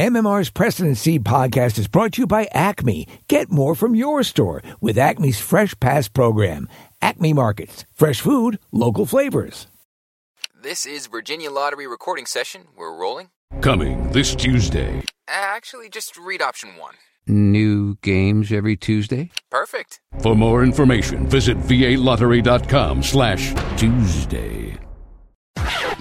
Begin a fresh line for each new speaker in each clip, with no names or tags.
MMR's President Seed podcast is brought to you by Acme. Get more from your store with Acme's Fresh Pass program. Acme Markets, fresh food, local flavors.
This is Virginia Lottery recording session. We're rolling. Uh,
Coming this Tuesday.
Actually, just read option one.
New games every Tuesday?
Perfect.
For more information, visit valottery.com slash Tuesday.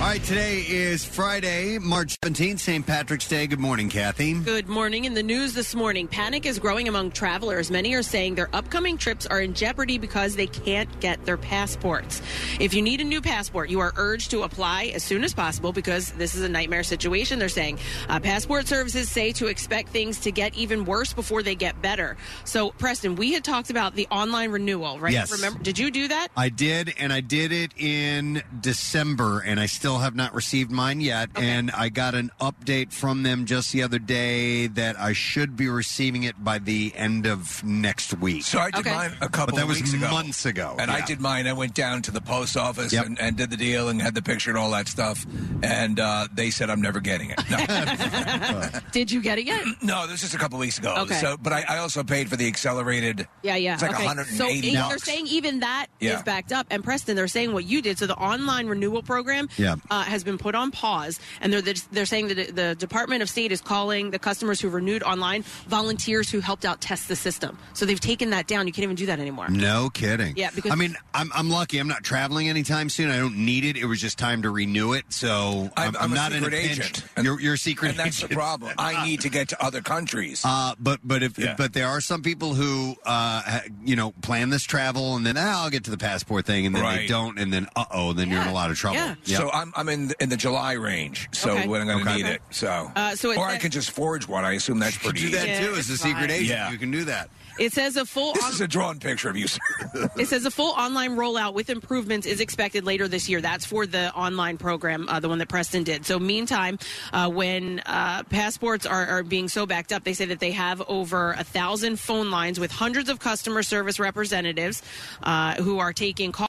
All right, today is Friday, March 17th, St. Patrick's Day. Good morning, Kathy.
Good morning. In the news this morning, panic is growing among travelers. Many are saying their upcoming trips are in jeopardy because they can't get their passports. If you need a new passport, you are urged to apply as soon as possible because this is a nightmare situation, they're saying. Uh, passport services say to expect things to get even worse before they get better. So, Preston, we had talked about the online renewal, right?
Yes.
Remember, did you do that?
I did, and I did it in December, and I still have not received mine yet. And I got an update from them just the other day that I should be receiving it by the end of next week.
So I did mine a couple
but that
of
was
weeks ago.
months ago.
And I
Oh, Yeah.
did mine. I went down to the post office
Yep.
and, and did the deal and had the picture and all that stuff. And uh, they said I'm never getting it. No,
Did you get it yet?
no this is a couple of weeks ago.
Okay.
So, but I, I also paid for the accelerated.
Yeah, yeah.
It's like
okay.
180
so eight- they're
bucks.
saying even that is
Yeah.
backed up. And Preston, they're saying what you did. So the online renewal program
Yeah.
uh, has been put on pause, and they're they're saying that the Department of State is calling the customers who renewed online volunteers who helped out test the system. So they've taken that down. You can't even do that anymore.
No kidding.
Yeah, because-
I mean, I'm, I'm lucky. I'm not traveling anytime soon. I don't need it. It was just time to renew it, so
I'm-
I'm,
I'm a
not in a
secret
pinch.
agent. And-
you're, you're a secret
And that's the
agent.
problem. I need to get to other countries.
Uh, but but if
Yeah.
but there are some people who uh, ha- you know plan this travel and then "Ah, I'll get to the passport thing and then they
Right.
don't and then uh oh then you're in
Yeah.
a lot of trouble.
Yeah.
Yep.
So I'm I'm in the, in the July range. So
Okay.
when I'm going to
Okay.
need it. So,
Uh, so it
or I
said-
can just forge one. I assume that's
you
pretty.
could do that
easy.
Yeah,
too as
it's
a secret
fine.
agent.
Yeah.
You can do that.
It says a full
This
on-
is a drawn picture of you. sir.
It says a full online rollout with improvements is expected later this year. That's for the online program, uh, the one that Preston did. So, meantime, uh, when uh, passports are, are being so backed up, they say that they have over a thousand phone lines with hundreds of customer service representatives uh, who are taking calls.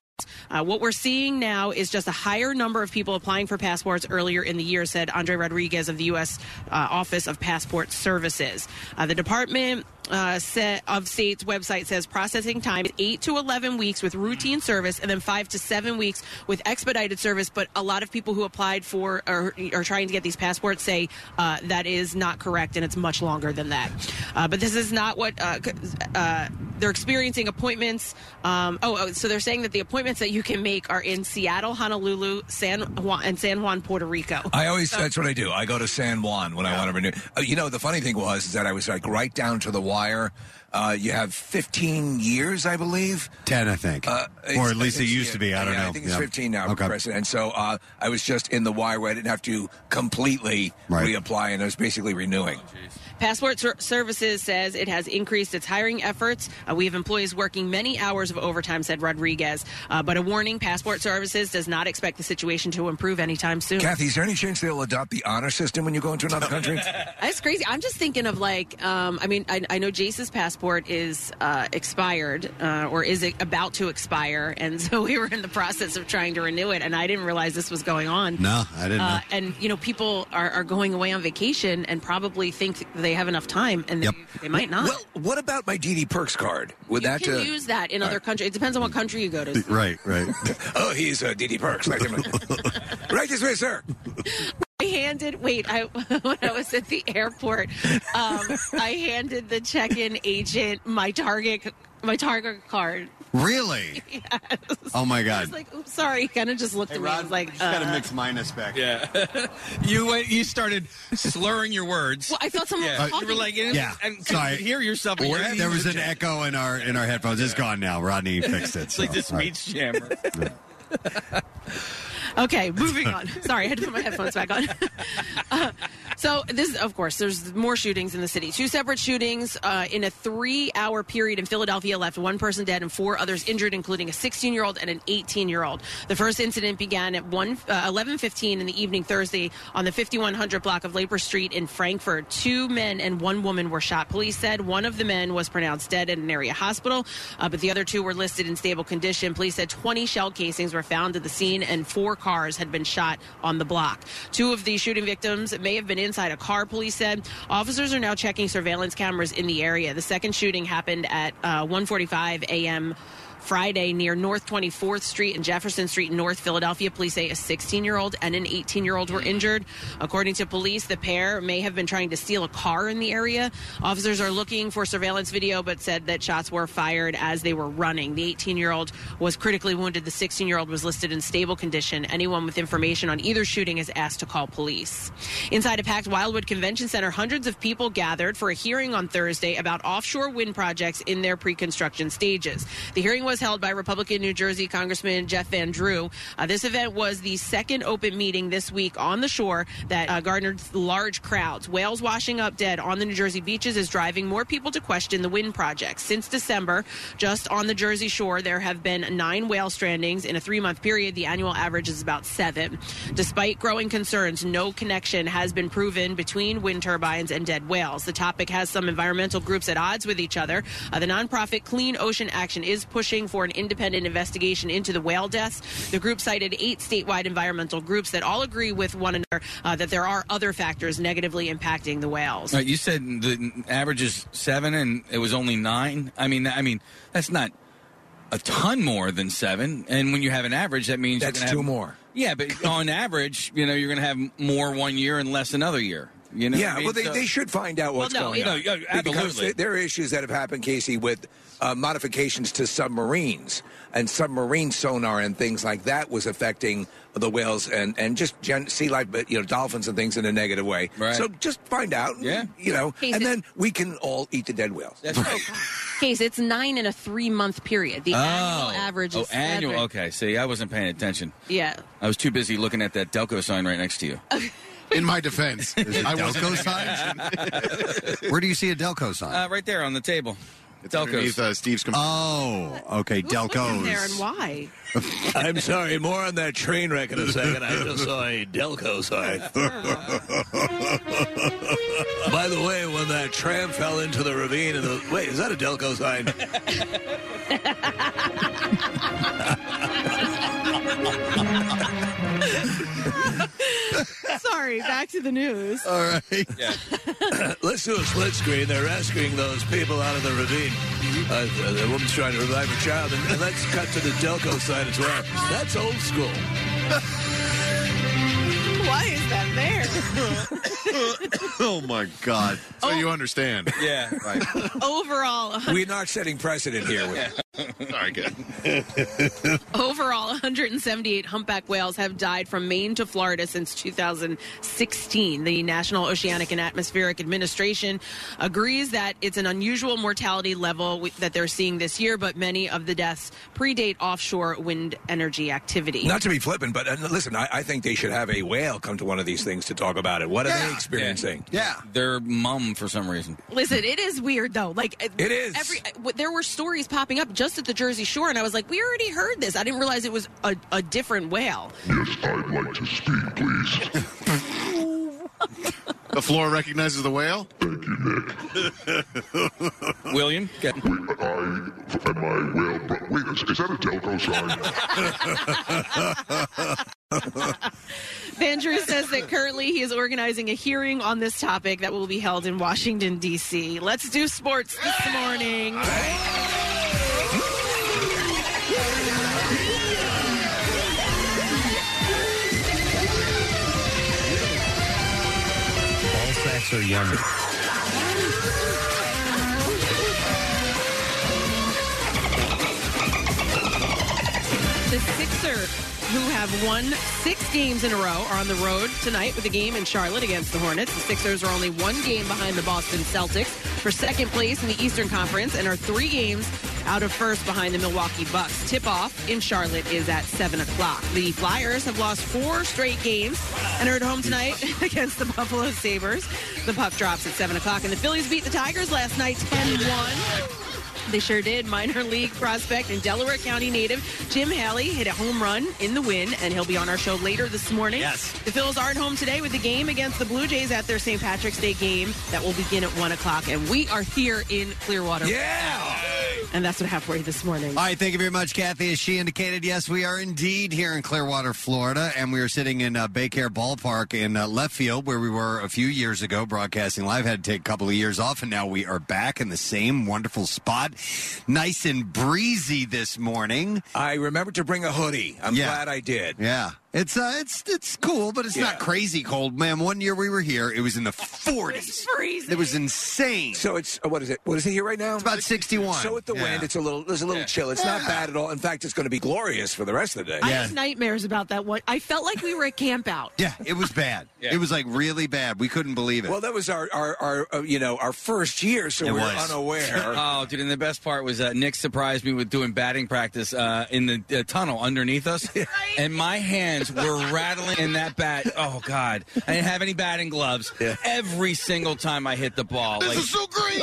Uh, what we're seeing now is just a higher number of people applying for passports earlier in the year, said Andre Rodriguez of the U.S. Uh, Office of Passport Services. Uh, the Department uh, set of State's website says processing time is 8 to 11 weeks with routine service and then 5 to 7 weeks with expedited service. But a lot of people who applied for or are trying to get these passports say uh, that is not correct and it's much longer than that. Uh, but this is not what uh, c- uh, they're experiencing appointments. Um, oh, oh, so they're saying that the appointments that you can make are in Seattle, Honolulu, San Juan, and San Juan, Puerto Rico.
I always that's what I do. I go to San Juan when I want to renew. Uh, you know, the funny thing was is that I was like right down to the wire. Uh, you have 15 years, I believe. Uh,
Ten, I think,
it's-
or at least it
it's-
used
yeah,
to be. I don't
yeah,
know.
I think it's
Yeah.
15 now,
Okay.
President. And so uh, I was just in the wire where I didn't have to completely
Right.
reapply, and I was basically renewing.
Passport Ser- Services says it has increased its hiring efforts. Uh, we have employees working many hours of overtime, said Rodriguez. Uh, but a warning Passport Services does not expect the situation to improve anytime soon.
Kathy, is there any chance they'll adopt the honor system when you go into another country?
That's crazy. I'm just thinking of like, um, I mean, I, I know Jace's passport is uh, expired uh, or is it about to expire, and so we were in the process of trying to renew it, and I didn't realize this was going on.
No, I didn't.
Uh,
know.
and you know, people are, are going away on vacation and probably think they have enough time, and
Yep.
they, they might not.
well, what about my DD Perks card? Would
you
that
can
uh,
use that in other countries. It depends on what country you go to.
Right, right.
Oh, he's uh, DD Perks. Like him. right this way, sir.
I handed wait, I when I was at the airport, um, I handed the check-in agent my Target my Target card.
really? Oh my God.
I was like, "Oops, sorry." He kind of just looked at me. I was like, uh,
mix minus back.
Uh-huh. You went. You started slurring your words.
well, I thought someone
Yeah.
was
You
talking.
were like, and,
Uh, Yeah.
and couldn't
Sorry.
hear yourself. but
Or
you're having
there was
this
an
jam.
echo in our in our headphones. It's gone now. Rodney fixed it.
It's like
so,
this
all right.
speech jammer.
Okay, moving on. Sorry, I had to put my headphones back on. Uh, so this, of course, there's more shootings in the city. Two separate shootings uh, in a three-hour period in Philadelphia left one person dead and four others injured, including a 16-year-old and an 18-year-old. The first incident began at 1, uh, 11:15 in the evening Thursday on the 5100 block of Labor Street in Frankfurt. Two men and one woman were shot. Police said one of the men was pronounced dead at an area hospital, uh, but the other two were listed in stable condition. Police said 20 shell casings were found at the scene and four cars had been shot on the block. Two of the shooting victims may have been inside a car, police said. Officers are now checking surveillance cameras in the area. The second shooting happened at uh, 1:45 a.m. Friday near North 24th Street and Jefferson Street in North Philadelphia. Police say a 16 year old and an 18 year old were injured. According to police, the pair may have been trying to steal a car in the area. Officers are looking for surveillance video, but said that shots were fired as they were running. The 18 year old was critically wounded. The 16 year old was listed in stable condition. Anyone with information on either shooting is asked to call police. Inside a packed Wildwood Convention Center, hundreds of people gathered for a hearing on Thursday about offshore wind projects in their pre construction stages. The hearing was held by Republican New Jersey Congressman Jeff Van Drew. Uh, this event was the second open meeting this week on the shore that uh, garnered large crowds. Whales washing up dead on the New Jersey beaches is driving more people to question the wind project. Since December, just on the Jersey shore, there have been nine whale strandings in a three month period. The annual average is about seven. Despite growing concerns, no connection has been proven between wind turbines and dead whales. The topic has some environmental groups at odds with each other. Uh, the nonprofit Clean Ocean Action is pushing for an independent investigation into the whale deaths. The group cited eight statewide environmental groups that all agree with one another uh, that there are other factors negatively impacting the whales.
Uh, you said the average is seven, and it was only nine. I mean, I mean that's not a ton more than seven. And when you have an average, that means you're
That's
gonna
two
have-
more.
Yeah, but on average, you know, you're going to have more one year and less another year. You know, what
yeah,
I mean?
well, they,
So-
they should find out what's
Well, no,
going
it-
on.
No, yeah,
Because
absolutely.
th- there are issues that have happened, Casey, with uh, modifications to submarines and submarine sonar and things like that was affecting the whales and, and just gen- sea life, but you know, dolphins and things in a negative way.
Right.
So just find out,
Yeah.
you know,
Casey-
and then we can all eat the dead whales.
That's right.
Case, it's nine in a three month period. The annual average
oh,
is
annual.
seven.
Okay, see, I wasn't paying attention.
Yeah.
I was too busy looking at that Delco sign right next to you.
In my defense, I was
Delco sign? Where do you see a Delco sign?
Uh, right there on the table.
it's
Delco's.
underneath uh, Steve's computer.
oh, okay,
Who's looking there and
Delco's.
why?
I'm sorry, more on that train wreck in a second. I just saw a Delco sign. By the way, when that tram fell into the ravine, and the, wait, is that a Delco sign?
Sorry, back to the news.
All right.
Let's do a split screen. They're rescuing those people out of the ravine. Uh, the- the woman's trying to revive her child, and, and let's cut to the Delco sign as well. That's old school.
Why is that there?
oh my God! So you understand?
Yeah, right.
Overall,
We're not setting precedent here.
Sorry, good.
Overall, 178 humpback whales have died from Maine to Florida since 2016. The National Oceanic and Atmospheric Administration agrees that it's an unusual mortality level wi- that they're seeing this year, but many of the deaths predate offshore wind energy activity.
Not to be flippant, but uh, listen, I, I think they should have a whale come to one of these things to talk about it. What are
Yeah.
they experiencing?
Yeah.
They're mum for some reason.
Listen, it is weird though. Like uh,
It is.
Every w- there were stories popping up just at the Jersey Shore, and I was like, we already heard this. I didn't realize it was a, a different whale.
The floor recognizes the whale.
William, get-
Van Drew says that currently he is organizing a hearing on this topic that will be held in Washington, D.C. Let's do sports this morning.
Ball sacks are yummy.
The Sixers, who have won six games in a row, are on the road tonight with a game in Charlotte against the Hornets. The Sixers are only one game behind the Boston Celtics for second place in the Eastern Conference and are three games out of first behind the Milwaukee Bucks. Tip off in Charlotte is at 7 o'clock. The Flyers have lost four straight games and are at home tonight against the Buffalo Sabres. The puck drops at 7 o'clock, and the Phillies beat the Tigers last night 10 1. They sure did. Minor league prospect and Delaware County native Jim Halley hit a home run in the win, and he'll be on our show later this morning. Yes. The Phils aren't home today with the game against the Blue Jays at their St. Patrick's Day game that will begin at 1 o'clock, and we are here in Clearwater.
Yeah!
And that's what happened for you this morning.
All right, thank you very much, Kathy. As she indicated, yes, we are indeed here in Clearwater, Florida, and we are sitting in uh, Baycare Ballpark in uh, left field where we were a few years ago broadcasting live. Had to take a couple of years off, and now we are back in the same wonderful spot. Nice and breezy this morning.
I remember to bring a hoodie. I'm
Yeah.
glad I did.
Yeah. It's uh, it's it's cool, but it's not crazy cold, man. One year we were here, it was in the 40s. It was
freezing.
It was insane.
So it's uh, what is it? What is it here right now? It's
about 61.
So with the
Yeah.
wind, it's a little. There's a little chill. It's not bad at all. In fact, it's going to be glorious for the rest of the day.
I have nightmares about that one. I felt like we were at camp out.
Yeah, it was bad. It was like really bad. We couldn't believe it.
Well, that was our our, our uh, you know our first year, so
It
we are
was. Uh,
unaware.
oh, dude! And the best part was uh, Nick surprised me with doing batting practice uh, in the uh, tunnel underneath us, and my hands were rattling in that bat. Oh God! I didn't have any batting gloves. Every single time I hit the ball, like
so great.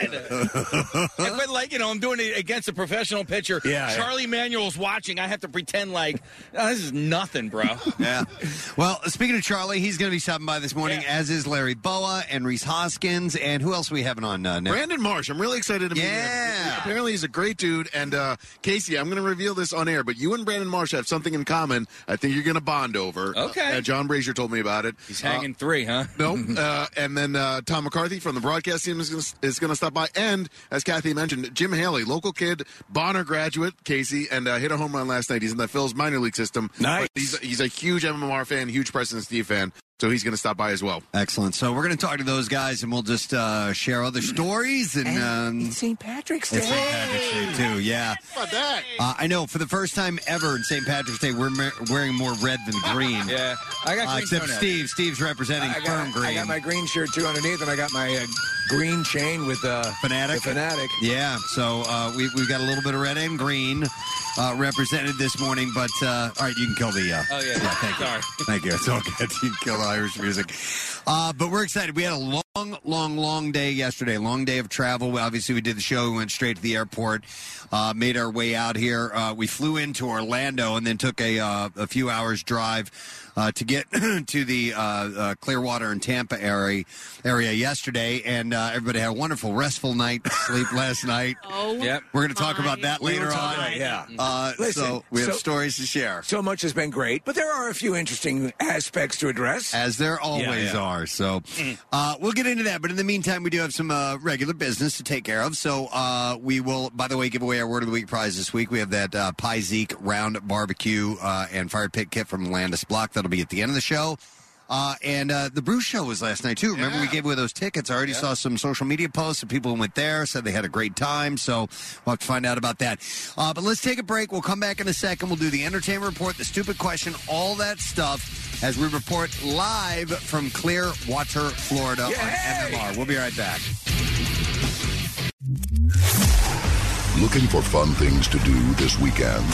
I went like you know I'm doing it against a professional pitcher.
Yeah, yeah.
Charlie Manuel's watching. I have to pretend like "Oh, this is nothing, bro.
yeah. Well, speaking of Charlie, he's going to be stopping by this morning, as is Larry Boa and Reese Hoskins, and who else we having on uh, now?
Brandon Marsh, I'm really excited to meet him.
Yeah.
Apparently, he's a great dude. And uh, Casey, I'm going to reveal this on air, but you and Brandon Marsh have something in common. I think you're going to bond over.
Okay.
Uh, John Brazier told me about it.
He's hanging three, huh?
No, uh, and then uh, Tom McCarthy from the broadcast team is going is to stop by, and as Kathy mentioned, Jim Haley, local kid, Bonner graduate, Casey, and uh, hit a home run last night. He's in the Phils minor league system.
Nice.
But He's, he's a huge MMR fan, huge Preston Steve fan, so he's going to stop by as well.
Excellent. So we're going to talk to those guys, and we'll just uh, share other stories. And, um, it's
St. Patrick's
St. Patrick's Day too. Yeah.
How about that?
Uh, I know. For the first time ever in St. Patrick's Day, we're mer- wearing more red than green.
Yeah, I got
Uh,
green
except
toenails.
Steve. Steve's representing
I
firm
got,
green.
I got my green shirt too underneath, and I got my uh, green chain with uh,
Fanatic.
The fanatic.
Yeah, so uh, we, we've got a little bit of red and green uh, represented this morning, but uh, all right, you can kill the. Uh,
Oh yeah.
thank you.
Sorry.
Thank you. It's all good. You can kill the Irish music. Uh, but we're excited. We had a long, long, long day yesterday. Long day of travel. We- Obviously, we did the show. We went straight to the airport, uh, made our way out here. Uh, we flew into Orlando and then took a, uh, a few hours drive uh, to get to the uh, uh, Clearwater and Tampa area, area yesterday. And uh, everybody had a wonderful, restful night sleep last night.
Oh,
Yep.
We're going to talk about that
We
later
were
on.
talking about- yeah.
Uh,
Listen,
so we have
so-
stories to share,
So much has been great, but there are a few interesting aspects to address.
as there always
yeah. Mm.
are. So uh, we'll get into that. But in the meantime, we do have some uh, regular business to take care of. So uh, we will, by the way, give away our Word of the Week prize this week. We have that uh, Pie Zeke Round Barbecue uh, and Fire Pit Kit from Landis Block. That'll be at the end of the show. Uh, and uh, the Bruce show was last night too. Remember, we gave away those tickets. I already saw some social media posts of people who went there said they had a great time. So we'll have to find out about that. Uh, but let's take a break. We'll come back in a second. We'll do the entertainment report, the stupid question, all that stuff as we report live from Clearwater, Florida on MMR. We'll be right back.
Looking for fun things to do this weekend?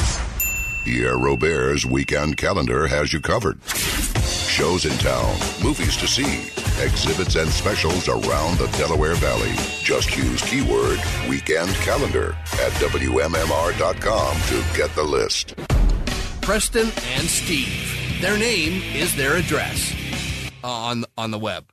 Pierre Robert's weekend calendar has you covered. Shows in town, movies to see, exhibits and specials around the Delaware Valley. Just use keyword weekend calendar at WMMR.com to get the list.
Preston and Steve. Their name is their address Uh, on on the web.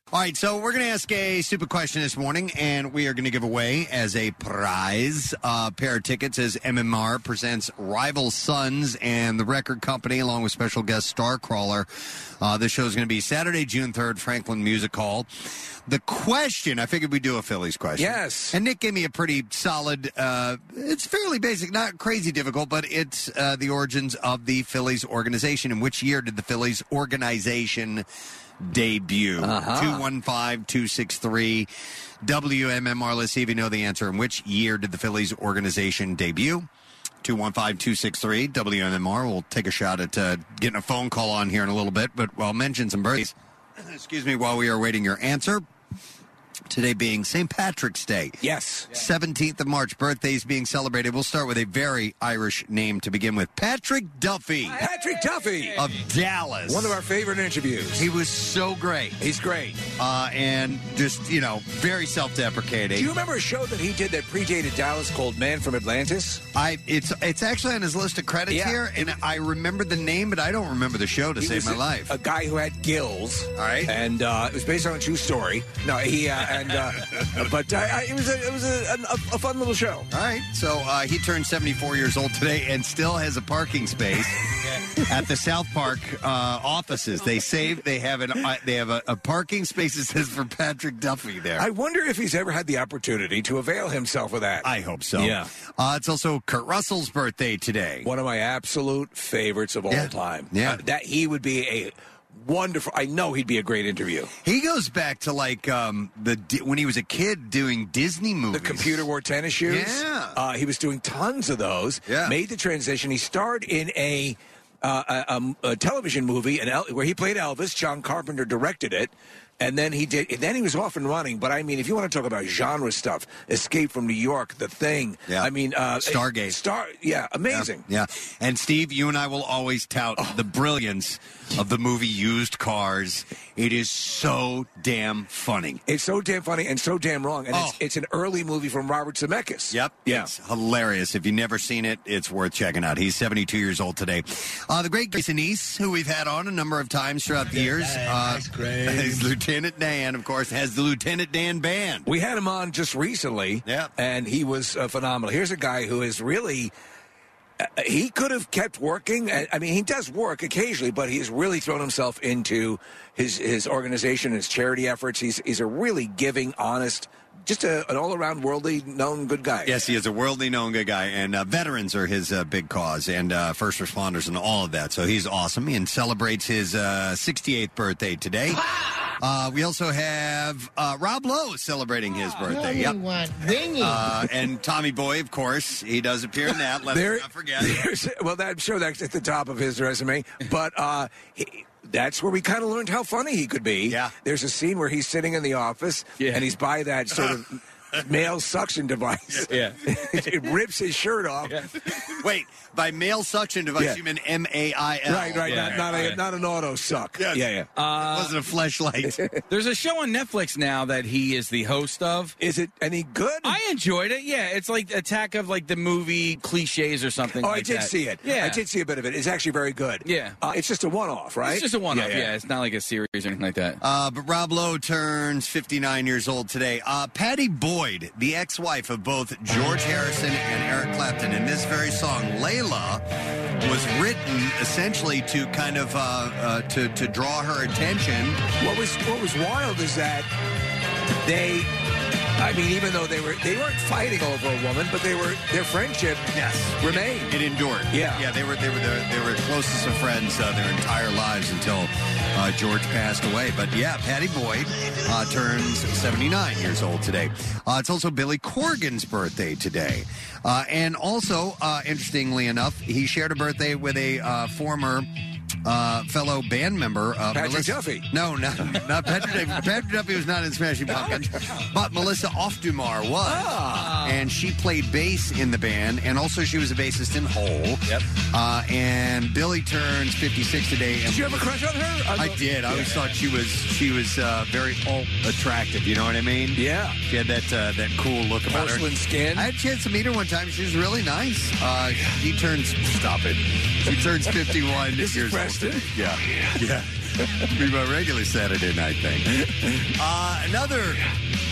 All right, so we're going to ask a stupid question this morning, and we are going to give away as a prize a pair of tickets as MMR presents Rival Sons and the record company, along with special guest Starcrawler. Uh, this show is going to be Saturday, June 3rd, Franklin Music Hall. The question, I figured we'd do a Phillies question. Yes. And Nick gave me a pretty solid, uh, it's fairly basic, not crazy difficult, but it's uh, the origins of the Phillies organization. In which year did the Phillies organization debut?
Uh-huh.
215 263 WMMR. Let's see if you know the answer. In which year did the Phillies organization debut? 215-263 WMMR. We'll take a shot at uh, getting a phone call on here in a little bit, but I'll mention some birthdays. Excuse me, while we are waiting your answer. Today being St. Patrick's Day. Yes. 17th of March, birthdays being celebrated. We'll start with a very Irish name to begin with Patrick Duffy.
Patrick Duffy
of Dallas.
One of our favorite interviews.
He was so great.
He's great.
Uh, and just, you know, very self deprecating.
Do you remember a show that he did that predated Dallas called Man from Atlantis?
I it's it's actually on his list of credits here, and I remember the name, but I don't remember the show to
He
save
was
my
a-
life.
A guy who had gills. All right, and uh, it was based on a true story. No, he uh, and uh, but uh, I- it was a, it was a, an- a, a fun little show.
All right, so uh, he turned 74 years old today and still has a parking space at the South Park uh, offices. They save they have an uh, they have a, a parking space that says for Patrick Duffy there.
I wonder if he's ever had the opportunity to avail himself of that.
I hope so.
Yeah,
uh, it's also Kurt Russell's birthday today.
one of my absolute favorites of all
Yeah.
time.
Yeah.
Uh, that he would be a wonderful. I know he'd be a great interview.
He goes back to like um, the Di- when he was a kid doing Disney movies.
The computer wore tennis shoes.
Yeah.
Uh, he was doing tons of those.
Yeah.
Made the transition. He starred in a. Uh, a, um, a television movie an El- where he played Elvis. John Carpenter directed it, and then he did. And then he was off and running. But I mean, if you want to talk about genre stuff, Escape from New York, The Thing. Yeah. I mean, uh,
Stargate.
Star. Yeah, amazing. Oh.
Yeah. And Steve, you and I will always tout the brilliance of the movie Used Cars. It is so damn funny.
It's so damn funny and so damn wrong. And
Oh.
it's, it's an early movie from Robert Zemeckis.
Yep.
Yeah.
It's hilarious. If you've never seen it, it's worth checking out. He's 72 years old today. Uh, the great Grace Anise, who we've had on a number of times throughout the years. Uh, is Lieutenant Dan, of course, has the Lieutenant Dan band.
We had him on just recently, yeah, and he was uh, phenomenal. Here's a guy who is really. Uh, he could have kept working. I I mean, he does work occasionally, but he's really thrown himself into his his organization, his charity efforts. He's he's a really giving, honest, just a, an all around worldly known good guy.
Yes, he is a worldly known good guy, and uh, veterans are his uh, big cause, and uh, first responders and all of that. So he's awesome and celebrates his uh, 68th birthday today. Uh, we also have uh, Rob Lowe celebrating his birthday. Yep. Uh, and Tommy Boy, of course, he does appear in that. Let's
There-
not forget.
there's- well, that, I'm sure that's at the top of his resume, but uh, he, that's where we kind of learned how funny he could be. Yeah. There's a scene where he's sitting in the office and he's by that sort of male suction device.
Yeah.
it rips his shirt off.
Wait, by male suction device,
Yeah.
you mean M A I L?
Right, right. not, not, a, not an auto suck.
Yes.
Yeah, yeah.
Uh,
wasn't a flashlight.
There's a show on Netflix now that he is the host of.
Is it any good?
I enjoyed it. Yeah, it's like attack of like the movie cliches or something.
Oh, I
like
did
that.
see it.
Yeah,
I did see a bit of it. It's actually very good.
Yeah.
Uh, it's just a one off, right?
It's just a one-off. Yeah,
Yeah, yeah.
it's not like a series or anything like that.
Uh, but Rob Lowe turns 59 years old today. Uh, Patty Boyd, the ex wife of both George Harrison and Eric Clapton, and this very song, Layla, was written essentially to kind of uh, uh, to, to draw her attention.
What was what was wild is that they I mean, even though they were they weren't fighting over a woman, but they were their friendship
yes
remained.
It, endured.
Yeah.
yeah. They were they were the, they were closest of friends uh, their entire lives until uh, George passed away. But yeah, Patty Boyd uh, turns 79 years old today. Uh, it's also Billy Corgan's birthday today, uh, and also uh, interestingly enough, he shared a birthday with a uh, former. Uh, fellow band member uh,
Patrick
Melissa-
Duffy.
No, not, not Patrick. Duffy. Patrick Duffy was not in Smashing Pumpkins,
Oh,
but Melissa Ofdumar was,
Ah.
and she played bass in the band, and also she was a bassist in Hole. Yep. Uh, and Billy turns 56 today. And
Did you have a crush on her?
I did. I always
Yeah.
thought she was she was uh, very alt attractive. You know what I mean?
Yeah.
She had that uh, that cool look about her.
Porcelain skin.
I had a chance to meet her one time. She was really nice. Uh, she turns. Stop it. She turns 51
This is
years
Preston.
old. Yeah. Yeah. Be my regular Saturday night thing. Uh, another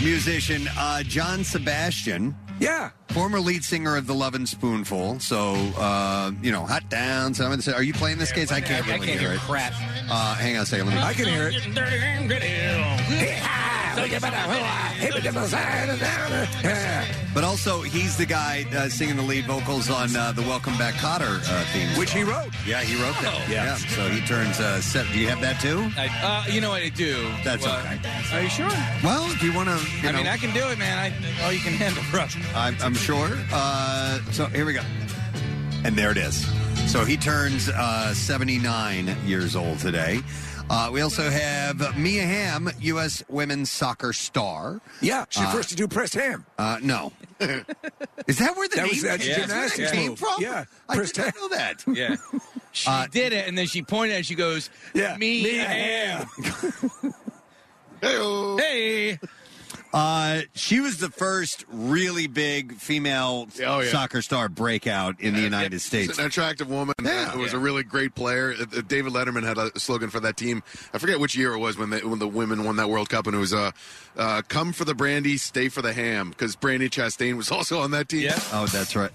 musician, uh, John Sebastian.
Yeah.
Former lead singer of the Love and Spoonful. So, uh, you know, hot down. So I'm gonna say, are you playing this, case? I can't
I
really
can't
hear
hear
it.
crap.
Uh, hang on a second. Let me.
I can hear it.
But also, he's the guy uh, singing the lead vocals on uh, the Welcome Back Cotter uh, theme.
Which he wrote.
Yeah, he wrote that.
Oh.
Yeah. So he turns uh, set. Do you have that too?
I, uh, you know what I do.
That's
Well,
okay.
Are you sure?
Well, if you want to, you
I
know,
mean, I can do it, man. I, all you can handle, bro.
I'm, I'm sure. Uh, so here we go. And there it is. So he turns uh, 79 years old today. Uh, we also have Mia Hamm, U.S. women's soccer star.
Yeah, she
Uh,
first to do press ham.
Uh, no. Is that where the
That
name
was- that's a
came- where that
gymnastics
came
move.
from?
Yeah,
I
press
did not know that.
Yeah. She did it, and then she pointed and she goes,
Yeah,
me,
me
am.
Hey-o.
Hey.
Uh, she was the first really big female
Oh, yeah.
soccer star breakout in the United
She's
States.
an attractive woman.
Yeah.
who was a really great player. Uh, uh, David Letterman had a slogan for that team. I forget which year it was when the when the women won that World Cup, and it was uh, uh "Come for the brandy, stay for the ham," because Brandy Chastain was also on that team.
Yeah.
Oh, that's right.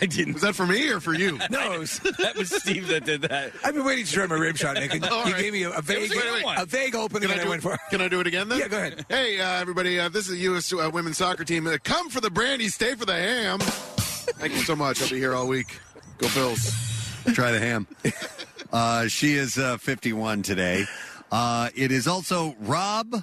I didn't.
Was that for me or for you?
No,
That was Steve that did that.
I've been waiting to try my rib shot, Nick. And you
All right.
gave me a, a vague,
good one.
a vague opening,
Can I,
and I
do
went
it,
for it.
can I do it again then?
Yeah, go ahead.
Hey, uh, everybody, uh, this is the U.S. Uh, women's soccer team. Uh, come for the brandy, stay for the ham. Thank you so much. I'll be here all week. Go Bills.
Try the ham. Uh, she is uh, 51 today. Uh, it is also Rob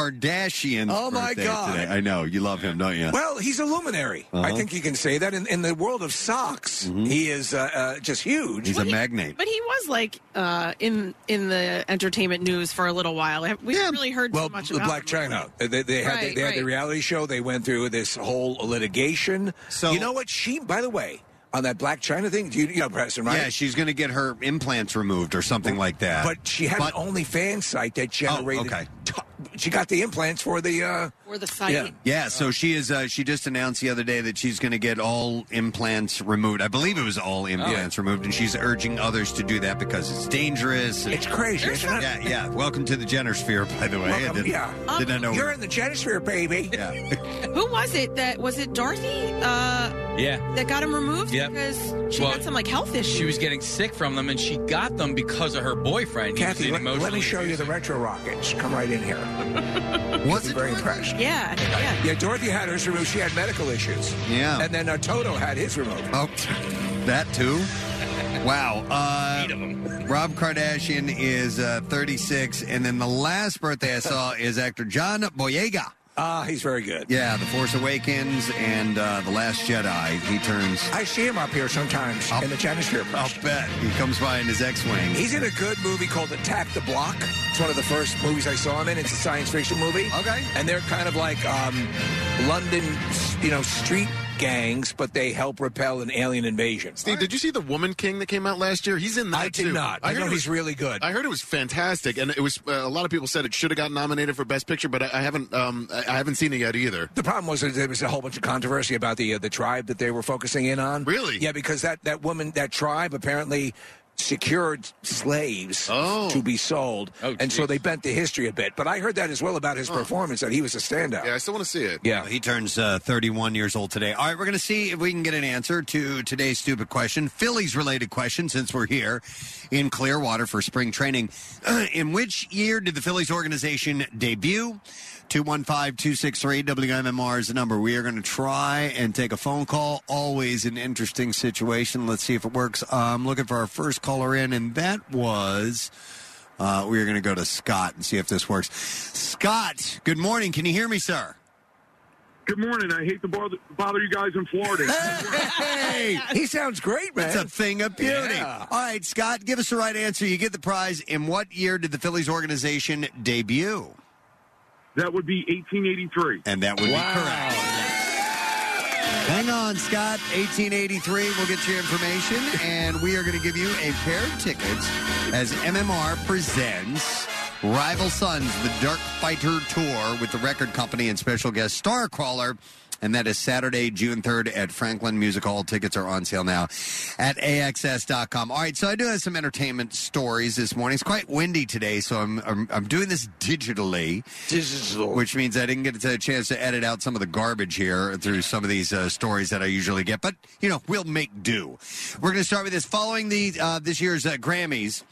Kardashian's
Oh, my
birthday
God.
today. I know you love him, don't you?
Well, he's a luminary. I
Uh-huh.
think you can say that. In, in the world of socks, he is uh, uh, just huge.
Mm-hmm. He's a magnate.
But he was like uh, in in the entertainment news for a little while. We haven't really heard
Well,
too much
the
about
Black
him.
China. They, they had
Right,
they had the
right.
reality show. They went through this whole litigation.
So-
you know what? She, by the way, on that Black China thing, you, you know, Preston, right?
Yeah, she's going to get her implants removed or something like that.
But she had
But- Oh,
an OnlyFans site that generated.
okay.
t- she got the implants for the. Uh,
Or the site.
Yeah.
Yeah, so she is. Uh, she just announced the other day that she's going to get all implants removed. I believe it was all
Oh.
implants removed, and she's urging others to do that because it's dangerous. and-
it's crazy, isn't it?
yeah, yeah. Welcome to the Jenner sphere, by the way. I
Welcome,
didn't,
yeah.
did not know.
You're in the Genosphere, baby.
yeah.
Who was it that was it Dorothy uh,
Yeah.
that got him removed
Yep.
because she
Well,
had some like health issue?
She was getting sick from them, and she got them because of her boyfriend. He was
Kathy, let, let
emotionally
me show you the retro rockets. Come right in here.
Was
I'm
it
very
Dorothy?
impressed.
yeah, I think- yeah.
Yeah, Dorothy had hers removed. She had medical issues.
Yeah.
And then uh, Toto had his removed.
Oh, that too. Wow. Uh, Rob Kardashian is uh, 36, and then the last birthday I saw is actor John Boyega.
Ah, he's very good.
Yeah, The Force Awakens and uh, The Last Jedi. He turns.
I see him up here sometimes in the Genosphere.
I'll bet he comes by in his X-wing.
He's in a good movie called Attack the Block. It's one of the first movies I saw him in. It's a science fiction movie.
Okay.
And they're kind of like um, London, you know, street gangs, but they help repel an alien invasion.
Steve, did you see the Woman King that came out last year? He's in that
I did
too.
not. I,
heard
know
it was-
he's really good.
I heard it was fantastic, and it was uh, a lot of people said it should have got nominated for Best Picture, but I, I haven't um, I, I haven't seen it yet either.
The problem was that there was a whole bunch of controversy about the uh, the tribe that they were focusing in on.
Really?
Yeah, because that that woman, that tribe, apparently
secured slaves
Oh.
to be sold. and so they bent the history a bit. But I heard that as well about his performance, that he was a standout.
Yeah, I still want to see it.
Yeah.
He turns uh, 31 years old today. All right, we're going to see if we can get an answer to today's stupid question, Phillies related question, since we're here in Clearwater for spring training. in which year did the Phillies organization debut? 215 263 WMMR is the number. We are going to try and take a phone call. Always an interesting situation. Let's see if it works. Uh, I'm looking for our first caller in, and that was. Uh, we are going to go to Scott and see if this works. Scott, good morning. Can you hear me, sir?
Good morning. I hate to bother, bother you guys in Florida.
Hey,
he sounds great,
man. That's a thing of beauty. All right, Scott, give us the right answer. You get the prize. In what year did the Phillies organization debut?
That would be 1883.
And that would be correct. Hang on, Scott. 1883. We'll get your information, and we are going to give you a pair of tickets as MMR presents Rival Sons, the Dark Fighter Tour with the record company and special guest Starcrawler. And that is Saturday, June 3rd at Franklin Music Hall. Tickets are on sale now at AXS.com. All right, so I do have some entertainment stories this morning. It's quite windy today, so I'm, I'm, I'm doing this digitally.
Digital.
Which means I didn't get a chance to edit out some of the garbage here through some of these uh, stories that I usually get. But, you know, we'll make do. We're going to start with this. Following the uh, this year's uh, Grammys,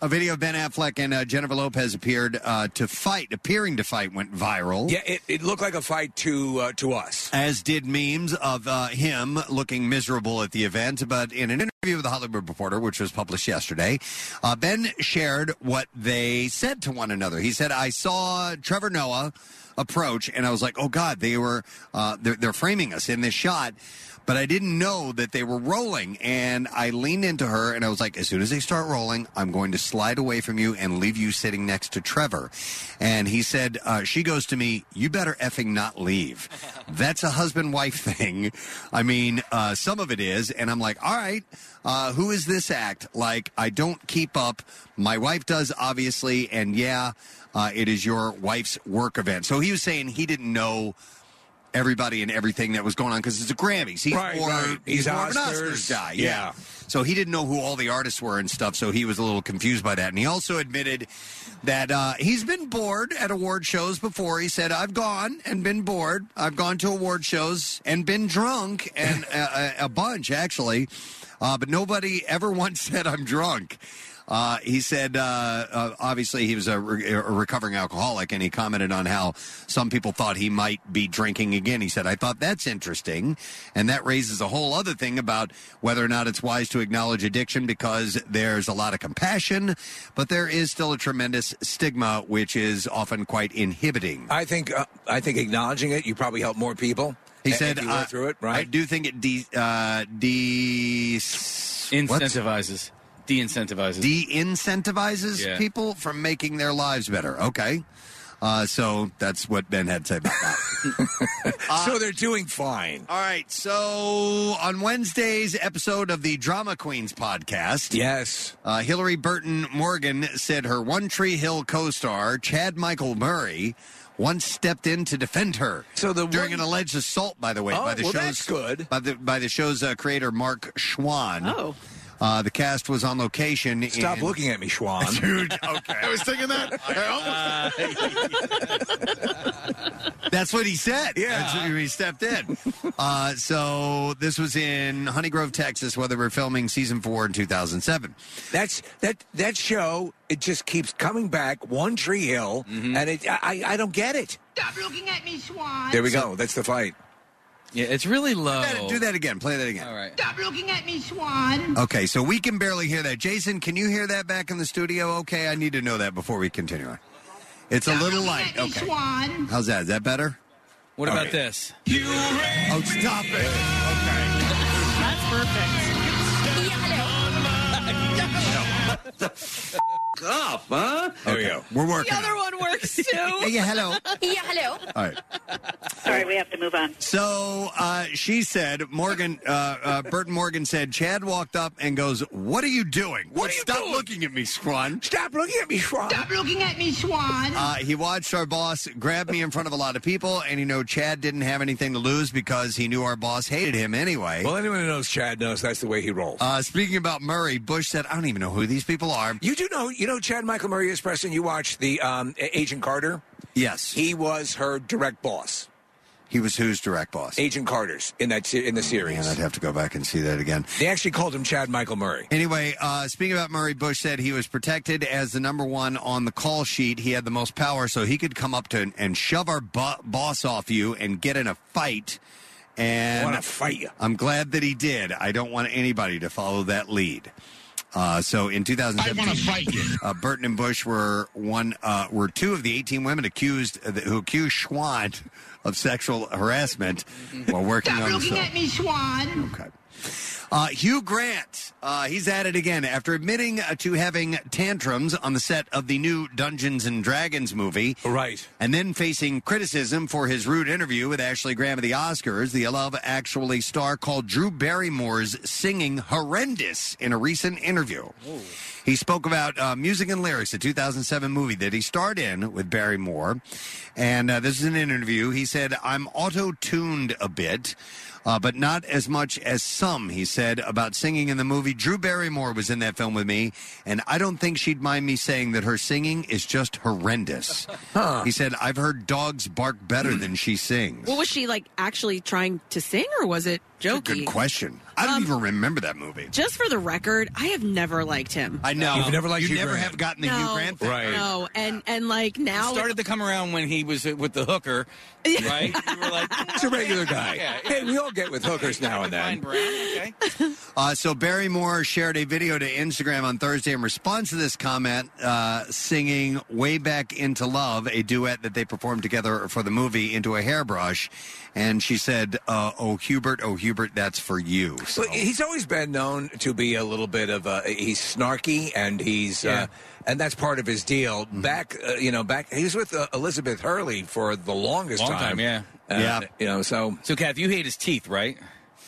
a video of Ben Affleck and uh, Jennifer Lopez appeared uh, to fight, appearing to fight, went viral.
Yeah, it, it looked like a fight to uh, to us.
As did memes of uh, him looking miserable at the event. But in an interview with the Hollywood Reporter, which was published yesterday, uh, Ben shared what they said to one another. He said, I saw Trevor Noah approach, and I was like, oh, God, they were, uh, they're, they're framing us in this shot. But I didn't know that they were rolling. And I leaned into her and I was like, as soon as they start rolling, I'm going to slide away from you and leave you sitting next to Trevor. And he said, uh, she goes to me, you better effing not leave. That's a husband wife thing. I mean, uh, some of it is. And I'm like, all right, uh, who is this act? Like, I don't keep up. My wife does, obviously. And yeah, uh, it is your wife's work event. So he was saying he didn't know everybody and everything that was going on because it's a Grammys. He's
Right,
more,
right.
He's
He's
more of an
Oscars.
Oscars guy. Yeah.
Yeah.
So he didn't know who all the artists were and stuff. So he was a little confused by that. And he also admitted that uh, he's been bored at award shows before. He said, "I've gone and been bored. I've gone to award shows and been drunk and uh, a, a, a bunch actually, uh, but nobody ever once said I'm drunk." Uh, he said, uh, uh, obviously, he was a, re- a recovering alcoholic, and he commented on how some people thought he might be drinking again. He said, I thought that's interesting. And that raises a whole other thing about whether or not it's wise to acknowledge addiction because there's a lot of compassion, but there is still a tremendous stigma, which is often quite inhibiting.
I think uh, I think acknowledging it, you probably help more people.
He
if
said,
you
uh,
went through it, right?
I do think it de, uh, de-
Incentivizes. De-incentivizes.
de-incentivizes
Yeah.
people from making their lives better. Okay. Uh, so that's what Ben had to say about that.
so they're doing fine.
All right. So on Wednesday's episode of the Drama Queens podcast,
yes,
uh, Hillary Burton Morgan said her One Tree Hill co-star Chad Michael Murray once stepped in to defend her.
So the
during an alleged assault, by the way,
Oh,
by the
well,
show's
that's good.
by the by the show's uh, creator Mark Schwann. Oh. Uh, the cast was on location.
Stop
in-
looking at me, Schwan.
Dude, okay. Uh,
I was thinking that. I almost-
That's what he said. Yeah. That's what he stepped in. uh, so this was in Honey Grove, Texas, where they were filming season four in 2007.
That's that that show. It just keeps coming back. One Tree Hill, and it. I I I don't get it.
Stop looking at me, Swan.
There we go. That's the fight.
Yeah, it's really low.
Oh.
Do that again. Play that again.
All right.
Stop looking at me, Swan.
Okay, so we can barely hear that. Jason, can you hear that back in the studio? Okay, I need to know that before we continue on. It's a little light.
Hey,
Okay.
Swan.
How's that? Is that better?
What
All
about
right.
this?
Oh, stop it.
That's perfect.
No.
up, huh?
There we go.
We're working.
The other one works too.
Yeah, hello.
Yeah, hello.
All right.
All right, we have to move on.
So uh, she said, Morgan, uh, uh, Burton Morgan said, Chad walked up and goes, What are you doing? What Stop looking at me, Swan.
Stop looking at me, Swan.
Stop looking at me, Swan.
Uh, he watched our boss grab me in front of a lot of people, and you know, Chad didn't have anything to lose because he knew our boss hated him anyway.
Well, anyone who knows Chad knows that's the way he rolls.
Uh, speaking about Murray, Bush said, I don't even know who these people are.
You do know, you know, Chad Michael Murray is Preston. You watched the um, A- Agent Carter.
Yes,
he was her direct boss.
He was whose direct boss?
Agent Carter's in that se- in the series.
And I'd have to go back and see that again.
They actually called him Chad Michael Murray.
Anyway, uh, speaking about Murray, Bush said he was protected as the number one on the call sheet. He had the most power, so he could come up to and- and shove our bo- boss off you and get in a fight. And
I wanna fight you.
I'm glad that he did. I don't want anybody to follow that lead. Uh, so in 2017, Uh, Burton and Bush were one uh, were two of the 18 women accused who accused Schwan of sexual harassment while working
Stop
on the
looking
show.
at me, Swan.
Okay. Uh, Hugh Grant, uh, he's at it again after admitting uh, to having tantrums on the set of the new Dungeons and Dragons movie.
Right.
And then facing criticism for his rude interview with Ashley Graham at the Oscars. The Love Actually star called Drew Barrymore's singing horrendous in a recent interview. He spoke about uh, music and lyrics, a 2007 movie that he starred in with Barrymore. And uh, this is an interview. He said, I'm auto tuned a bit, uh, but not as much as some, he said, about singing in the movie. Drew Barrymore was in that film with me, and I don't think she'd mind me saying that her singing is just horrendous. He said, I've heard dogs bark better than she sings.
What was she like actually trying to sing, or was it joking?
Good question. I don't even remember that movie.
Just for the record, I have never liked him.
I know.
You've never liked
you
Hugh
never
Grant.
have gotten the
no,
Hugh Grant thing.
Right.
No, and and like now,
started to come around when he was uh, with the hooker, right? You were like,
It's a regular guy.
Yeah.
Hey, we all get with hookers now and then.
okay.
Uh, so Barrymore shared a video to Instagram on Thursday in response to this comment, uh, singing "Way Back into Love," a duet that they performed together for the movie "Into a Hairbrush," and she said, uh, "Oh Hubert, oh Hubert, that's for you." So
But he's always been known to be a little bit of a he's snarky and he's uh, and that's part of his deal.
Mm-hmm.
Back uh, you know back he was with uh, Elizabeth Hurley for the longest
Long time, yeah.
Uh,
Yeah.
You know so
So, Kath, you hate his teeth, right?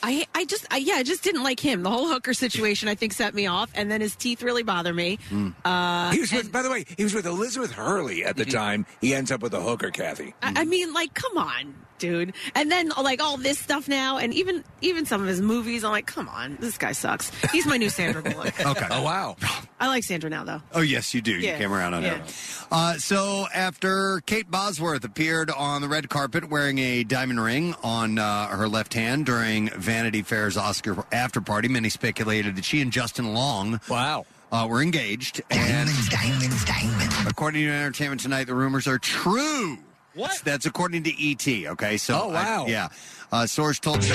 I I just I, yeah, I just didn't like him. The whole hooker situation I think set me off, and then his teeth really bother me.
Hmm.
Uh,
he was with by the way he was with Elizabeth Hurley at the
Mm-hmm.
time. He ends up with a hooker, Kathy.
Hmm.
I, I mean, like, come on, dude. And then like all this stuff now, and even even some of his movies, I'm like, come on, this guy sucks. He's my new Sandra Bullock.
okay.
Oh wow.
I like Sandra now though.
Oh yes, you do. You
Yeah.
came around on
Yeah.
her. Uh, so after Kate Bosworth appeared on the red carpet wearing a diamond ring on uh, her left hand during Vanity Fair's Oscar after party, many speculated that she and Justin Long,
wow,
uh, were engaged. Diamonds, diamonds, diamonds. According to Entertainment Tonight, the rumors are true. What? That's according to ET. Okay, so
Oh,
I-
wow.
yeah, uh, source told.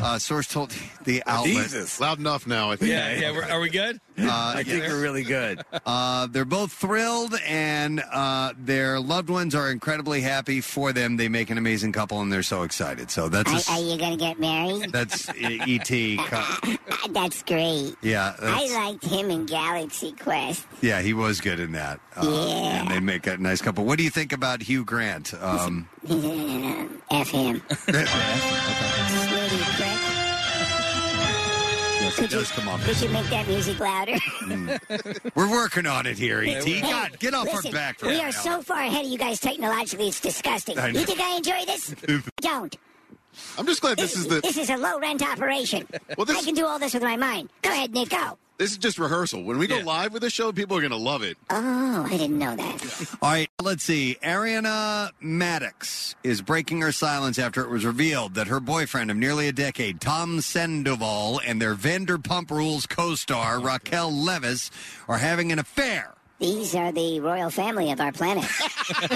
Uh, source told the outlet. Uh,
Jesus.
Loud enough now, I think. Uh,
Yeah, yeah. We're, are we good?
I
think we're
really good.
Uh, they're both thrilled, and uh, their loved ones are incredibly happy for them. They make an amazing couple, and they're so excited. So that's a
Are,
s-
are you going to get married?
that's E ET. co-
That's great.
yeah,
I
that's-
liked him in Galaxy Quest.
yeah, he was good in that. Uh,
Yeah.
and they make a nice couple. What do you think about Hugh Grant? Um,
F him. Snooty prick.
yes, it does come off.
Could you make that music louder?
Mm. We're working on it here, ET.
Hey,
God, get off
listen,
our back. for
We
that,
are so far ahead of you guys technologically. It's disgusting.
I know.
You think I enjoy this? I Don't.
I'm just glad this is the-
This is a low rent operation. I can do all this with my mind. Go ahead, Nick. Go.
This is just rehearsal. When we go live with this show, people are going to love it.
Oh, I didn't know that.
All right, let's see. Ariana Maddox is breaking her silence after it was revealed that her boyfriend of nearly a decade, Tom Sandoval, and their Vanderpump Rules co star, Raquel Levis, are having an affair.
These are the royal family of our planet.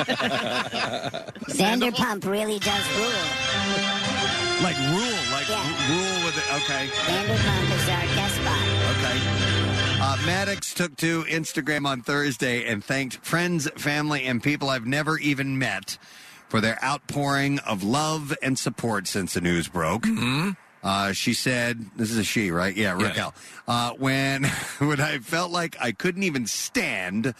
Vanderpump really does rule.
Like rule, like ru- rule with it. Okay.
Vanderpump is our despot.
Okay. Uh, Maddox took to Instagram on Thursday and thanked friends, family, and people I've never even
Hmm?
met for their outpouring of love and support since the news broke. Uh, she said, "This is a she, right? Yeah,
Yes.
Raquel. Uh, when when I felt like I couldn't even stand,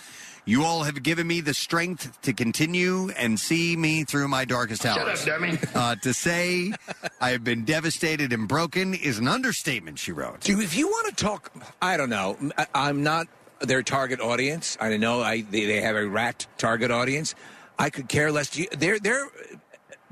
you all have given me the strength to continue and see me through my darkest
Shut
hours.
up, dummy.
Uh, to say I have been devastated and broken is an understatement." She wrote.
Dude, if you want to talk, I don't know. I, I'm not their target audience. I know I they, they have a rat target audience. I could care less. Do you- Their their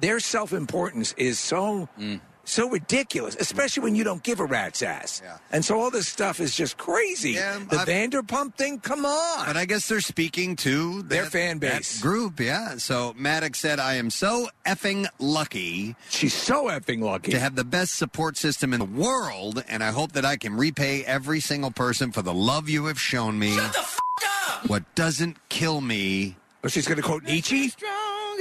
their self importance is so
Mm.
so ridiculous, especially when you don't give a rat's ass. And so all this stuff is just crazy. the Vanderpump thing, come on.
But I guess they're speaking to their
fan base.
group. Yeah. So Maddox said, "I am so effing lucky."
She's so effing lucky
to have the best support system in the world, and I hope that I can repay every single person for the love you have shown me. Shut the f- up! What doesn't kill me?
Oh, she's going to quote Nietzsche.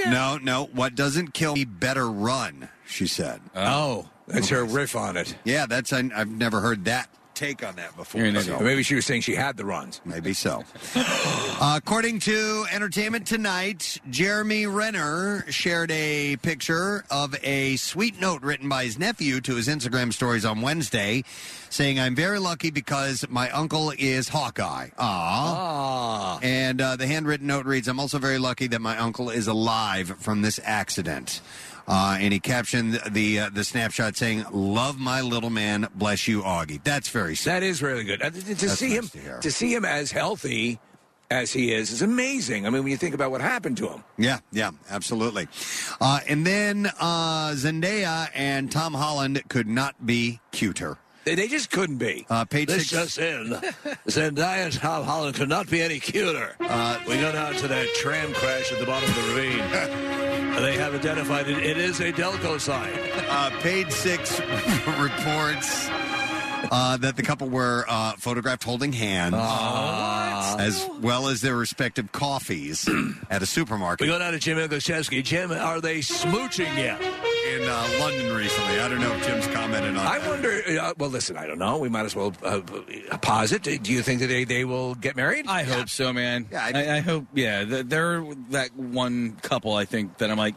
No, no. What doesn't kill me better run, she said.
Oh, that's her riff on it.
Yeah, that's I, I've never heard that take on that before. So-
Maybe she was saying she had the runs.
Maybe so. Uh, according to Entertainment Tonight, Jeremy Renner shared a picture of a sweet note written by his nephew to his Instagram stories on Wednesday, saying, "I'm very lucky because my uncle is Hawkeye."
Oh,
Aww.
Ah.
And uh, the handwritten note reads, "I'm also very lucky that my uncle is alive from this accident." Uh, and he captioned the uh, the snapshot saying, "Love my little man, bless you, Augie." That's very sweet.
That is really good. Uh, To, to
That's
see
nice
him
to
to,
hear.
see him as healthy as he is is amazing. I mean, when you think about what happened to him.
Yeah, yeah, absolutely. Uh, and then uh, Zendaya and Tom Holland could not be cuter.
They, they just couldn't be.
Uh, page six.
This just in. Zendaya and Tom Holland could not be any cuter.
Uh,
we go down to that tram crash at the bottom of the ravine. And they have identified it. It is a Delco sign.
Uh, page six reports uh, that the couple were uh, photographed holding hands, as well as their respective coffees at a supermarket.
We go down to Jim Iglesiasky. Jim, are they smooching yet?
In uh, London recently. I don't know if Jim's commented on
I wonder. Uh, well, listen, I don't know. We might as well uh, uh, posit. Do you think that they, they will get married?
I hope so, man. Yeah, I, I, hope. Yeah, th- they're that one couple. I think that I'm like,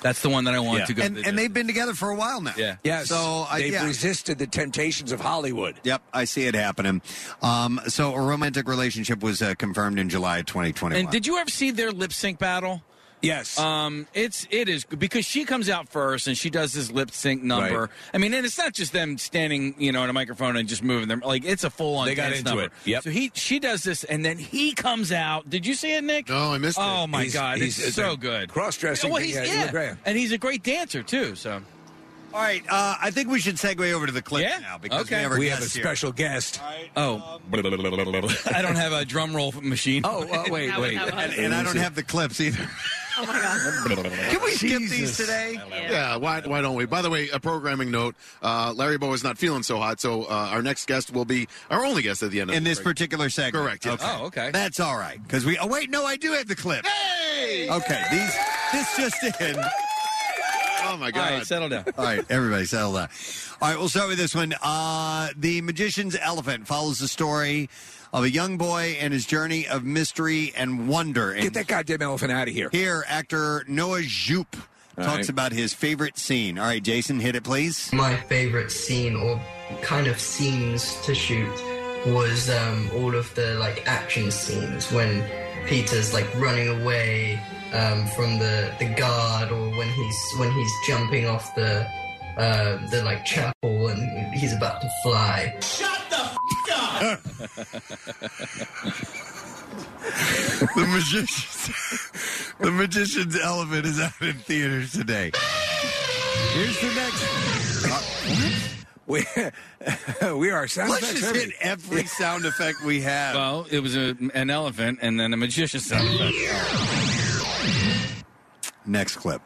that's the one that I want to go.
and,
to
and they've been together for a while now.
Yeah.
Yes.
So I,
they've
yeah.
resisted the temptations of Hollywood.
Yep, I see it happening. Um, so a romantic relationship was uh, confirmed in July of 2021.
And did you ever see their lip sync battle?
Yes.
Um, it's it is because she comes out first and she does this lip sync number.
Right.
I mean, and it's not just them standing, you know, in a microphone and just moving them. Like it's a full on.
They got into
number.
it. Yep.
So he she does this and then he comes out. Did you see it, Nick? No, I
missed it.
Oh my
He's-
god,
he's-
it's
it's
so
a
good.
cross-dressing
Well,
thing,
he's,
yeah, he's a
yeah,
great-
and he's a great dancer too. So.
All right, uh, I think we should segue over to the clip now because we have, our
have a
guest here. um,
special guest.
Oh, I don't have a drum roll machine.
Oh, uh, wait, wait.
and, and I don't have the clips either.
Oh my god.
Can we skip these today?
Yeah, why, why don't we? By the way, a programming note uh, Larry Bow is not feeling so hot, so uh, our next guest will be our only guest at the end of
In
the
this
break.
particular segment.
Correct, yes. Oh, okay.
That's all right because we. Oh wait, no, I do have the clip. Hey. Okay. These. This just in.
Oh my
God.
All right, settle
down.
All right, everybody settle down. All right, we'll start with this one. Uh, the Magician's Elephant follows the story of a young boy and his journey of mystery and wonder. And Get that
goddamn elephant out of here.
Here, actor Noah Jupe talks about his favorite scene. All right, Jason, hit it, please.
My favorite scene or kind of scenes to shoot was um, all of the like action scenes when Peter's like running away um, from the, the guard or when he's when he's jumping off the uh, the like chapel and he's about to fly.
Shut the f- up!
the magician's the magician's elephant is out in theaters today. Here's the next.
we we are sound
Let's
effects
just
heavy.
hit every sound effect we have.
Well, it was a, an elephant and then a magician sound effect.
Next clip.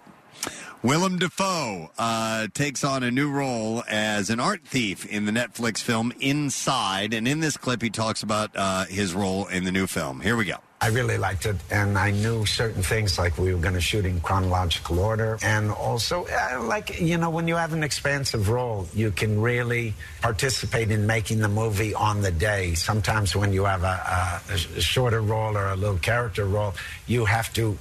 Willem Dafoe uh, takes on a new role as an art thief in the Netflix film Inside, and in this clip, he talks about uh, his role in the new film. Here we go.
I really liked it, and I knew certain things like we were going to shoot in chronological order. And also, uh, like, you know, when you have an expansive role, you can really participate in making the movie on the day. Sometimes when you have a, a, a sh- shorter role or a little character role, you have to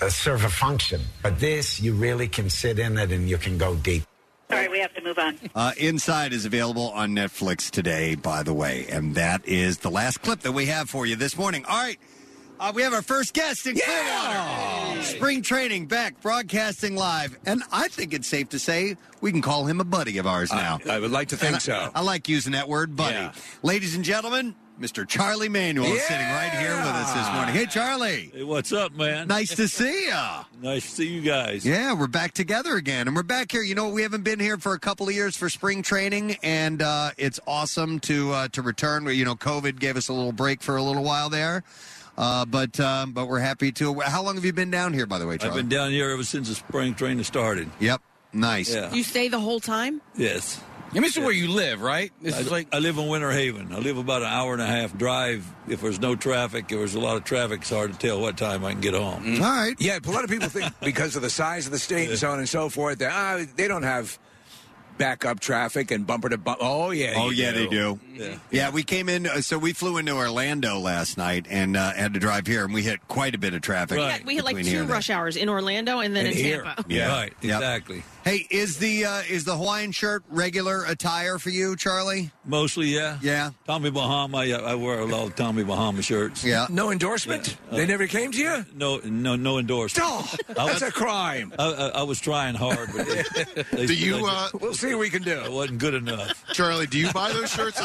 uh, serve a function. But this, you really can sit in it and you can go deep.
All right, we have to move on.
Uh, Inside is available on Netflix today, by the way. And that is the last clip that we have for you this morning. All right. Uh, we have our first guest in Clearwater. Spring training back, broadcasting live. And I think it's safe to say we can call him a buddy of ours now.
I would like to
And
think
I-
so.
I like using that word, buddy. Ladies and gentlemen, Mr. Charlie Manuel is sitting right here with us this morning. Hey, Charlie.
Hey, what's up, man?
Nice to see ya.
nice to see you guys.
Yeah, we're back together again, and we're back here. You know, we haven't been here for a couple of years for spring training, and uh, it's awesome to uh, to return. You know, COVID gave us a little break for a little while there, uh, but um, but we're happy to. How long have you been down here, by the way,
I've
Charlie?
been down here ever since the spring training started.
Yep. Nice.
Yeah.
You stay the whole time?
Yes.
You mean, this is where you live, right? This
I,
is like
I live in Winter Haven. I live about an hour and a half drive. If there's no traffic, if there's a lot of traffic, it's hard to tell what time I can get home.
Mm.
All right.
Yeah, a lot of people think because of the size of the state and so on and so forth that ah, they don't have backup traffic and bumper to bumper. Oh yeah,
Oh
you
yeah, they do.
Yeah.
we came in. Uh, so we flew into Orlando last night and uh, had to drive here, and we hit quite a bit of traffic.
We had, we had like
between here
two
and there.
rush hours in Orlando and then in Tampa.
Yeah.
Right, exactly.
Hey, is the uh, is the Hawaiian shirt regular attire for you, Charlie?
Mostly, yeah.
Yeah.
Tommy Bahama. Yeah, I wear a lot of Tommy Bahama shirts.
Yeah.
No endorsement.
They never came to you. Oh,
No, no, no endorsement. I
that's a crime.
I, I, I was trying hard, but they, they-
Do you,
they-
uh, We'll
see what we can do.
It wasn't good enough.
Charlie, do you buy those shirts?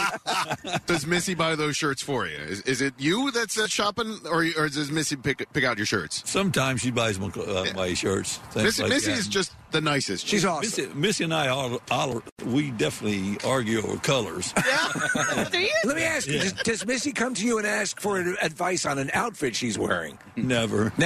does Missy buy those shirts for you? Is, is it you that's uh, shopping, or, or does Missy pick pick out your shirts?
Sometimes she buys my, uh, my shirts. things
Missy,
like
Missy
that.
is just the nicest.
Missy, Missy and I, all, all, we definitely argue over colors.
Let me ask you: does, does Missy come to you and ask for advice on an outfit she's wearing?
Never.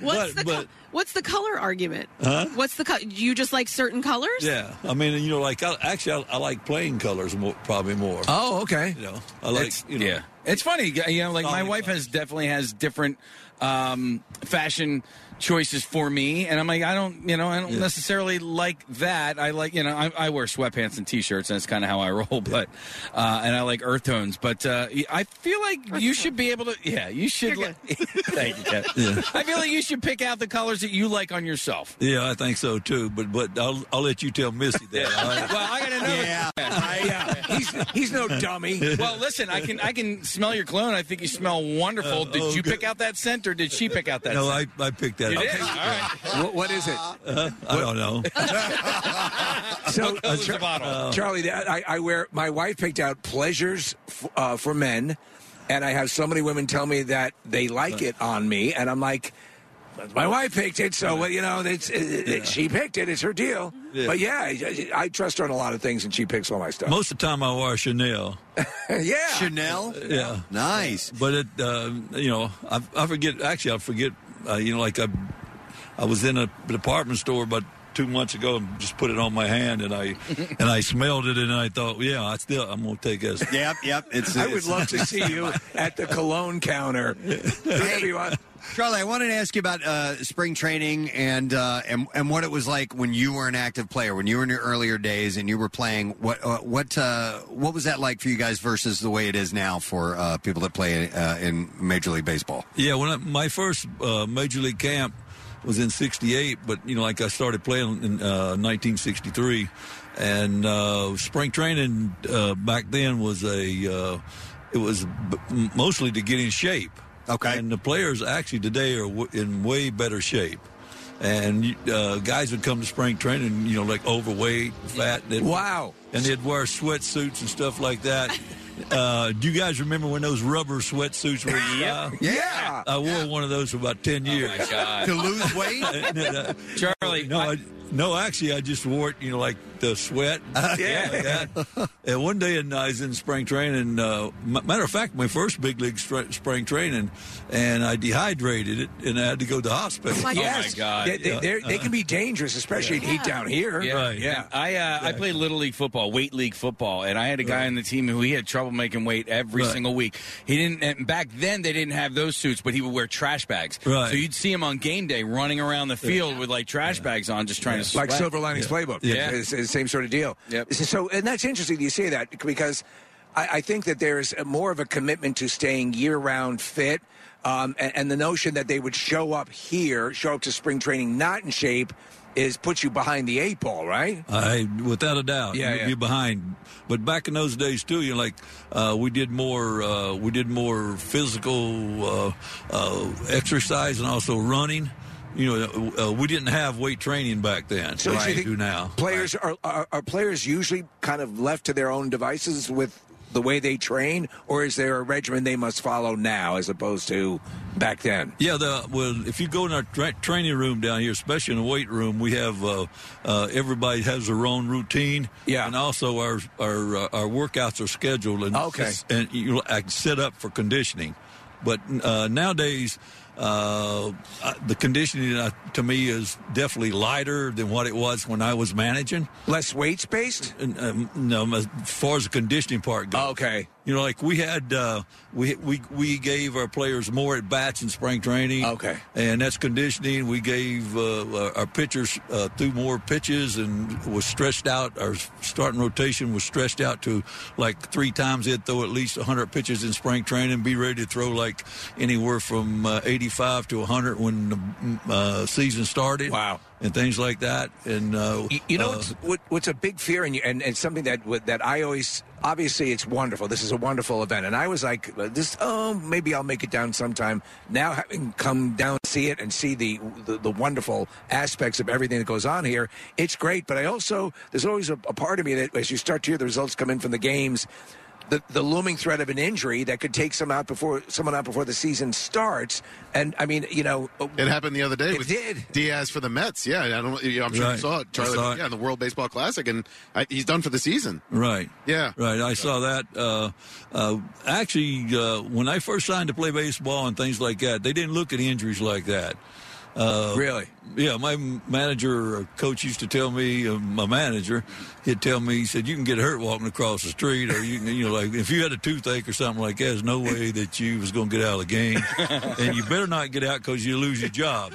What's, the, co- what's the color argument?
Huh?
What's the color? You just like certain colors?
Yeah, I mean, you know, like I, actually, I, I like plain colors more, probably more.
Oh, okay.
You know, I like
It's-
you know,
yeah. It's funny, you know, like my
Solid
wife has definitely has different um, fashion choices for me, and I'm like, I don't, you know, I don't necessarily like that. I like, you know, I, I wear sweatpants and t-shirts, and it's kind of how I roll. But uh, and I like earth tones, but uh, I feel like you should be able to. Yeah, you should. Like, thank you, Kat. I feel like you should pick out the colors that you like on yourself.
yeah, I think so too. But but I'll I'll let you tell Missy that. I,
Well, I gotta know.
Yeah,
he's he's no dummy.
Well, listen, I can I can smell your cologne. I think you smell wonderful.
Uh,
did
oh,
you
good.
pick out that scent, or did she pick out that?
no,
scent?
I I picked that.
You
up.
did? All right.
What, what is it?
Uh, I don't know.
So,
What color's the bottle?
Oh.
Uh, Charlie, that- I, I wear my wife picked out pleasures f- uh, for men, and I have so many women tell me that they like it on me, and I'm like, my wife picked it, so well, you know, it's it, it- she picked it. It's her deal.
Yeah.
But yeah, I, I trust her on a lot of things, and she picks all my stuff.
Most of the time, I wear Chanel.
yeah,
Chanel.
Yeah,
nice.
But it, uh, you know, I, I forget. Actually, I forget. Uh, you know, like I, I was in a department store about two months ago and just put it on my hand and I, and I smelled it and I thought, yeah, I still I'm gonna take this.
Yep, yep. It's,
I would love to see you at the cologne counter. Whatever you want.
Charlie, I wanted to ask you about uh, spring training and, uh, and and what it was like when you were an active player, when you were in your earlier days and you were playing. What uh, what uh, what was that like for you guys versus the way it is now for uh, people that play uh, in Major League Baseball?
Yeah, when I, my first uh, major league camp was in '68, but you know, like I started playing in uh, 1963, and uh, spring training uh, back then was a uh, it was b- m- mostly to get in shape. Okay, and the players actually today are w- in way better shape. And you- uh, guys would come to spring training, you know, like overweight, fat. They'd,
wow!
And they'd wear sweatsuits and stuff like that. uh, do you guys remember when those rubber sweatsuits were? in style?
Yeah.
I wore one of those for about ten years.
God. To lose weight?
Oh, Charlie. No, I, no, actually, I just wore it. You know, like the sweat.
Yeah.
Like that. and Uh, one day, and I was in spring training. Uh, m- matter of fact, my first big league str- spring training, and I dehydrated it, and I had to go to the hospital.
Oh
uh,
Yes. They, they, they're- they can be dangerous, especially in heat down here.
Yeah, yeah. I uh, I played little league football, weight league football, and I had a guy on the team who he had trouble making weight every
Right.
single week. He didn't. And back then, they didn't have those suits, but he would wear trash bags.
Right.
So you'd see him on game day running around the field with like trash bags on, just trying to sweat.
like Silver Linings Playbook.
Yeah.
It's, it's the same sort of deal. So, and that's interesting you say that because I, I think that there's a- more of a commitment to staying year round fit. Um, and, and the notion that they would show up here, show up to spring training not in shape, is puts you behind the eight ball, right?
Uh,
I, without a doubt,
Yeah,
you're,
yeah.
you're behind. But back in those days too, you know, like uh, we did more, uh, we did more physical uh, uh, exercise and also running. You know, uh, we didn't have weight training back then,
So
like
do you
we
think
do now.
Players are, are are players usually kind of left to their own devices with the way they train, or is there a regimen they must follow now as opposed to back then?
Yeah, the well, if you go in our tra- training room down here, especially in the weight room, we have uh, uh, everybody has their own routine. Yeah, and also our our uh, our workouts are scheduled and
Okay.
and you I can set up for conditioning. But uh, nowadays, uh, I- the conditioning uh, to me is definitely lighter than what it was when I was managing.
Less weights based?
Um, no, as far as the conditioning part goes.
Oh, Okay.
You know, like we had uh, we we we gave our players more at bats in spring training.
Okay.
and that's conditioning. We gave uh, our pitchers uh, threw more pitches and was stretched out. Our starting rotation was stretched out to like three times. They'd throw at least 100 pitches in spring training. Be ready to throw like anywhere from uh, 85 to 100 when the uh, season started. Wow, and things like that. And uh,
You, you know
uh,
what's, what, what's a big fear, in you, and, and something that would- that I always obviously it's wonderful. This is a wonderful event, and I was like, this oh maybe I'll make it down sometime. Now having come down, to see it, and see the, the the wonderful aspects of everything that goes on here, it's great. But I also there's always a, a part of me that as you start to hear the results come in from the games. The, the looming threat of an injury that could take some out before someone out before the season starts, and I mean, you know,
It happened the other day.
It
with
did.
Diaz for the Mets. Yeah, I don't. You know, I'm sure you
Right.
saw it,
I
Charlie.
saw
but
it.
Yeah, in the World Baseball Classic, and I, he's done for the season.
Right.
Yeah.
Right. I saw that. Uh, uh, actually, uh, when I first signed to play baseball and things like that, they didn't look at injuries like that. Uh,
Really?
Yeah. My manager, or coach, used to tell me. Uh, my manager, he'd tell me, he said, "You can get hurt walking across the street, or you can, you know, like if you had a toothache or something like that, there's no way that you was going to get out of the game, and you better not get out because you lose your job."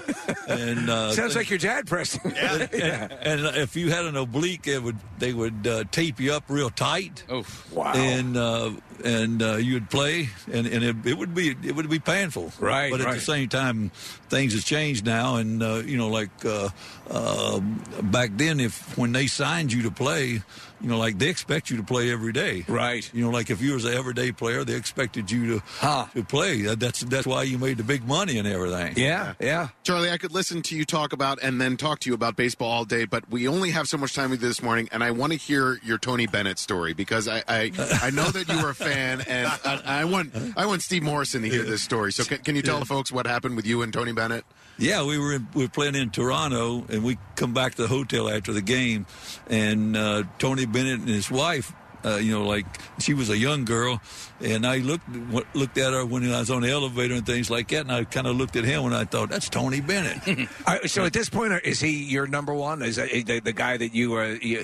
And uh,
sounds like your dad, Preston.
and, and if you had an oblique, it would they would uh, tape you up real tight.
Oh,
wow!
And uh, and uh, you'd play, and, and it, it would be it would be painful,
Right,
But at
right.
the same time, things have changed now, and uh, you know, like uh, uh, back then, if when they signed you to play, you know, like they expect you to play every day,
right?
You know, like if you was an everyday player, they expected you to to play. That- That's that's why you made the big money and everything.
yeah.
Charlie, I could listen to you talk about and then talk to you about baseball all day, but we only have so much time with you this morning, and I want to hear your Tony Bennett story because I I, I know that you were a fan, and I, I want I want Steve Morrison to hear this story. So can, can you tell the folks what happened with you and Tony Bennett?
Yeah, we were in, we were playing in Toronto, and we come back to the hotel after the game, and uh, Tony Bennett and his wife. Uh, you know, like she was a young girl, and I looked w- looked at her when I was on the elevator and things like that, and I kind of looked at him and I thought, "That's Tony Bennett."
All right, so at this point, is he your number one? Is that eh, the, the guy that you were you-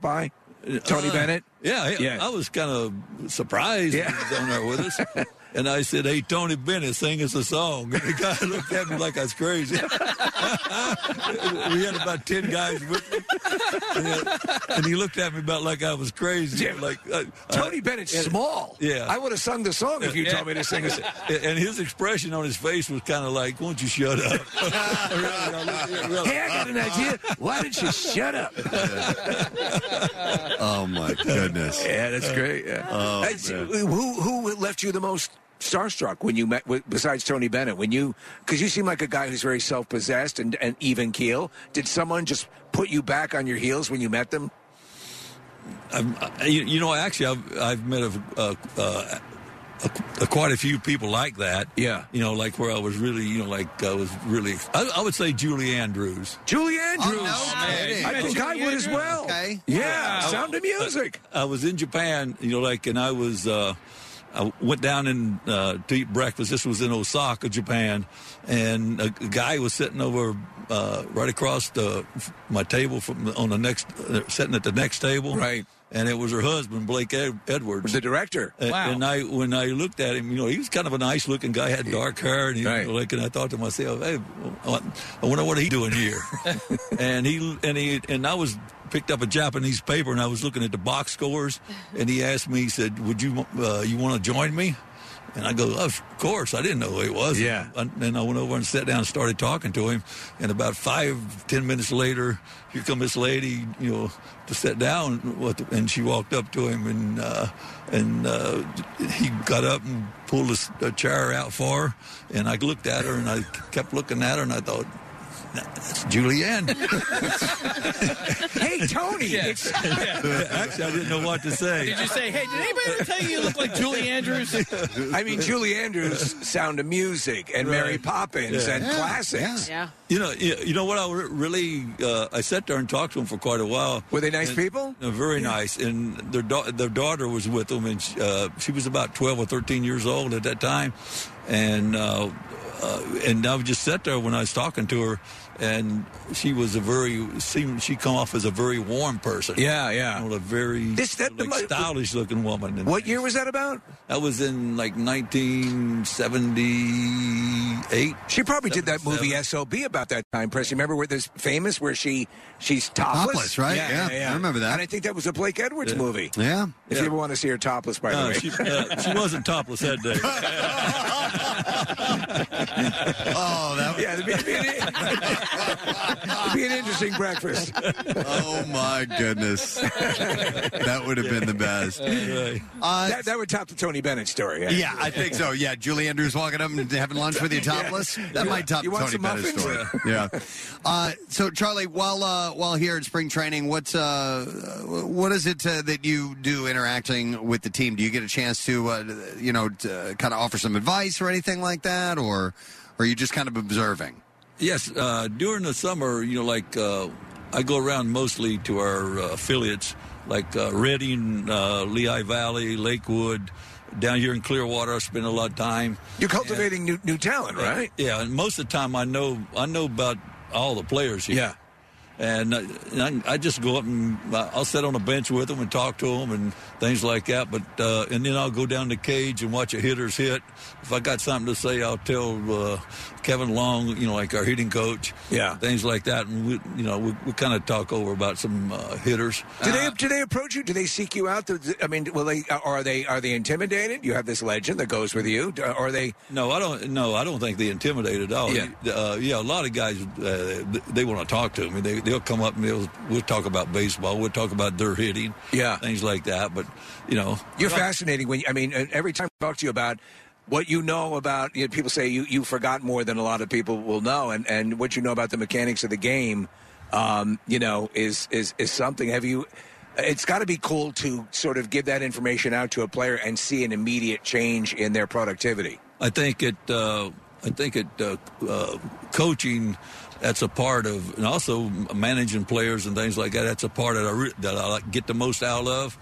by, Tony
Uh,
Bennett?
Yeah, yeah. I was kind of surprised he was on there with us. And I said, "Hey, Tony Bennett, sing us a song." And the guy looked at me like I was crazy. we had about ten guys with me, and, and he looked at me about like I was crazy. Like uh,
Tony
uh,
Bennett's
and-
small.
Yeah,
I would have sung the song if you
Yeah.
told me to sing it.
And his expression on his face was kind of like, "Won't you shut up?"
Hey, I got an idea. Why don't you shut up?
Oh my goodness!
Yeah, that's great. Yeah.
Oh,
That's-
man.
who who left you the most starstruck when you met? With, besides Tony Bennett, when you because you seem like a guy who's very self possessed and, and even keel. Did someone just put you back on your heels when you met them?
I'm, I, you, you know, actually, I've, I've met a, a, a, a- quite a few people like that. Yeah. You know, like where I was really, you know, like I was really, I, I would say Julie Andrews.
Julie
Oh,
Andrews.
Oh, kidding.
I think I would as well. Okay. Yeah. Sound of music.
I was in Japan, you know, like, and I was, uh, I went down and uh, to eat breakfast. This was in Osaka, Japan, and a, a guy was sitting over uh, right across the my table from on the next, uh, sitting at the next table, right. And it was her husband, Blake Ed- Edwards,
the director.
And,
Wow.
and I, when I looked at him, you know, he was kind of a nice looking guy, had dark hair, and he,
Right.
like, and I thought to myself, hey, I wonder what he doing here and he and he and I was picked up a Japanese paper and I was looking at the box scores, and he asked me, he said, "Would you uh, you want to join me?" And I go, of course. I didn't know who it was.
Yeah.
And then I went over and sat down and started talking to him. And about five, ten minutes later, here come this lady, you know, to sit down. with- And she walked up to him, and uh, and uh, he got up and pulled a s- a chair out for her. And I looked at her, and I kept looking at her, and I thought, that's Julianne.
hey, Tony.
Yes. Actually, I didn't know what to say.
Did you say, hey, did anybody ever tell you you look like Julie Andrews?
I mean, Julie Andrews, Sound of Music, and Mary Poppins, and classics.
You know, you, you know what? I re- really, uh, I sat there and talked to them for quite a while.
Were they nice people?
very nice. And their da- their daughter was with them, and she, uh, she was about twelve or thirteen years old at that time. And uh, uh, and I just sat there when I was talking to her, and she was a very seemed she come off as a very warm person.
Yeah, yeah.
You know, a very
This- that-
like, stylish looking woman. And
What year was that about?
That was in like 1978.
She probably did that movie SOB about that time, Press. You remember where this famous where she she's topless,
Topless, right? Yeah, I remember that.
And I think that was a Blake Edwards
Yeah.
movie.
Yeah.
If you ever want to see her topless, by the
No,
way,
she, uh, she wasn't topless that day.
oh, that yeah, it'd be, it'd be an, it'd be an interesting breakfast.
Oh my goodness, that would have been the best.
that, that would top the Tony Bennett story.
Yeah, I think so. Yeah, Julie Andrews walking up and having lunch with you topless.
Yeah.
That
You-
might top
you want
Tony
some
Bennett's
muffins?
story. Yeah. Uh, so, Charlie, while uh, while here at spring training, what's uh, what is it uh, that you do interacting with the team? Do you get a chance to uh, you know to, uh, kind of offer some advice or anything like that, or, or are you just kind of observing?
Yes, uh, during the summer, you know, like uh, I go around mostly to our uh, affiliates, like uh, Reading, uh, Lehigh Valley, Lakewood, down here in Clearwater. I spend a lot of time.
You're cultivating new new talent, right?
Yeah, and most of the time I know I know about all the players here. Yeah. And I, and I I just go up and I- I'll sit on a bench with them and talk to them and things like that. But uh, and then I'll go down the cage and watch a hitter's hit. If I got something to say, I'll tell uh, Kevin Long, you know, like our hitting coach. Yeah. Things like that, and we, you know, we, we kind of talk over about some uh, hitters.
Do they do they approach you? Do they seek you out? Do- do- I mean, will they uh, are they are they intimidated? You have this legend that goes with you. Do- Are they?
No, I don't. No, I don't think they intimidate at all.
Yeah.
uh, yeah. A lot of guys, uh, th- they want to talk to me. They, they'll come up and they'll we'll talk about baseball. We'll talk about their hitting.
Yeah.
things like that. But you know,
You're
I-
fascinating. When I mean, every time I talk to you about what you know about, you know, people say you you forgot more than a lot of people will know, and and what you know about the mechanics of the game, um, you know, is is is something. Have you? It's got to be cool to sort of give that information out to a player and see an immediate change in their productivity.
I think it. Uh, I think it. Uh, uh, coaching. That's a part of, and also managing players and things like that. That's a part that I re- that I like, get the most out of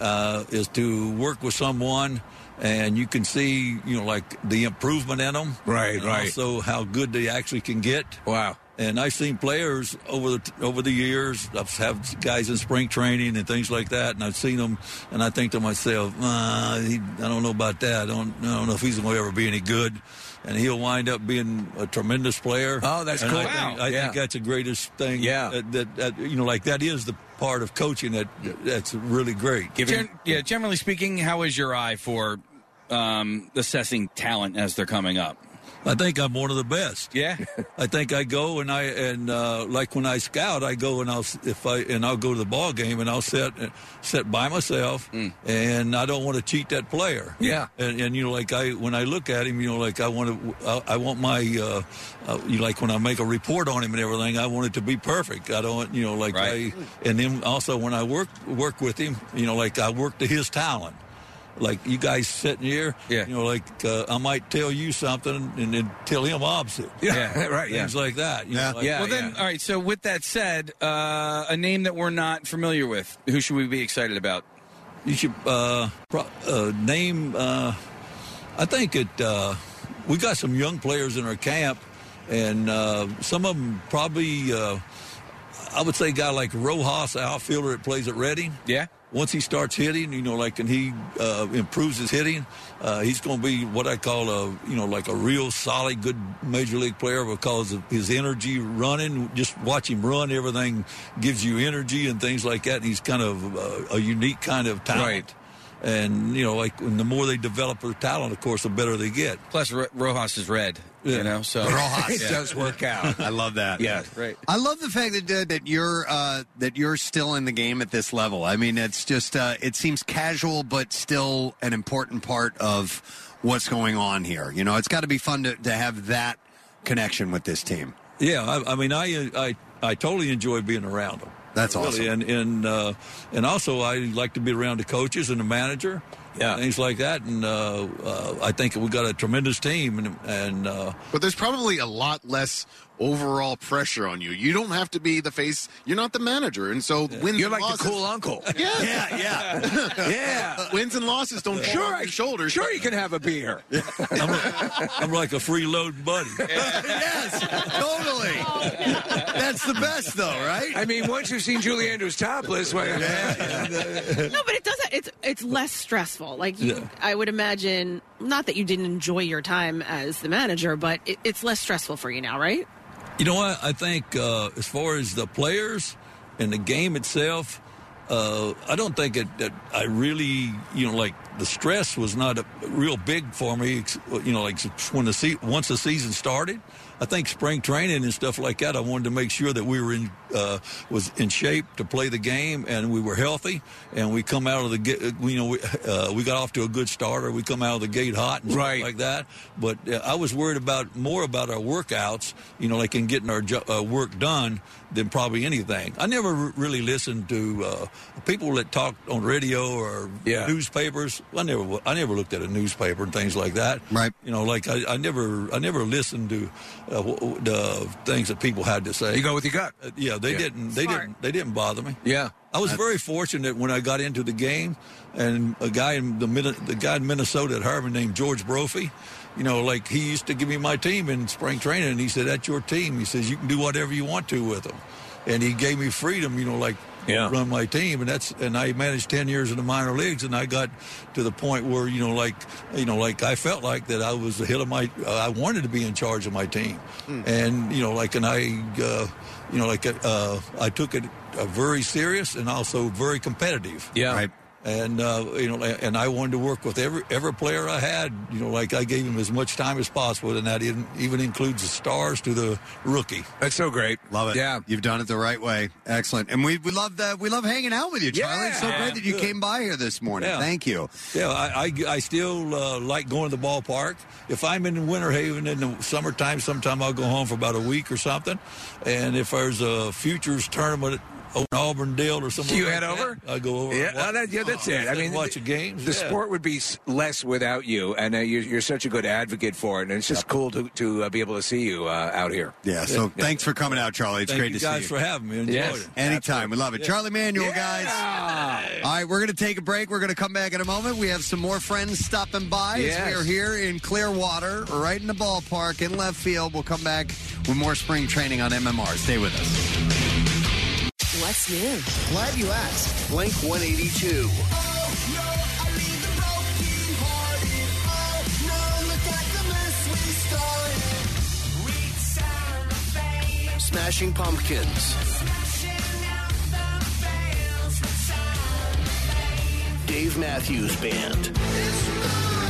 uh, is to work with someone, and you can see, you know, like the improvement in them,
Right,
and
right.
Also, how good they actually can get.
Wow.
And I've seen players over the over the years. I've have guys in spring training and things like that, and I've seen them. And I think to myself, uh, he, I don't know about that. I don't, I don't know if he's going to ever be any good. And he'll wind up being a tremendous player.
Oh, that's
And
cool.
I, think,
Wow.
I
Yeah.
think that's the greatest thing.
Yeah.
That, that, that you know, like that is the part of coaching that that's really great.
Gen- yeah, generally speaking, how is your eye for um, assessing talent as they're coming up?
I think I'm one of the best.
Yeah,
I think I go and I and uh, like when I scout, I go and I'll s- if I and I'll go to the ball game and I'll sit sit by myself, and I don't want to cheat that player.
Yeah.
and, and you know, like I when I look at him, you know, like I want to, I, I want my, uh, uh, you know, like when I make a report on him and everything, I want it to be perfect. I don't, you know, like I, and then also when I work work with him, you know, like I work to his talent like you guys sitting here, yeah. you know, like uh, I might tell you something and then tell him opposite.
Yeah, right, yeah.
Things like that. you know, like-
Well, then, all right. So, with that said, uh, a name that we're not familiar with, who should we be excited about?
you should uh, pro- uh, name. Uh, I think it. Uh, we got some young players in our camp, and uh, some of them probably. Uh, I would say a guy like Rojas, outfielder that plays at Reading.
Yeah.
once he starts hitting, you know, like, and he uh, improves his hitting, uh, he's going to be what I call a, you know, like a real solid, good major league player because of his energy running. Just watch him run; everything gives you energy and things like that. And he's kind of uh, a unique kind of talent. And you know, like and the more they develop their talent, of course, the better they get.
Plus, Ro- Rojas is red.
Yeah.
You know, so
Rojas.
Yeah.
Uh, It does work
out. I love that.
Yeah, right.
I love the fact that uh, that you're uh, that you're still in the game at this level. I mean, it's just uh, it seems casual, but still an important part of what's going on here. You know, it's got to be fun to, to have that connection with this team.
Yeah, I, I mean, I, I I totally enjoy being around them.
That's
really. and and uh, and also I like to be around the coaches and the manager, yeah, things like that. And uh, uh, I think we got a tremendous team, and and uh,
But there's probably a lot less overall pressure on you. You don't have to be the face. You're not the manager, and so wins. and
You're like the
losses-
cool uncle.
Yeah,
Yeah,
yeah,
Yeah.
Wins and losses don't fall
Sure,
off your shoulders.
Sure, you can have a beer.
I'm like a freeload buddy.
yes, totally. That's the best, though, right?
I mean, once you've seen Julie Andrews topless, well,
no, but it doesn't. It's it's less stressful. Like you,
Yeah.
I would imagine. Not that you didn't enjoy your time as the manager, but it, it's less stressful for you now, right?
You know what? I think uh, as far as the players and the game itself, uh, I don't think it, that I really, you know, like the stress was not a, real big for me. ex- You know, like when the se- once the season started, I think spring training and stuff like that. I wanted to make sure that we were in uh, was in shape to play the game and we were healthy and we come out of the gate. You know, we, uh, we got off to a good start or we come out of the gate hot and stuff
Right.
like that. But uh, I was worried about more about our workouts, you know, like in getting our jo- uh, work done than probably anything. I never r- really listened to uh, people that talked on radio or newspapers. I never, wa- I never looked at a newspaper and things like that. Right. You know, like I, I never, I never listened to uh, w- w- the things that people had to say.
You go with your gut.
Uh, yeah, they
Yeah.
didn't, they
Smart.
didn't, they didn't bother me.
Yeah.
I was very fortunate when I got into the game, and a guy in the Min- the guy in Minnesota at Harvard named George Brophy, you know, like he used to give me my team in spring training, and he said, "That's your team." He says, "You can do whatever you want to with them," and he gave me freedom, you know, like
Yeah.
run my team, and that's and I managed ten years in the minor leagues, and I got to the point where you know, like you know, like I felt like that I was the head of my, uh, I wanted to be in charge of my team, and you know, like and I, uh, you know, like uh, I took it uh, very serious and also very competitive.
Yeah.
And uh, you know, and I wanted to work with every every player I had. You know, like I gave him as much time as possible, and that even, even includes the stars to the rookie.
That's so great.
Love it.
Yeah.
You've done it the right way. Excellent. And we, we love that. We love hanging out with you, Charlie. It's so
Yeah.
great that you
Good.
came by here this morning.
Yeah.
Thank you.
Yeah, I, I, I still uh, like going to the ballpark. If I'm in Winter Haven in the summertime, sometime I'll go home for about a week or something. And if there's a futures tournament over in Auburn Dale or something,
You
like
head
that,
over?
I go over.
Yeah,
and watch- uh,
oh, that- yeah, that's it. I mean,
watch
the-
the games.
The
yeah.
sport would be s- less without you, and uh, you're, you're such a good advocate for it. And it's just cool to, to uh, be able to see you uh, out here.
Yeah. So thanks for coming out, Charlie. Oh, It's
Thank
great
you
to
guys
see you.
for having me. Enjoyed
Yes.
it.
Anytime. We love it.
Yeah.
Charlie Manuel, guys. All right, we're going to take a break. We're going to come back in a moment. We have some more friends stopping by as we
Yes.
are here in Clearwater, right in the ballpark in left field. We'll come back with more spring training on MMR. Stay with us.
What's new?
Glad you asked. Blink 182. Smashing Pumpkins. Dave Matthews Band.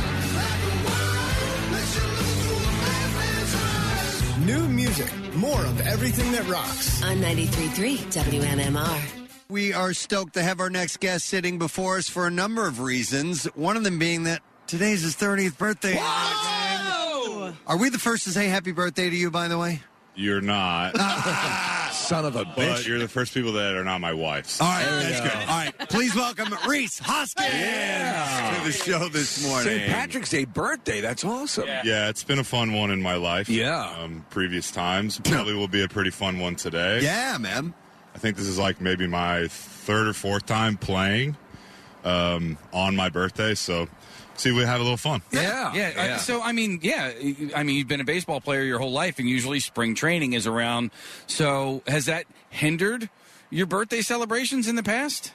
New music, more of everything that rocks.
On 93.3 WMMR.
We are stoked to have our next guest sitting before us for a number of reasons. One of them being that today's his 30th birthday. Are we the first to say happy birthday to you, by the way?
You're not. Son of a bitch. But you're the first people that are not my wife.
All right, that's good. All right, please welcome Reese Hoskins
to the show this morning.
St. Patrick's Day birthday. That's awesome.
Yeah, it's been a fun one in my life. Yeah. Um, previous times. Probably will be a pretty fun one today.
Yeah, man.
I think this is like maybe my third or fourth time playing um, on my birthday. So, see, we had a little fun.
Yeah. Yeah. I- so, I mean, yeah. I mean, you've been a baseball player your whole life, and usually spring training is around. So, has that hindered your birthday celebrations in the past?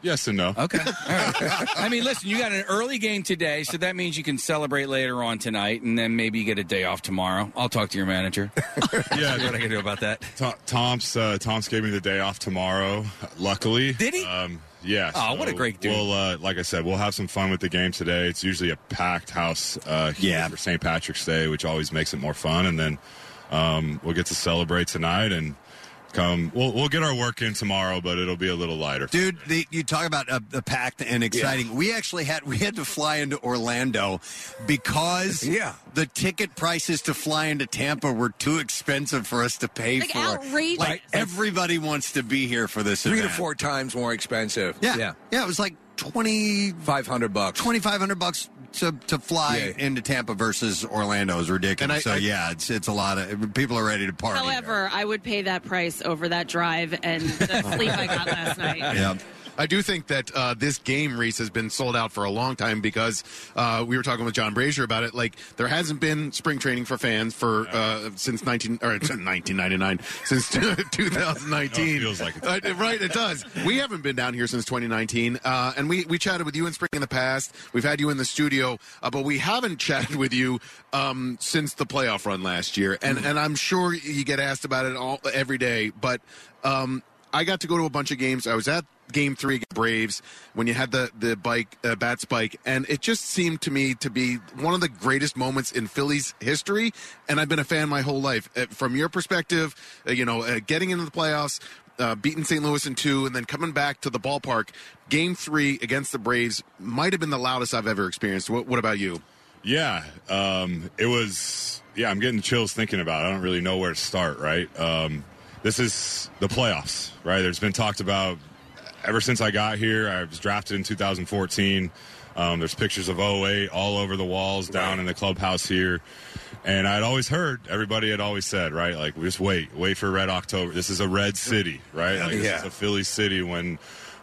Yes and no.
Okay. All right. I mean, listen, you got an early game today, so that means you can celebrate later on tonight, and then maybe you get a day off tomorrow. I'll talk to your manager. yeah, what I can do about that.
Tom, Tom's uh, Tom's gave me the day off tomorrow. Luckily, did he? Um, yeah.
Oh,
Aw, what a great dude.
We'll, uh, like I said, we'll have some fun with the game today. It's usually a packed house uh, here for St. Patrick's Day, which always makes it more fun. And then um, we'll get to celebrate tonight and come. We'll we'll get our work in tomorrow, but it'll be a little lighter.
Dude, the, you talk about a, a packed and exciting. We actually had we had to fly into Orlando because
Yeah.
the ticket prices to fly into Tampa were too expensive for us to pay
Like,
for.
outrageous.
Like everybody wants to be here for this.
Three to
event.
four times more expensive.
Yeah. yeah, It was like twenty
five hundred bucks.
Twenty five hundred bucks to to fly into Tampa versus Orlando is ridiculous.
And I-
so
I-
yeah, it's it's a lot of people are ready to party.
However, I would pay that price over that drive and the sleep I got last night.
I do think that uh, this game, Reese, has been sold out for a long time because uh, we were talking with John Brazier about it. Like there hasn't been spring training for fans for uh, since nineteen or nineteen ninety nine since two thousand nineteen.
feels like it.
Uh, right, it does. We haven't been down here since 2019, uh, and we we chatted with you in spring in the past. We've had you in the studio, uh, but we haven't chatted with you um, since the playoff run last year.
Mm-hmm.
And and I'm sure you get asked about it all every day, but. Um, I got to go to a bunch of games. I was at Game Three against Braves when you had the the bike uh, bat spike, and it just seemed to me to be one of the greatest moments in Phillies history. And I've been a fan my whole life. Uh, from your perspective, uh, you know, uh, getting into the playoffs, uh, beating St. Louis in two, and then coming back to the ballpark, Game Three against the Braves might have been the loudest I've ever experienced. What, what about you?
Yeah, um, it was. Yeah, I'm getting chills thinking about. it. I don't really know where to start. Right, um, this is the playoffs. Right, there's been talked about ever since I got here. I was drafted in 2014. Um, there's pictures of 08 all over the walls down in the clubhouse here. And I'd always heard, everybody had always said, right? Like, just wait, wait for Red October. This is a red city, right? Like,
Yeah.
this is a Philly city when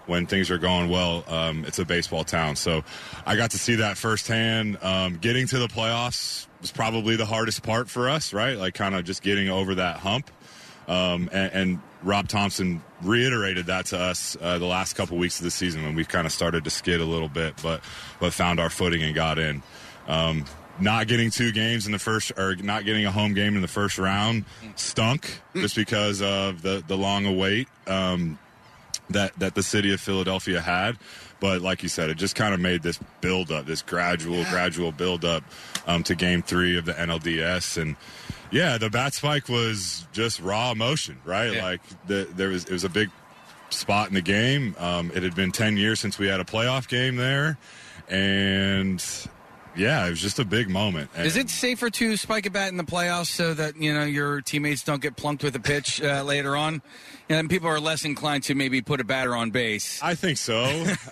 when things are going well. Um, it's a baseball town, so I got to see that firsthand. Um, getting to the playoffs was probably the hardest part for us, right? Like, kind of just getting over that hump. Um, and, and Rob Thompson reiterated that to us uh, the last couple weeks of the season when we kind of started to skid a little bit, but but found our footing and got in. Um, not getting two games in the first, or not getting a home game in the first round, stunk just because of the the long await. Um, that that the city of Philadelphia had. But like you said, it just kind of made this build up, this gradual, gradual build up um, to Game Three of the NLDS, and yeah, the bat spike was just raw emotion, right? Like the, there was it was a big spot in the game. Um, it had been ten years since we had a playoff game there, and yeah, it was just a big moment. And-
Is it safer to spike a bat in the playoffs so that you know your teammates don't get plunked with a pitch uh, later on, and people are less inclined to maybe put a batter on base?
I think so.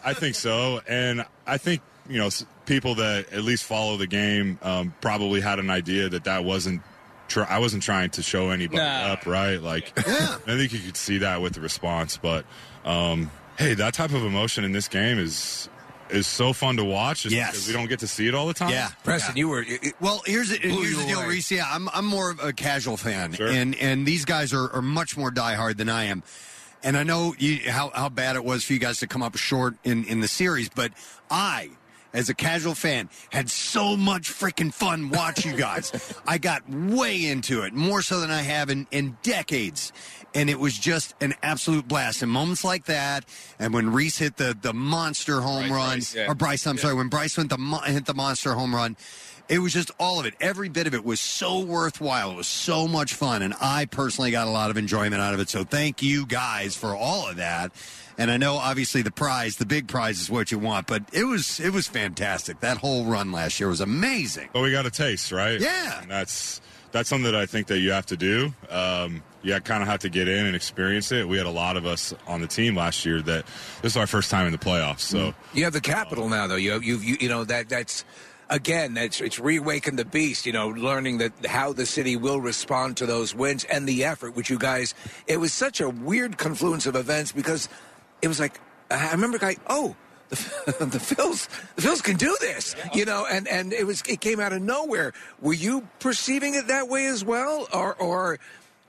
I think so. And I think, you know, s- people that at least follow the game um, probably had an idea that that wasn't. Try, I wasn't trying to show anybody up, right? Like, I think you could see that with the response. But um, hey, that type of emotion in this game is is so fun to watch. Just
Yes.
because we don't get to see it all the time.
Yeah.
Preston,
you were
Well, here's the,
Blew
here's
you
the deal,
away.
Reese. Yeah, I'm I'm more of a casual fan, and and these guys are, are much more diehard than I am. And I know you, how how bad it was for you guys to come up short in in the series, but I. As a casual fan, had so much freaking fun watch you guys. I got way into it, more so than I have in, in decades. And it was just an absolute blast. And moments like that, and when Reese hit the, the monster home
Bryce,
run,
Bryce, yeah.
or Bryce, I'm sorry, when Bryce went the mo- hit the monster home run, it was just all of it. Every bit of it was so worthwhile. It was so much fun, and I personally got a lot of enjoyment out of it. So thank you guys for all of that. And I know obviously the prize, the big prize, is what you want, but it was it was fantastic. That whole run last year was amazing.
But we got a taste, right?
Yeah.
And that's that's something that I think that you have to do. Um, you kind of have to get in and experience it. We had a lot of us on the team last year that this is our first time in the playoffs. So
You have the capital now, though. You you you you know that that's again that's it's reawakened the beast. You know, learning that how the city will respond to those wins and the effort, which you guys. It was such a weird confluence of events because it was like I remember, guy. Oh. The, the Phils, the Phils can do this, you know, and and it was it came out of nowhere. Were you perceiving it that way as well, or or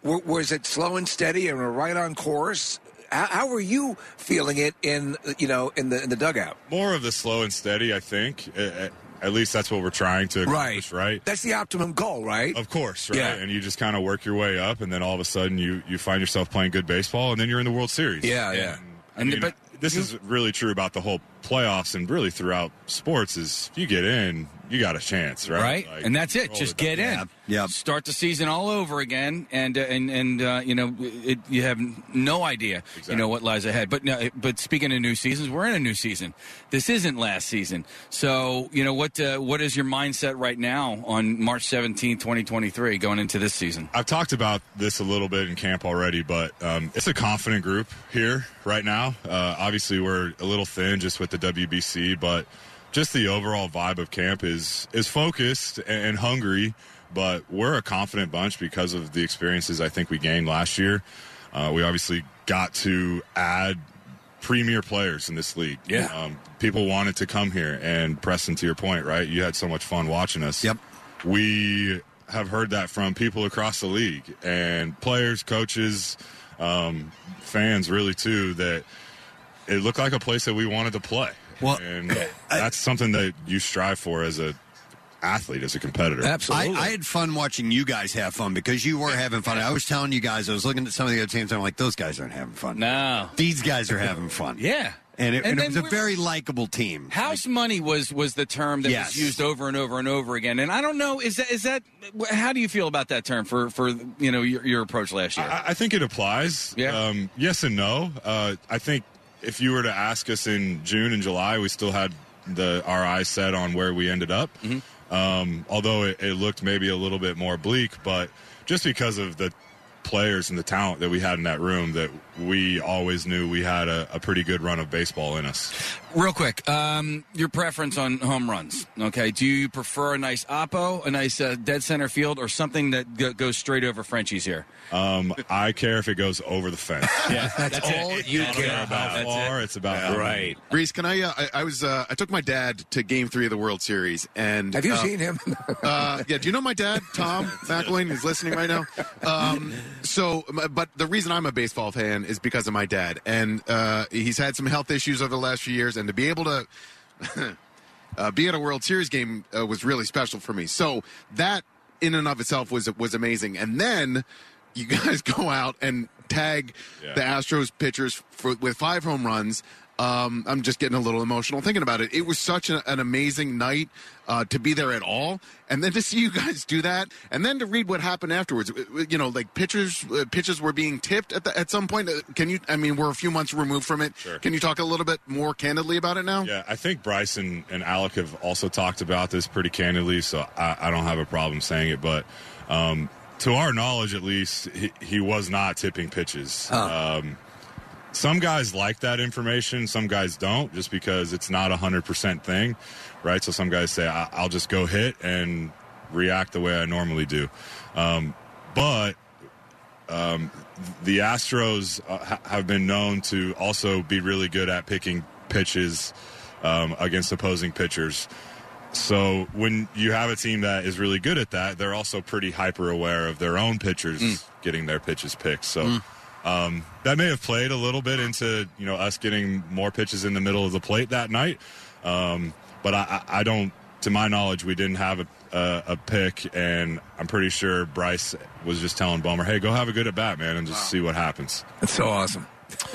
w- was it slow and steady and we're right on course? How, how were you feeling it in you know in the in the dugout?
More of the slow and steady, I think. Uh, uh, At least that's what we're trying to accomplish, right?
That's the optimum goal, right?
Of course, right? And you just kind of work your way up, and then all of a sudden you you find yourself playing good baseball, and then you're in the World Series.
Yeah, yeah.
And, I mean, this is really true about the whole playoffs and really throughout sports. Is if you get in, you got a chance, right?
Right,
Like,
and that's it.
roll
Just
the
get in.
dice. Yeah.
Start the season all over again, and uh, and and uh, you know it, you have no idea you know what lies ahead. But no, but speaking of new seasons, we're in a new season. This isn't last season, so you know what uh, what is your mindset right now on March seventeenth, twenty twenty three, going into this season?
I've talked about this a little bit in camp already, but um, it's a confident group here right now. Uh, obviously, we're a little thin just with the WBC, but just the overall vibe of camp is is focused and, and hungry. But we're a confident bunch because of the experiences I think we gained last year. Uh, we obviously got to add premier players in this league.
Yeah.
Um, people wanted to come here. And Preston, to your point, right? You had so much fun watching us. Yep. We have heard that from people across the league and players, coaches, um, fans, really, too, that it looked like a place that we wanted to play. Well, and that's something that you strive for as a athlete, as a competitor.
I, I had fun watching you guys have fun because you were having fun. I was telling you guys, I was looking at some of the other teams. I'm like, those guys aren't having fun.
No,
these guys are having fun.
Yeah.
and it,
And
and it
then
was a
we're-
very likable team.
House money was was the term that
Yes.
was used over and over and over again, and I don't know is that is that how do you feel about that term for for you know your, your approach last year?
I, I think it applies. Um, yes and no. Uh, I think if you were to ask us in June and July, we still had the our eyes set on where we ended up. Um, although it, it looked maybe a little bit more bleak, but just because of the players and the talent that we had in that room, that we always knew we had a, a pretty good run of baseball in us.
Real quick, um, your preference on home runs. Okay, do you prefer a nice oppo, a nice uh, dead center field, or something that go- goes straight over Frenchie's here?
Um, I care if it goes over the fence.
Yeah, that's,
all you care about.
That's
Far, it's about
Right. Reese, can I? Uh, I, I was. Uh, I took my dad to Game Three of the World Series, and
Have you
uh,
seen him?
uh, yeah. Do you know my dad, Tom McElwain? He's listening right now. Um, so, m- but the reason I'm a baseball fan is because of my dad, and uh, he's had some health issues over the last few years, and to be able to. uh, be at a World Series game uh, was really special for me. So that in and of itself was was amazing. And then you guys go out and tag the Astros pitchers for, with five home runs. Um, I'm just getting a little emotional thinking about it. It was such an, an amazing night uh, to be there at all, and then to see you guys do that, and then to read what happened afterwards. Uh, uh, You know, like pitchers uh, pitches were being tipped at the, at some point. Uh, Can you? I mean, we're a few months removed from it.
Sure.
Can you talk a little bit more candidly about it now?
Yeah, I think Bryson and Alec have also talked about this pretty candidly, so I, I don't have a problem saying it. But um, to our knowledge, at least, he, he was not tipping pitches. Um, some guys like that information, some guys don't, just because it's not a 100% thing, right? So some guys say, I- I'll just go hit and react the way I normally do. Um, but um, the Astros uh, ha- have been known to also be really good at picking pitches um, against opposing pitchers. So when you have a team that is really good at that, they're also pretty hyper aware of their own pitchers
Mm.
getting their pitches picked. So um, that may have played a little bit into you know us getting more pitches in the middle of the plate that night. Um, but I, I I don't, to my knowledge, we didn't have a, a, a pick, and I'm pretty sure Bryce was just telling Bummer, "Hey, go have a good at bat, man, and just see what happens."
That's so awesome.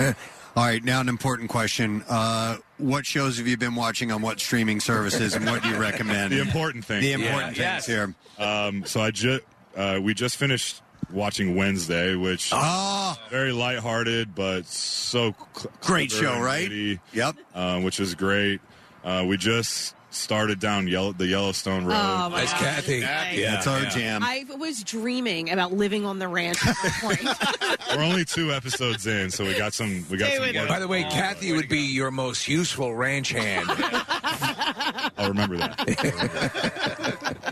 All right, now an important question. Uh, what shows have you been watching on what streaming services, and what do you recommend?
The important thing.
The important things here.
Um, so I just uh, we just finished watching Wednesday, which
Ah.
very lighthearted, but so cl-
Great
clever
show,
and
right?
witty,
Yep,
uh, which is great. Uh, we just started down Yellow, the Yellowstone Road.
Oh, my That's God. Kathy. Kathy.
That's our jam.
I was dreaming about living on the ranch.
We're only two episodes in, so we got some. We got
Stay
some.
with
work.
us. By the way,
Kathy would be your most useful ranch hand.
I'll remember that.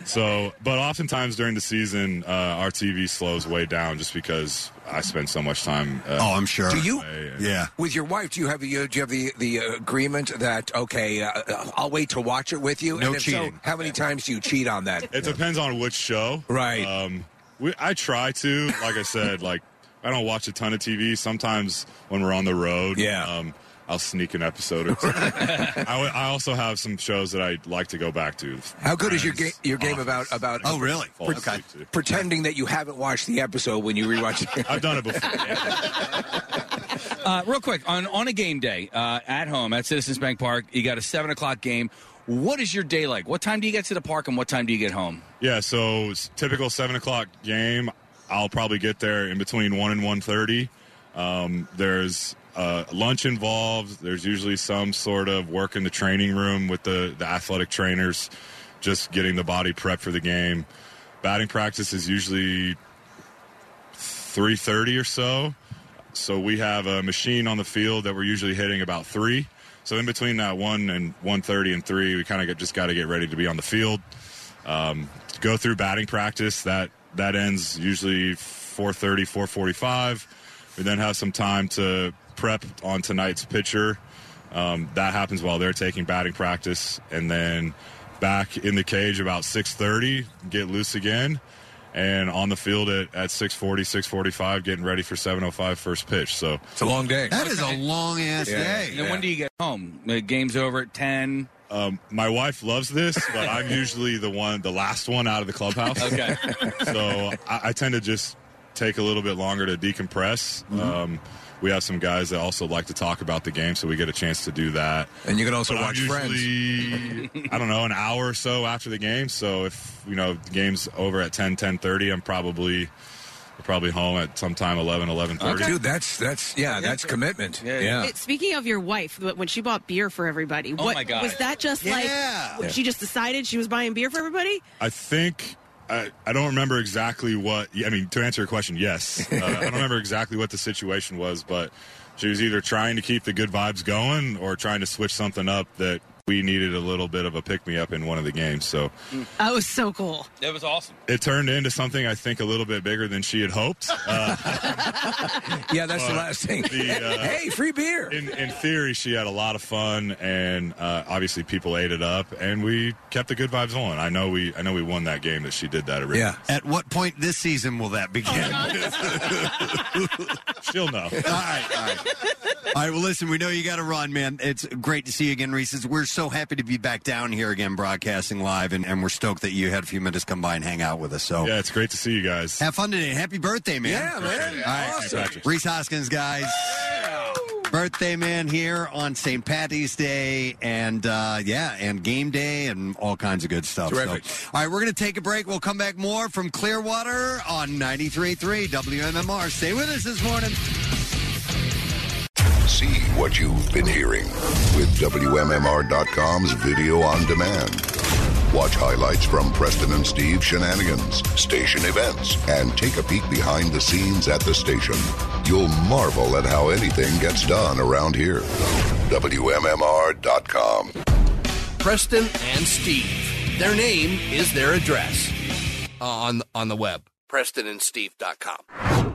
so, but oftentimes during the season, uh, our TV slows way down just because I spend so much time. Uh,
Oh, I'm sure.
away
Do you-
and-
With your wife, do you have the uh, do you have the the uh, agreement that okay, uh, uh, I'll wait to watch it with you?
No
and if
cheating.
So, how many times do you cheat on that?
It depends on which show, right? Um, we, I try to, like I said, like I don't watch a ton of TV. Sometimes when we're on the road, yeah. Um, I'll sneak an episode or something. I, w- I also have some shows that I like to go back to. Uh,
How good is your game? Your game about about?
Oh, really? Okay.
Pretending that you haven't watched the episode when you rewatch it.
I've done it before.
Uh, real quick on on a game day uh, at home at Citizens Bank Park, you got a seven o'clock game. What is your day like? What time do you get to the park and what time do you get home?
Yeah, so it's typical seven o'clock game. I'll probably get there in between one and one thirty. Um, there's uh, lunch involved. There's usually some sort of work in the training room with the the athletic trainers, just getting the body prepped for the game. Batting practice is usually three thirty or so. So we have a machine on the field that we're usually hitting about three. So in between that one and one thirty and three, we kind of just got to get ready to be on the field. Um, go through batting practice that that ends usually 4.30 4.45 we then have some time to prep on tonight's pitcher um, that happens while they're taking batting practice and then back in the cage about 6.30 get loose again and on the field at, at 6.40 6.45 getting ready for 7.05 first pitch so
it's a long day
That is a long ass day.
And then when do you get home? The game's over at ten.
Um, my wife loves this, but I'm usually the one, the last one out of the clubhouse.
Okay.
so I, I tend to just take a little bit longer to decompress.
Mhm.
Um, we have some guys that also like to talk about the game, so we get a chance to do that.
And you can also
But I'm
watch Friends.
usually, I don't know, an hour or so after the game. So if you know the game's over at 10, 10.30, I'm probably probably home at sometime 11, 11.30.
Dude, that's that's yeah, that's commitment. Yeah.
It- speaking of your wife, wh- when she bought beer for everybody,
Oh
what
my God.
was that? Just
Yeah.
like she just decided she was buying beer for everybody.
I think I, I don't remember exactly what. I mean, to answer your question, yes, uh, I don't remember exactly what the situation was, but she was either trying to keep the good vibes going or trying to switch something up that we needed a little bit of a pick me up in one of the games. So
That was so cool.
That was awesome.
it turned into something I think a little bit bigger than she had hoped. Uh,
yeah, that's the
but
last thing.
the, uh,
hey, free beer.
in, in theory, she had a lot of fun, and uh, obviously people ate it up, and we kept the good vibes on. I know we, I know we won that game that she did that originally.
Yeah.
At what point this season will that begin?
Oh, She'll know.
All right, all right. All right, well, listen, we know you got to run, man. It's great to see you again, Reese's. We're so happy to be back down here again, broadcasting live, and, and we're stoked that you had a few minutes come by and hang out with us. So
Yeah, it's great to see you guys.
Have fun today. Happy birthday, man.
Yeah,
All
man.
right.
Awesome. Thanks, Patrick.
Reese Hoskins, guys. Birthday man here on St. Patty's Day, and uh, yeah, and game day, and all kinds of good stuff.
Terrific.
So, all right, we're going to take a break. We'll come back more from Clearwater on 93.3 WMMR. Stay with us this morning.
See what you've been hearing with WMMR.com's video on demand. Watch highlights from Preston and Steve shenanigans, station events, and take a peek behind the scenes at the station. You'll marvel at how anything gets done around here. WMMR.com.
Preston and Steve. Their name is their address uh, on on the web. PrestonandSteve.com.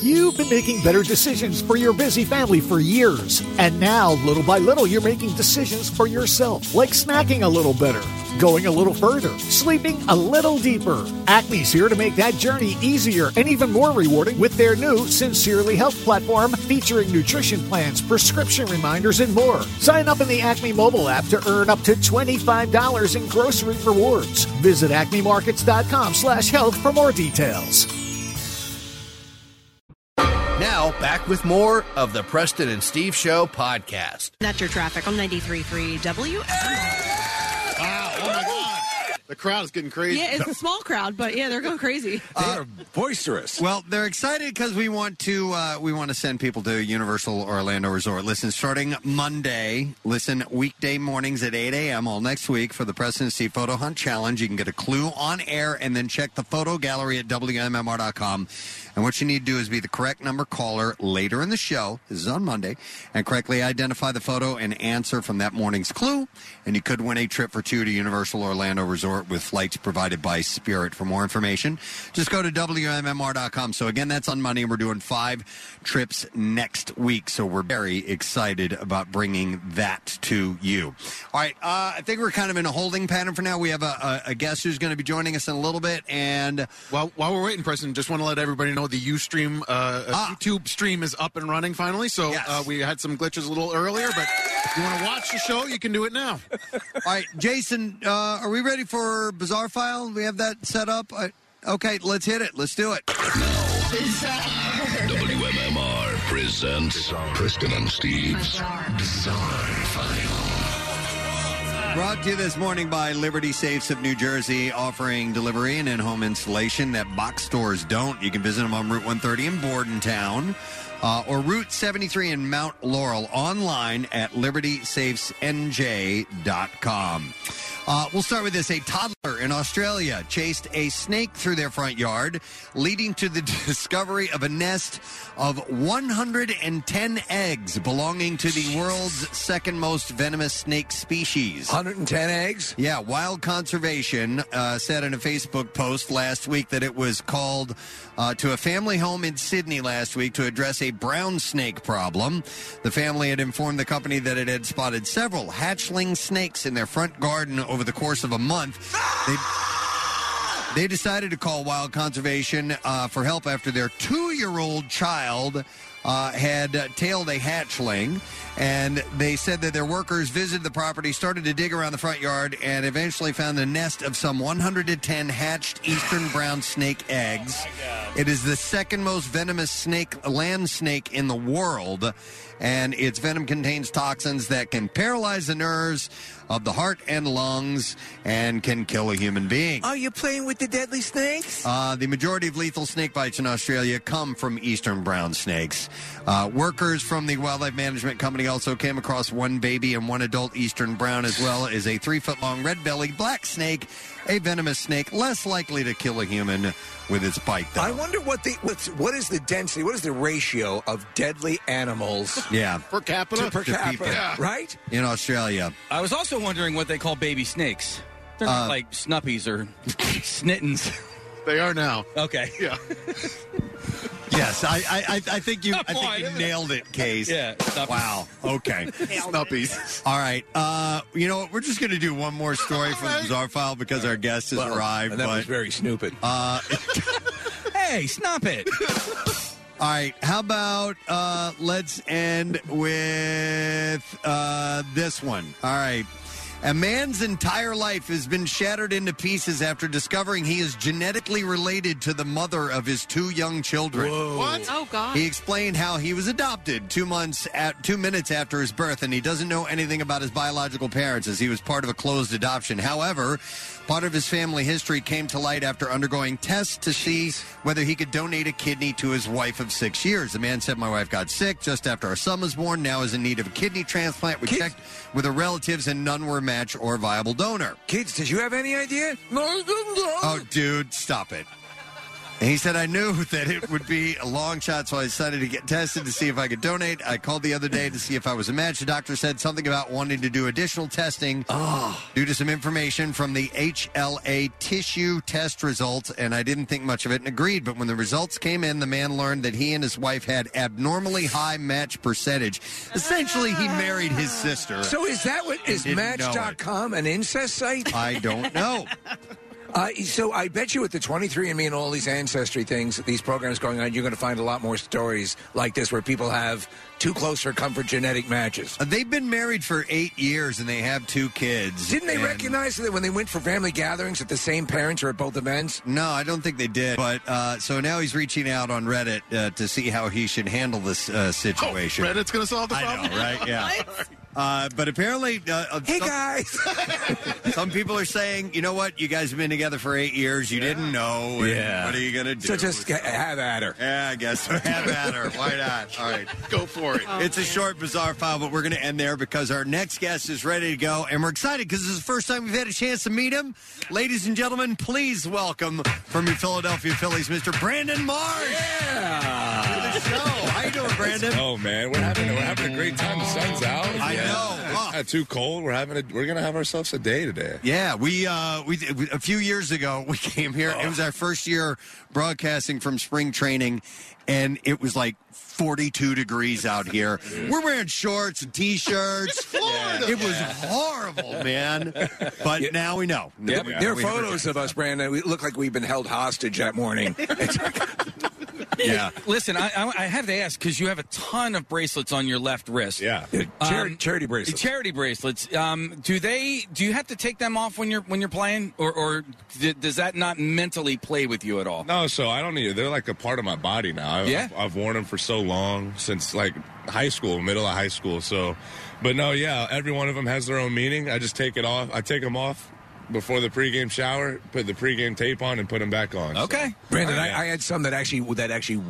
You've been making better decisions for your busy family for years, and now little by little you're making decisions for yourself, like snacking a little better, going a little further, sleeping a little deeper. Acme's here to make that journey easier and even more rewarding with their new Sincerely Health platform featuring nutrition plans, prescription reminders, and more. Sign up in the Acme mobile app to earn up to $25 in grocery rewards. Visit acmemarkets.com slash health for more details.
Now back with more of the Preston and Steve Show podcast.
That's your traffic on 93.3 WMMR.
Wow, oh my God. The crowd is getting crazy.
Yeah, it's a small crowd, but yeah, they're going crazy.
are boisterous.
Uh, Well, they're excited because we want to uh, we want to send people to Universal Orlando Resort. Listen, starting Monday, listen weekday mornings at eight a.m. all next week for the Presidency Photo Hunt Challenge. You can get a clue on air and then check the photo gallery at wmmr.com And what you need to do is be the correct number caller later in the show. This is on Monday, and correctly identify the photo and answer from that morning's clue. And you could win a trip for two to Universal Orlando Resort with flights provided by Spirit. For more information, just go to WMMR.com. So again, that's on Monday, and we're doing five trips next week. So we're very excited about bringing that to you. All right, uh, I think we're kind of in a holding pattern for now. We have a, a, a guest who's going to be joining us in a little bit, and
while while we're waiting, Preston, just want to let everybody know the UStream uh,
Ah.
YouTube stream is up and running finally. So uh, we had some glitches a little earlier, but if you want to watch the show, you can do it now.
All right, Jason, uh, are we ready for Bizarre File? We have that set up. I, okay, let's hit it. Let's do it.
WMMR presents Preston and Steve's Bizarre File.
Brought to you this morning by Liberty Safes of New Jersey, offering delivery and in-home installation that box stores don't. You can visit them on Route 130 in Bordentown uh, or Route 73 in Mount Laurel online at libertysafesnj.com. Uh, we'll start with this. A toddler in Australia chased a snake through their front yard, leading to the discovery of a nest of 110 eggs belonging to the world's second most venomous snake species.
110 eggs?
Yeah, Wild Conservation uh, said in a Facebook post last week that it was called uh, to a family home in Sydney last week to address a brown snake problem. The family had informed the company that it had spotted several hatchling snakes in their front garden over the course of a month. They, they decided to call Wild Conservation uh, for help after their two year old child. Uh, had uh, tailed a hatchling, and they said that their workers visited the property, started to dig around the front yard, and eventually found a nest of some 110 hatched eastern brown snake eggs. it is the second most venomous snake, land snake in the world, and its venom contains toxins that can paralyze the nerves of the heart and lungs and can kill a human being.
Are you playing with the deadly snakes?
Uh, the majority of lethal snake bites in Australia come from eastern brown snakes. Uh, workers from the wildlife management company also came across one baby and one adult eastern brown, as well as a three foot long red bellied black snake, a venomous snake less likely to kill a human with its bite. Though.
I wonder what the what's, what is the density, what is the ratio of deadly animals?
Yeah.
Per capita?
to per
To
capita,
people.
right?
In Australia.
I was also wondering what they call baby snakes. They're not
Uh,
like snuppies or snittens.
They are now.
Okay.
Yeah.
Yes, I, I, I- I think you, I think you nailed it, Case.
Yeah,
Wow.
Oh,
Okay.
Snuppies.
All right. Uh, you know what? We're just going to do one more story from the bizarre file because our guest has
Well,
arrived.
that was
very
snoopid.
Uh,
hey, snop it.
All right. How about uh, let's end with uh, this one? All right. A man's entire life has been shattered into pieces after discovering he is genetically related to the mother of his two young children.
What? Oh, God.
He explained how he was adopted two months at two minutes after his birth, and he doesn't know anything about his biological parents as he was part of a closed adoption. However, part of his family history came to light after undergoing tests to see whether he could donate a kidney to his wife of six years. The man said, "My wife got sick just after our son was born. Now is in need of a kidney transplant. We checked with her relatives, and none were a match or a viable donor."
Kids, did you have any idea? No, I didn't know.
Oh, dude, stop it. And he said, I knew that it would be a long shot, so I decided to get tested to see if I could donate. I called the other day to see if I was a match. The doctor said something about wanting to do additional testing due to some information from the HLA tissue test results, and I didn't think much of it and agreed. But when the results came in, the man learned that he and his wife had abnormally high match percentage. Essentially, he married his sister.
So is that what is
And Uh, didn't know it.
Match.com an incest site?
I don't know.
Uh, so I bet you with the 23andMe and all these ancestry things, these programs going on, you're going to find a lot more stories like this where people have too close for comfort genetic matches.
Uh, They've been married for eight years and they have two kids.
Didn't they
And-
recognize that when they went for family gatherings that the same parents were at both events?
No, I don't think they did. But uh, so now he's reaching out on Reddit uh, to see how he should handle this uh, situation.
Oh, Reddit's going to solve the
I
problem.
know, right? Yeah. Uh, but apparently, uh, uh,
Hey,
some,
guys.
some people are saying, you know what? You guys have been together for eight years. You didn't know. and
Yeah.
What are you gonna do?
So just ha- have at her.
Yeah, I guess so. have at her. Why not? All right, Oh,
go for it.
it's a short, bizarre file, but we're gonna end there because our next guest is ready to go, and we're excited because this is the first time we've had a chance to meet him. Ladies and gentlemen, please welcome from your Philadelphia Phillies, Mr. Brandon Marsh. Yeah. To the show. How you doing, Brandon?
Oh man, we're having we're having a great time. The sun's out.
I know.
It's not too cold. We're having a, we're gonna have ourselves a day today.
Yeah, we uh we we- a few years ago we came here. It was our first year broadcasting from spring training and it was like 42 degrees out here. We're wearing shorts and t-shirts. Florida. It was horrible, Oh, man. But now we know.
Yep.
We-
There are
we have a-
photos of us, Brandon. We look like we've been held hostage that morning.
Yeah. Listen, I, I, I have to ask because you have a ton of bracelets on your left wrist. Yeah,
chari- charity bracelets.
Charity bracelets. Um, do they? Do you have to take them off when you're when you're playing, or, or d- does that not mentally play with you at all?
No, so I don't need. They're like a part of my body now. I,
Yeah?
I've, I've worn them for so long since like high school, middle of high school. So, but no, yeah, every one of them has their own meaning. I just take it off. I take them off before the pregame shower, put the pregame tape on, and put them back on. So-
Brandon.
Yeah.
I, I had some that actually that actually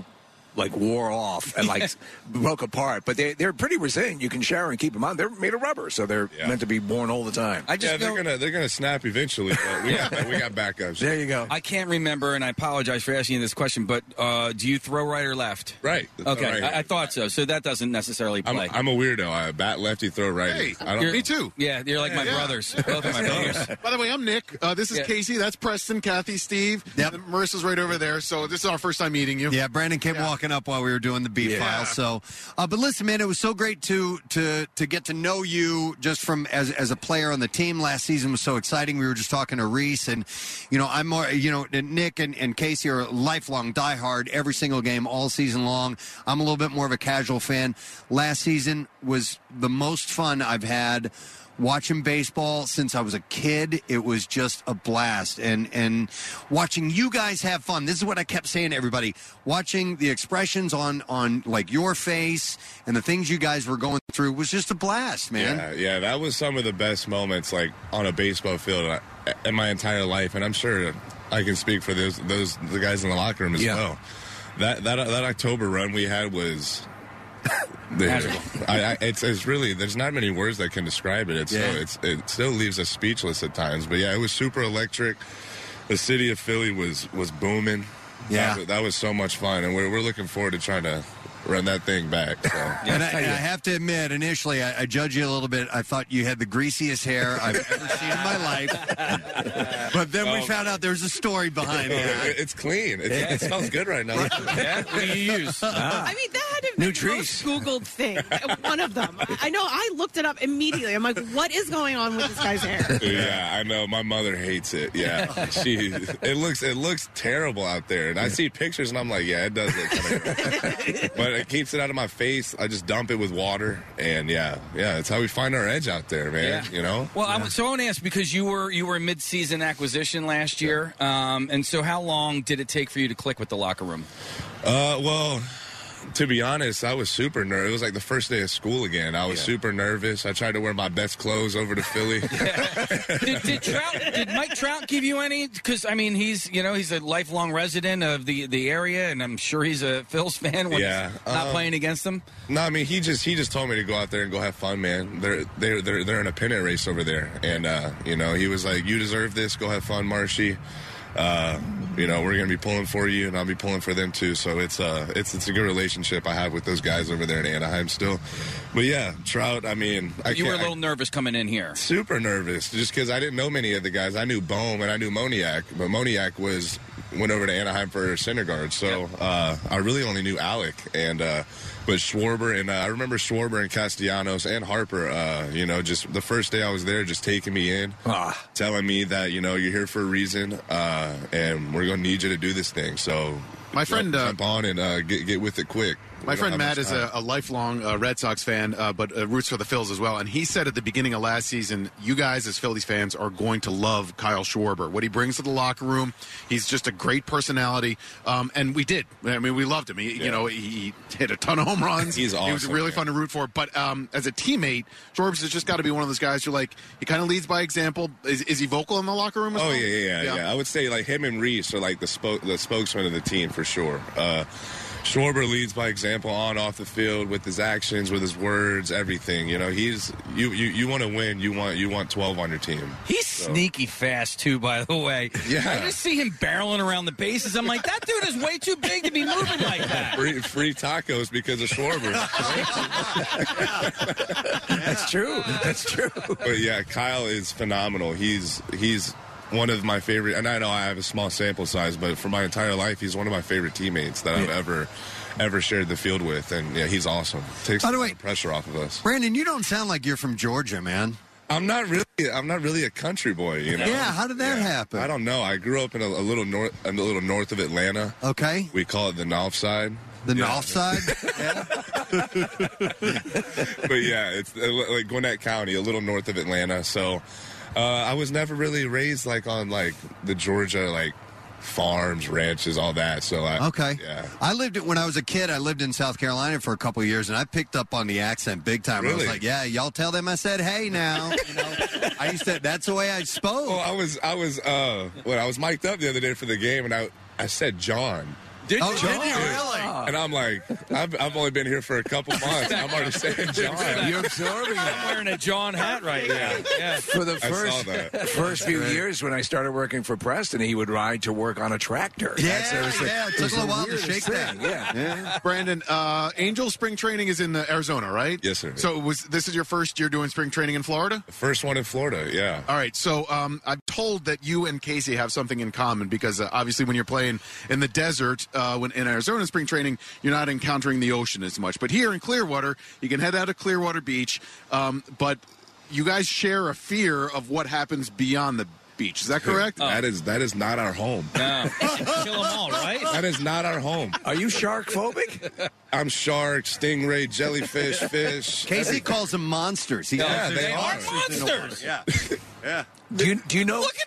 like wore off and like broke apart, but they they're pretty resilient. You can shower and keep them on. They're made of rubber, so they're meant to be worn all the time.
I just yeah, they're gonna they're gonna snap eventually. But we got we got backups.
There you go.
I can't remember, and I apologize for asking you this question, but uh, do you throw right or left?
Right.
Okay,
Right.
I, I thought so. So that doesn't necessarily
I'm,
play.
I'm a weirdo. I bat lefty, throw righty. I don't,
You're- Yeah, you're like my
Yeah.
brothers. Both of my brothers.
By the way, I'm Nick. Uh, this is
Yeah.
Casey. That's Preston, Kathy, Steve. And Marissa's right over there. So this is our first time meeting you.
Yeah, Brandon came walking up while we were doing the B file. So, uh, but listen, man, it was so great to to to get to know you just from as as a player on the team. Last season was so exciting. We were just talking to Reese, and you know, I'm more, you know, Nick and, and Casey are lifelong diehard, every single game, all season long. I'm a little bit more of a casual fan. Last season was the most fun I've had watching baseball since I was a kid. It was just a blast, and and watching you guys have fun. This is what I kept saying to everybody: watching the expressions on on like your face and the things you guys were going through was just a blast, man.
Yeah, yeah, that was some of the best moments, like on a baseball field uh, in my entire life, and I'm sure I can speak for those those the guys in the locker room as well. That that that October run we had was.
Magical.
I, I, it's, it's really there's not many words that can describe it. It's
Yeah.
so, it's it still leaves us speechless at times. But yeah, it was super electric. The city of Philly was was booming.
Yeah.
that, was- that was so much fun, and we're we're looking forward to trying to run that thing back. So.
And, I, and I have to admit, initially, I, I judge you a little bit. I thought you had the greasiest hair I've ever seen in my life. But then we
Oh.
found out there's a story behind
Yeah,
it.
it- It's clean. It's, It smells good right now.
What do you use? Ah.
Ah.
I mean, that had to be the most Googled thing. One of them. I know. I looked it up immediately. I'm like, what is going on with this guy's hair?
yeah, I know. My mother hates it. Yeah, she. It looks it looks terrible out there, and I see pictures, and I'm like, yeah, it does look. Kind of but it keeps it out of my face. I just dump it with water, and yeah, yeah, that's how we find our edge out there, man.
Yeah.
You know.
Well, I, so I want to ask because you were you were a mid-season acquisition last year, um, and so how long did it take for you to click with the locker room?
Uh, well, to be honest, I was super nervous. It was like the first day of school again. I was super nervous. I tried to wear my best clothes over to Philly.
Did, did Trout? Did Mike Trout give you any? Because I mean, he's you know he's a lifelong resident of the the area, and I'm sure he's a Phils fan. When
Yeah,
he's not
um,
playing against them.
No, I mean he just he just told me to go out there and go have fun, man. They're they're they're, they're in a pennant race over there, and uh, you know he was like, "You deserve this. Go have fun, Marshy. Uh, you know we're gonna be pulling for you, and I'll be pulling for them too. So it's uh it's it's a good relationship I have with those guys over there in Anaheim still. But yeah, Trout. I mean, I
you were a
can't- I-
little nervous coming in here.
super nervous just because I didn't know many of the guys. I knew Bohm and I knew Moniac, but Moniac was went over to Anaheim for center guard. So uh, I really only knew Alec and uh, but Schwarber and uh, I remember Schwarber and Castellanos and Harper. Uh, you know, just the first day I was there, just taking me in,
Ah.
telling me that you know you're here for a reason uh, and we're gonna need you to do this thing. So
My friend, uh,
jump on and uh, get get with it quick.
My
We don't
friend
have
Matt
much
is a,
time.
a lifelong uh, Red Sox fan, uh, but uh, roots for the Phils as well. And he said at the beginning of last season, you guys as Phillies fans are going to love Kyle Schwarber. What he brings to the locker room, he's just a great personality. Um, and we did. I mean, we loved him. He, You know, he hit a ton of home
He's
runs. He was
awesome,
really
yeah.
fun to root for. But um, as a teammate, Schwarber's has just got to be one of those guys. You're like, he kind of leads by example. Is, is he vocal in the locker room? As
Oh
well?
yeah, yeah, yeah, yeah. I would say like him and Reese are like the spoke the spokesman of the team for sure. Uh, Schwarber leads by example on off the field with his actions, with his words, everything. You know, he's you you, you want to win. You want you want twelve on your team.
He's sneaky fast too, by the way.
Yeah.
I just see him barreling around the bases. I'm like, that dude is way too big to be moving like that.
Free, free tacos because of Schwarber.
That's true. That's true.
But yeah, Kyle is phenomenal. He's he's one of my favorite, and I know I have a small sample size, but for my entire life, he's one of my favorite teammates that I've ever ever shared the field with. And yeah, he's awesome. Takes
By the
the
way-
pressure off of us.
Brandon, you don't sound like you're from Georgia, man.
I'm not really. I'm not really a country boy. You know.
Yeah, how did that
Yeah.
happen?
I don't know. I grew up in a, a little north, a little north of Atlanta.
Okay.
We call it the North Side.
Oh. The
Yeah.
north side?
but yeah, it's uh, li- like Gwinnett County, a little north of Atlanta. So uh, I was never really raised like on like the Georgia like farms, ranches, all that. So I,
Okay.
yeah.
I lived it when I was a kid. I lived in South Carolina for a couple years, and I picked up on the accent big time. I was
Really?
like, "Yeah, y'all tell them I said hey now." You know, I used to. That's the way I spoke.
Well, Oh, I was I was uh when I was mic'd up the other day for the game, and I I said John.
Did
Oh, you? John, did you? really?
And I'm like, I've, I've only been here for a couple months. I'm already saying John.
You're absorbing
I'm wearing a John hat right now. Yeah.
For the first first few years when I started working for Preston, he would ride to work on a tractor.
Yeah,
it was
yeah, it took
was
a little
the
while to
weirdest
shake that.
thing, Yeah.
Brandon, uh, Angel spring training is in uh, Arizona, right?
Yes, sir.
So was this is your first year doing spring training in Florida?
First one in Florida, yeah.
All right. So um, I'm told that you and Casey have something in common because uh, obviously when you're playing in the desert, uh, when in Arizona spring training, you're not encountering the ocean as much. But here in Clearwater, you can head out to Clearwater Beach, um, but you guys share a fear of what happens beyond the beach. Is that correct?
That is that is not our home.
Kill them all, right?
That is not our home.
Are you shark phobic?
I'm shark, stingray, jellyfish, fish.
Casey calls them monsters. He
Yeah,
calls
they
them
are
in the water.
monsters.
Yeah.
Yeah.
Do you, do you know?
Look at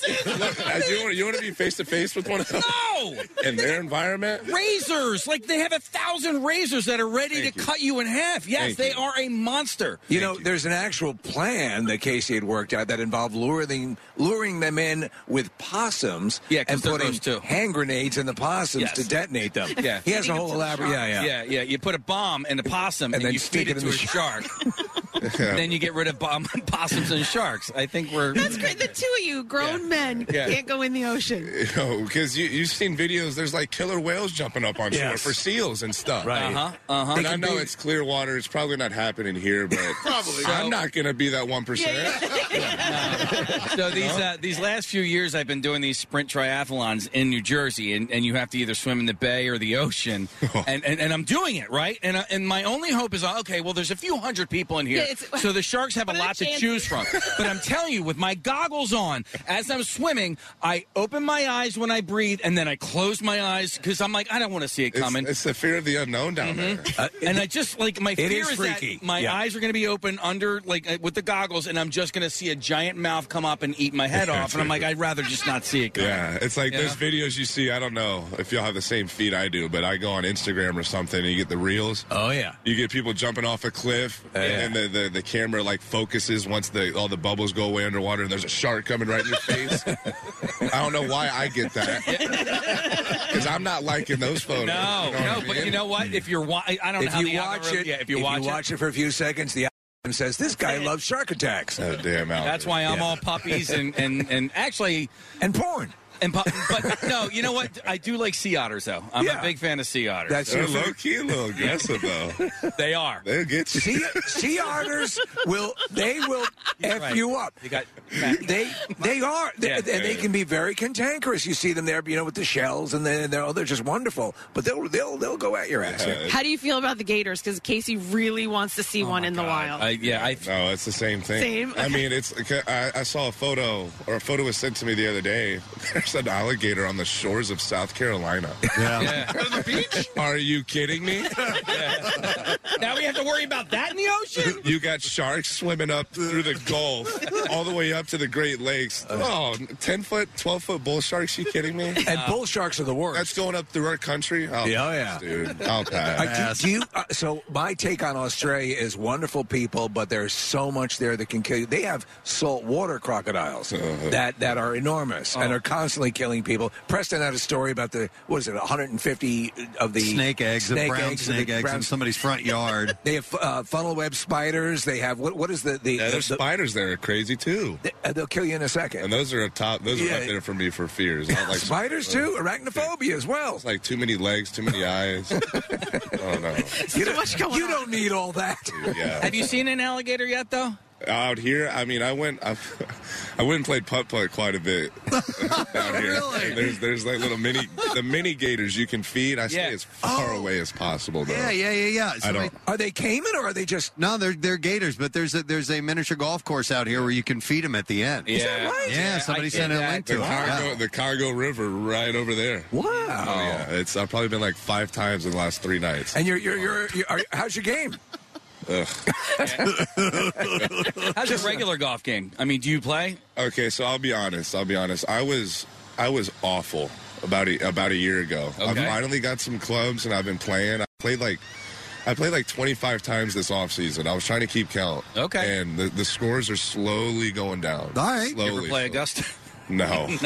their faces.
you, want, you want to be face to face with one of them
No.
in their environment?
Razors, like they have a thousand razors that are ready
Thank
to
you.
cut you in half. Yes,
Thank
they
you.
are a monster.
You know, there's an actual plan that Casey had worked out that involved luring luring them in with possums
Yeah, 'cause
and
they're
putting
gross, too.
hand grenades in the possums
Yes.
to detonate them.
Yeah,
he has a whole elaborate. Yeah, yeah,
yeah, yeah. You put a bomb in the possum, and,
then
you
stick
feed it,
it in
to
the
a shark. then you get rid of bomb possums and sharks. I think we're
That's great. The two of you, grown men,
Yeah.
can't go in the ocean.
because you, you've seen videos. There's like killer whales jumping up on shore
Yes.
for seals and stuff.
Right. Uh-huh,
uh-huh.
And
They
I
can
know
be-
it's clear water. It's probably not happening here, but
Probably.
I'm not going to be that one
so these uh, these last few years, I've been doing these sprint triathlons in New Jersey, and, and you have to either swim in the bay or the ocean, and, and and I'm doing it right, and I, and my only hope is uh, okay. Well, there's a few hundred people in here,
Yeah, it's-
so the sharks have a
what are the
lot to
chances?
choose from. But I'm telling you, with my goggles on, as I'm swimming, I open my eyes when I breathe, and then I close my eyes because I'm like, I don't want to see it coming. Mm-hmm.
It's the fear of the unknown down there.
Uh, and I just like my
It
fear
is freaky.
that my
Yeah.
eyes are going to be open under like uh, with the goggles, and I'm just going to see a giant mouth come up and eat my head off, and I'm like, I'd rather just not see it. Coming.
Yeah, it's like
You
there's
know?
videos you see. I don't know if y'all have the same feed I do, but I go on Instagram or something, and you get the reels.
Oh yeah, Oh,
you get people jumping off a cliff, and then the, the the camera like focuses once the all the bubbles go away underwater, and there's a shark coming right in your face. I don't know why I get that because I'm not liking those photos.
No,
You know what I
no, but
mean?
you know what? If you're, wa- I I don't know
if
how
you
the
watch
algorithm-
it,
yeah, if you watch,
it. for a few seconds, the algorithm says this guy loves shark attacks.
Oh damn! Out.
That's why I'm all puppies and and and actually
and porn.
And pu- but no, you know what? I do like sea otters though. I'm
Yeah.
a big fan of sea otters.
That's
They're
your
low
favorite-
key, a little aggressive though.
They are.
They'll get you.
sea, sea otters will they will f
right.
you up.
You got
they they are they,
Yeah.
and they can be very cantankerous. You see them there, you know, with the shells, and they, they're oh, they're just wonderful. But they'll they'll they'll go at your ass.
Uh,
How do you feel about the Gators? Because Casey really wants to
Oh
see one in the wild.
I, yeah, I,
no, it's the same thing.
Same,
I
okay.
mean, it's. I, I saw a photo, or a photo was sent to me the other day. There's catch an alligator on the shores of South Carolina.
Yeah.
On the beach? Are you kidding me?
Now we have to worry about that in the ocean?
You got sharks swimming up through the Gulf, all the way up to the Great Lakes.
Uh,
Oh, 10 foot, 12 foot bull sharks? You kidding me?
And bull sharks are the worst.
That's going up through our country? Oh,
yeah, oh, yeah,
Dude, I'll pass.
Uh, do, do you, uh, so my take on Australia is wonderful people, but there's so much there that can kill you. They have saltwater crocodiles
Uh-huh.
that that are enormous
Oh.
and are constantly killing people. Preston had a story about the what is it, 150 of the
Snake eggs, the brown
and the
snake eggs in somebody's front yard.
they have uh, funnel web spiders. They have what? What is the the,
Yeah,
the,
there's spiders there are crazy too.
They, will kill you in a second.
And those are a top. Those
Yeah.
are up there for me for fears. Not like uh,
Spiders, too? Arachnophobia as well. It's
like too many legs, too many eyes. oh no!
You, don't- you don't need all that.
Yeah.
Have you seen an alligator yet, though?
out here? I mean, I went. I, I went and played putt putt quite a bit. out here.
Really?
There's there's like little mini the mini gators you can feed. I stay
Yeah.
as
Oh.
far away as possible though.
Yeah, yeah, yeah, yeah.
I don't.
Are they Cayman or are they just
no? They're they're gators, but there's a there's a miniature golf course out here where you can feed them at the end.
Is that right?
yeah. somebody sent a link to
the
it.
Congo,
Yeah.
the Congo River right over there. Oh,
Wow!
yeah, it's I've probably been like five times in the last three nights.
And you're you're you're, you're are, how's your game?
Ugh.
How's your regular golf game? I mean, do you play?
Okay, so I'll be honest. I'll be honest. I was I was awful about a, about a year ago. I
Okay.
finally got some clubs and I've been playing. I played like I played like 25 times this offseason. I was trying to keep count. Okay. And the, the scores are slowly going down.
All right. You
Slowly.
ever play Augusta?
No.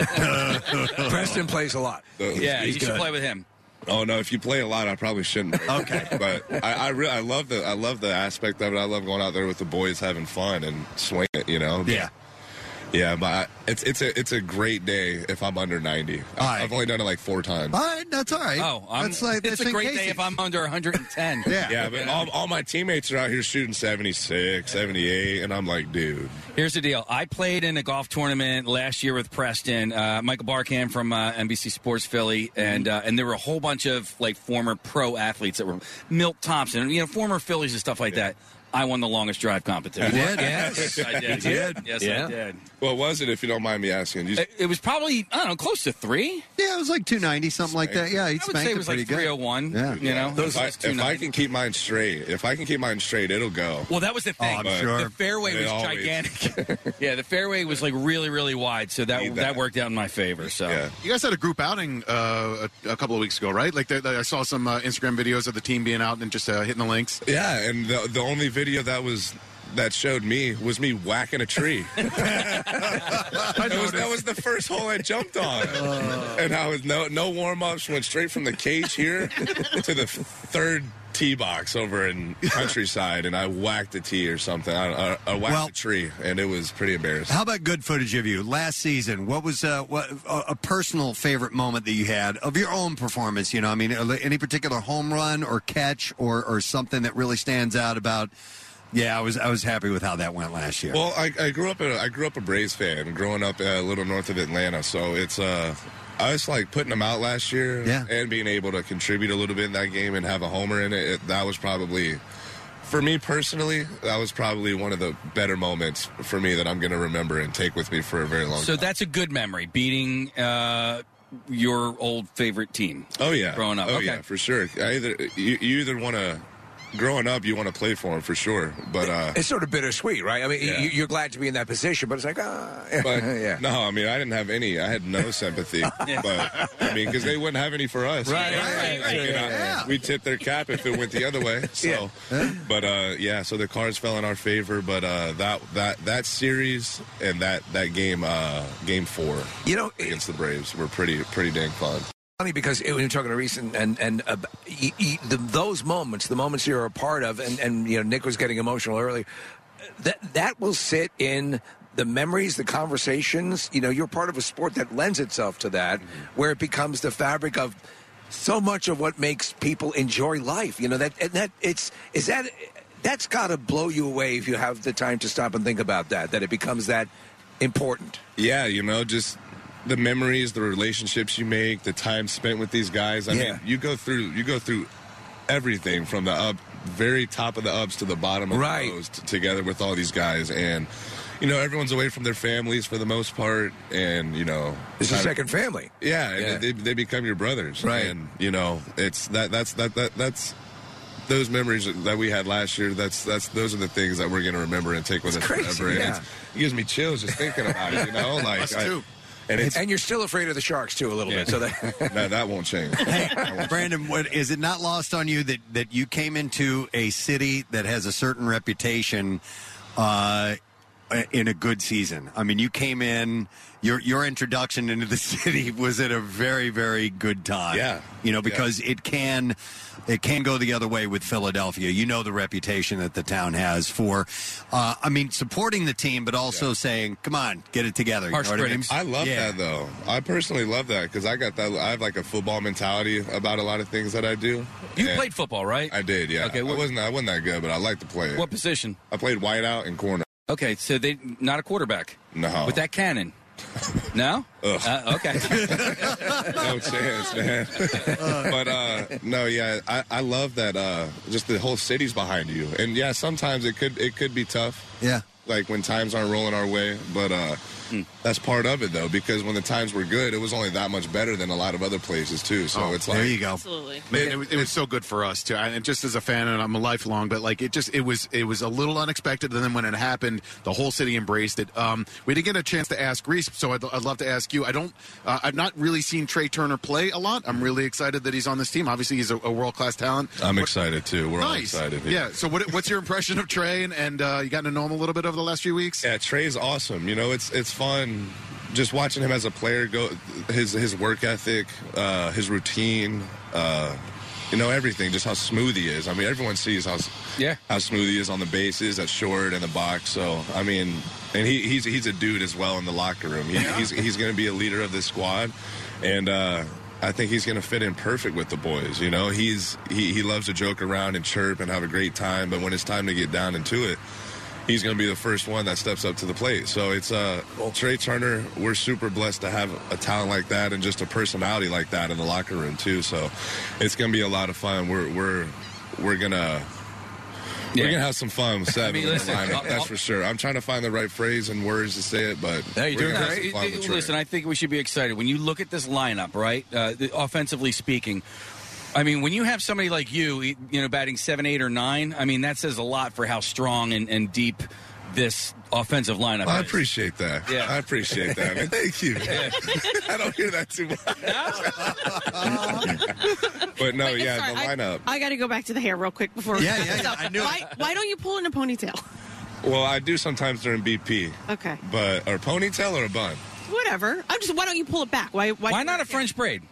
Preston plays a lot.
Uh,
yeah, you should play with him.
Oh no! If you play a lot, I probably shouldn't. okay, but I I, re- I love the I love the aspect of it. I love going out there with the boys, having fun, and swing it. You know. Yeah. Yeah, but I, it's it's a it's a great day if I'm under ninety. I, I've only done it like four times.
All right, that's all right.
Oh, I'm,
that's like
it's
that's
a
in
great
Casey.
day if I'm under 110.
yeah, but all, all my teammates are out here shooting 76, 78, and I'm like, dude,
Here's the deal. I played in a golf tournament last year with Preston, uh, Michael Barkham from uh, NBC Sports Philly, and uh, and there were a whole bunch of like former pro athletes that were Milt Thompson, you know, former Phillies and stuff like that. I won the longest drive competition.
You did?
Yes, I did.
You did?
Yes,
Yeah.
I did.
what was it? If you don't mind me asking, you,
It, it was probably I don't know, close to three.
Yeah, it was like two ninety something like that. Yeah, he
I would say
spanked
it
it
was
pretty
like
good.
301. You know,
if, I,
those two
if I
nine.
can keep mine straight, if I can keep mine straight, it'll go.
Well, that was the thing.
Oh, I'm
The
sure.
fairway
It
was
always-
gigantic. yeah, the fairway was like really, really wide, so that that. worked out in my favor. So
You guys had a group outing uh, a, a couple of weeks ago, right? Like the, the- I saw some uh, Instagram videos of the team being out and just uh, hitting the links.
Yeah, and the the only video that was that showed me was me whacking a tree. that, was, that was the first hole I jumped on,
Oh.
and I was no no warm ups. Went straight from the cage here to the third tee box over in countryside, and I whacked a tee or something. I, I, I whacked
Well-
a tree, and it was pretty embarrassing.
How about good footage of you last season? What was uh, what, a, a personal favorite moment that you had of your own performance? You know, I mean, uh, any particular home run or catch or or something that really stands out about? Yeah, I was I was happy with how that went last year.
Well, I, I grew up a, I grew up a Braves fan, growing up uh, a little north of Atlanta, so it's uh, us like putting them out last year, yeah. and being able to contribute a little bit in that game and have a homer in it. it that was probably, for me personally, that was probably one of the better moments for me that I'm going to remember and take with me for a very long.
So that's a good memory, beating uh, your old favorite team.
Oh yeah,
growing up.
Oh
okay.
yeah, for sure. I either you, you either want to, growing up, you want to play for them for sure, but uh,
It's sort of bittersweet, right? I mean,
Yeah.
you, you're glad to be in that position, but it's like, ah,
But no, I mean, I didn't have any. I had no sympathy. But I mean, because they wouldn't have any for us.
Right,
You know?
right, right,
You
right,
know,
right, yeah.
We tipped their cap if it went the other way. So, but uh, yeah, so the cards fell in our favor. But uh, that that that series and that that game, uh, game four,
you know,
against the Braves, were pretty pretty dang fun.
funny because it, when you're talking to Reese and and, and uh, y y the, those moments, the moments you're a part of, and and you know Nick was getting emotional earlier. That that will sit in the memories, the conversations. You know, you're part of a sport that lends itself to that,
Mm-hmm.
where it becomes the fabric of so much of what makes people enjoy life. You know that and that it's is that that's got to blow you away if you have the time to stop and think about that. That it becomes that important.
Yeah, you know, just the memories, the relationships you make, the time spent with these guys. I
Yeah.
mean, you go through you go through everything from the up very top of the ups to the bottom of
Right.
the lows t- together with all these guys and you know, everyone's away from their families for the most part, and you know,
It's a
kind of-
second family.
Yeah, and
Yeah.
They, they become your brothers,
Right.
And you know, it's that that's that, that that's those memories that we had last year. That's that's those are the things that we're going to remember and take with us
crazy,
forever. And
yeah.
it's- it gives me chills just thinking about it. You know, like
Us
I-
too.
and it's
and you're still afraid of the sharks too a little bit. So that
no, that won't change.
Brandon, what, is it not lost on you that, that you came into a city that has a certain reputation uh, in a good season? I mean, you came in, your your introduction into the city was at a very, very good time.
Yeah.
You know,
Yeah.
because it can it can go the other way with Philadelphia. You know the reputation that the town has for, uh, I mean, supporting the team, but also saying, come on, get it together. You know what I mean?
I love
Yeah.
that though. I personally love that because I got that. I have like a football mentality about a lot of things that I do.
You
And
played football, right?
I did, yeah.
Okay,
Okay,
what-
I wasn't. I wasn't that good, but I like to play it.
What position?
I played wideout and corner.
Okay, so they not a quarterback.
No.
With that cannon. No? Uh, okay.
no chance, man. but uh, no, yeah, I, I love that. Uh, just the whole city's behind you, and yeah, sometimes it could it could be tough.
Yeah.
Like when times aren't rolling our way, but uh,
Hmm.
that's part of it though, because when the times were good, it was only that much better than a lot of other places too. So it's like
Absolutely.
Man, it was, it was so good for us too. I- And just as a fan, and I'm a lifelong, but like it just it was it was a little unexpected. And then when it happened, the whole city embraced it. Um, we didn't get a chance to ask Reese, so I'd, I'd love to ask you. I don't. Uh, I've not really seen Trey Turner play a lot. I'm really excited that he's on this team. Obviously, he's a, a world class talent.
I'm excited too. We're all
nice.
excited.
Yeah. So what, what's your impression of Trey? And, and uh, you gotten to know him a little bit over the last few weeks.
Yeah, Trey's awesome. You know, it's it's fun just watching him as a player go his his work ethic, uh, his routine, uh, you know, everything, just how smooth he is. I mean, everyone sees how s-
Yeah.
how smooth he is on the bases, at short, and the box. So I mean, and he, he's he's a dude as well in the locker room. He, He's he's going to be a leader of this squad, and uh, I think he's going to fit in perfect with the boys. You know, he's he, he loves to joke around and chirp and have a great time, but when it's time to get down into it. He's going to be the first one that steps up to the plate. So it's uh, Trey Turner. We're super blessed to have a talent like that and just a personality like that in the locker room too. So it's going to be a lot of fun. We're we're we're gonna
Yeah.
we're gonna have some fun with seven.
I mean,
in the
listen,
lineup,
I'll-
that's for sure. I'm trying to find the right phrase and words to say it, but
There you
we're
do.
gonna have some
It-
fun
it-
with Trey.
Listen, I think we should be excited when you look at this lineup, right? Uh, the- offensively speaking, I mean, when you have somebody like you, you know, batting seven, eight, or nine, I mean, that says a lot for how strong and, and deep this offensive lineup.
I
is.
appreciate that.
Yeah.
I appreciate that. Man. Thank you. man. I don't hear that too much. but no, yeah,
Sorry,
the
I-
lineup.
I, got to go back to the hair real quick before.
Yeah, yeah, yeah, I knew it.
why, Why don't you pull in a ponytail?
well, I do sometimes during BP,
Okay,
but or ponytail or a bun.
whatever. I'm just. Why don't you pull it back? Why? Why, not a French
braid?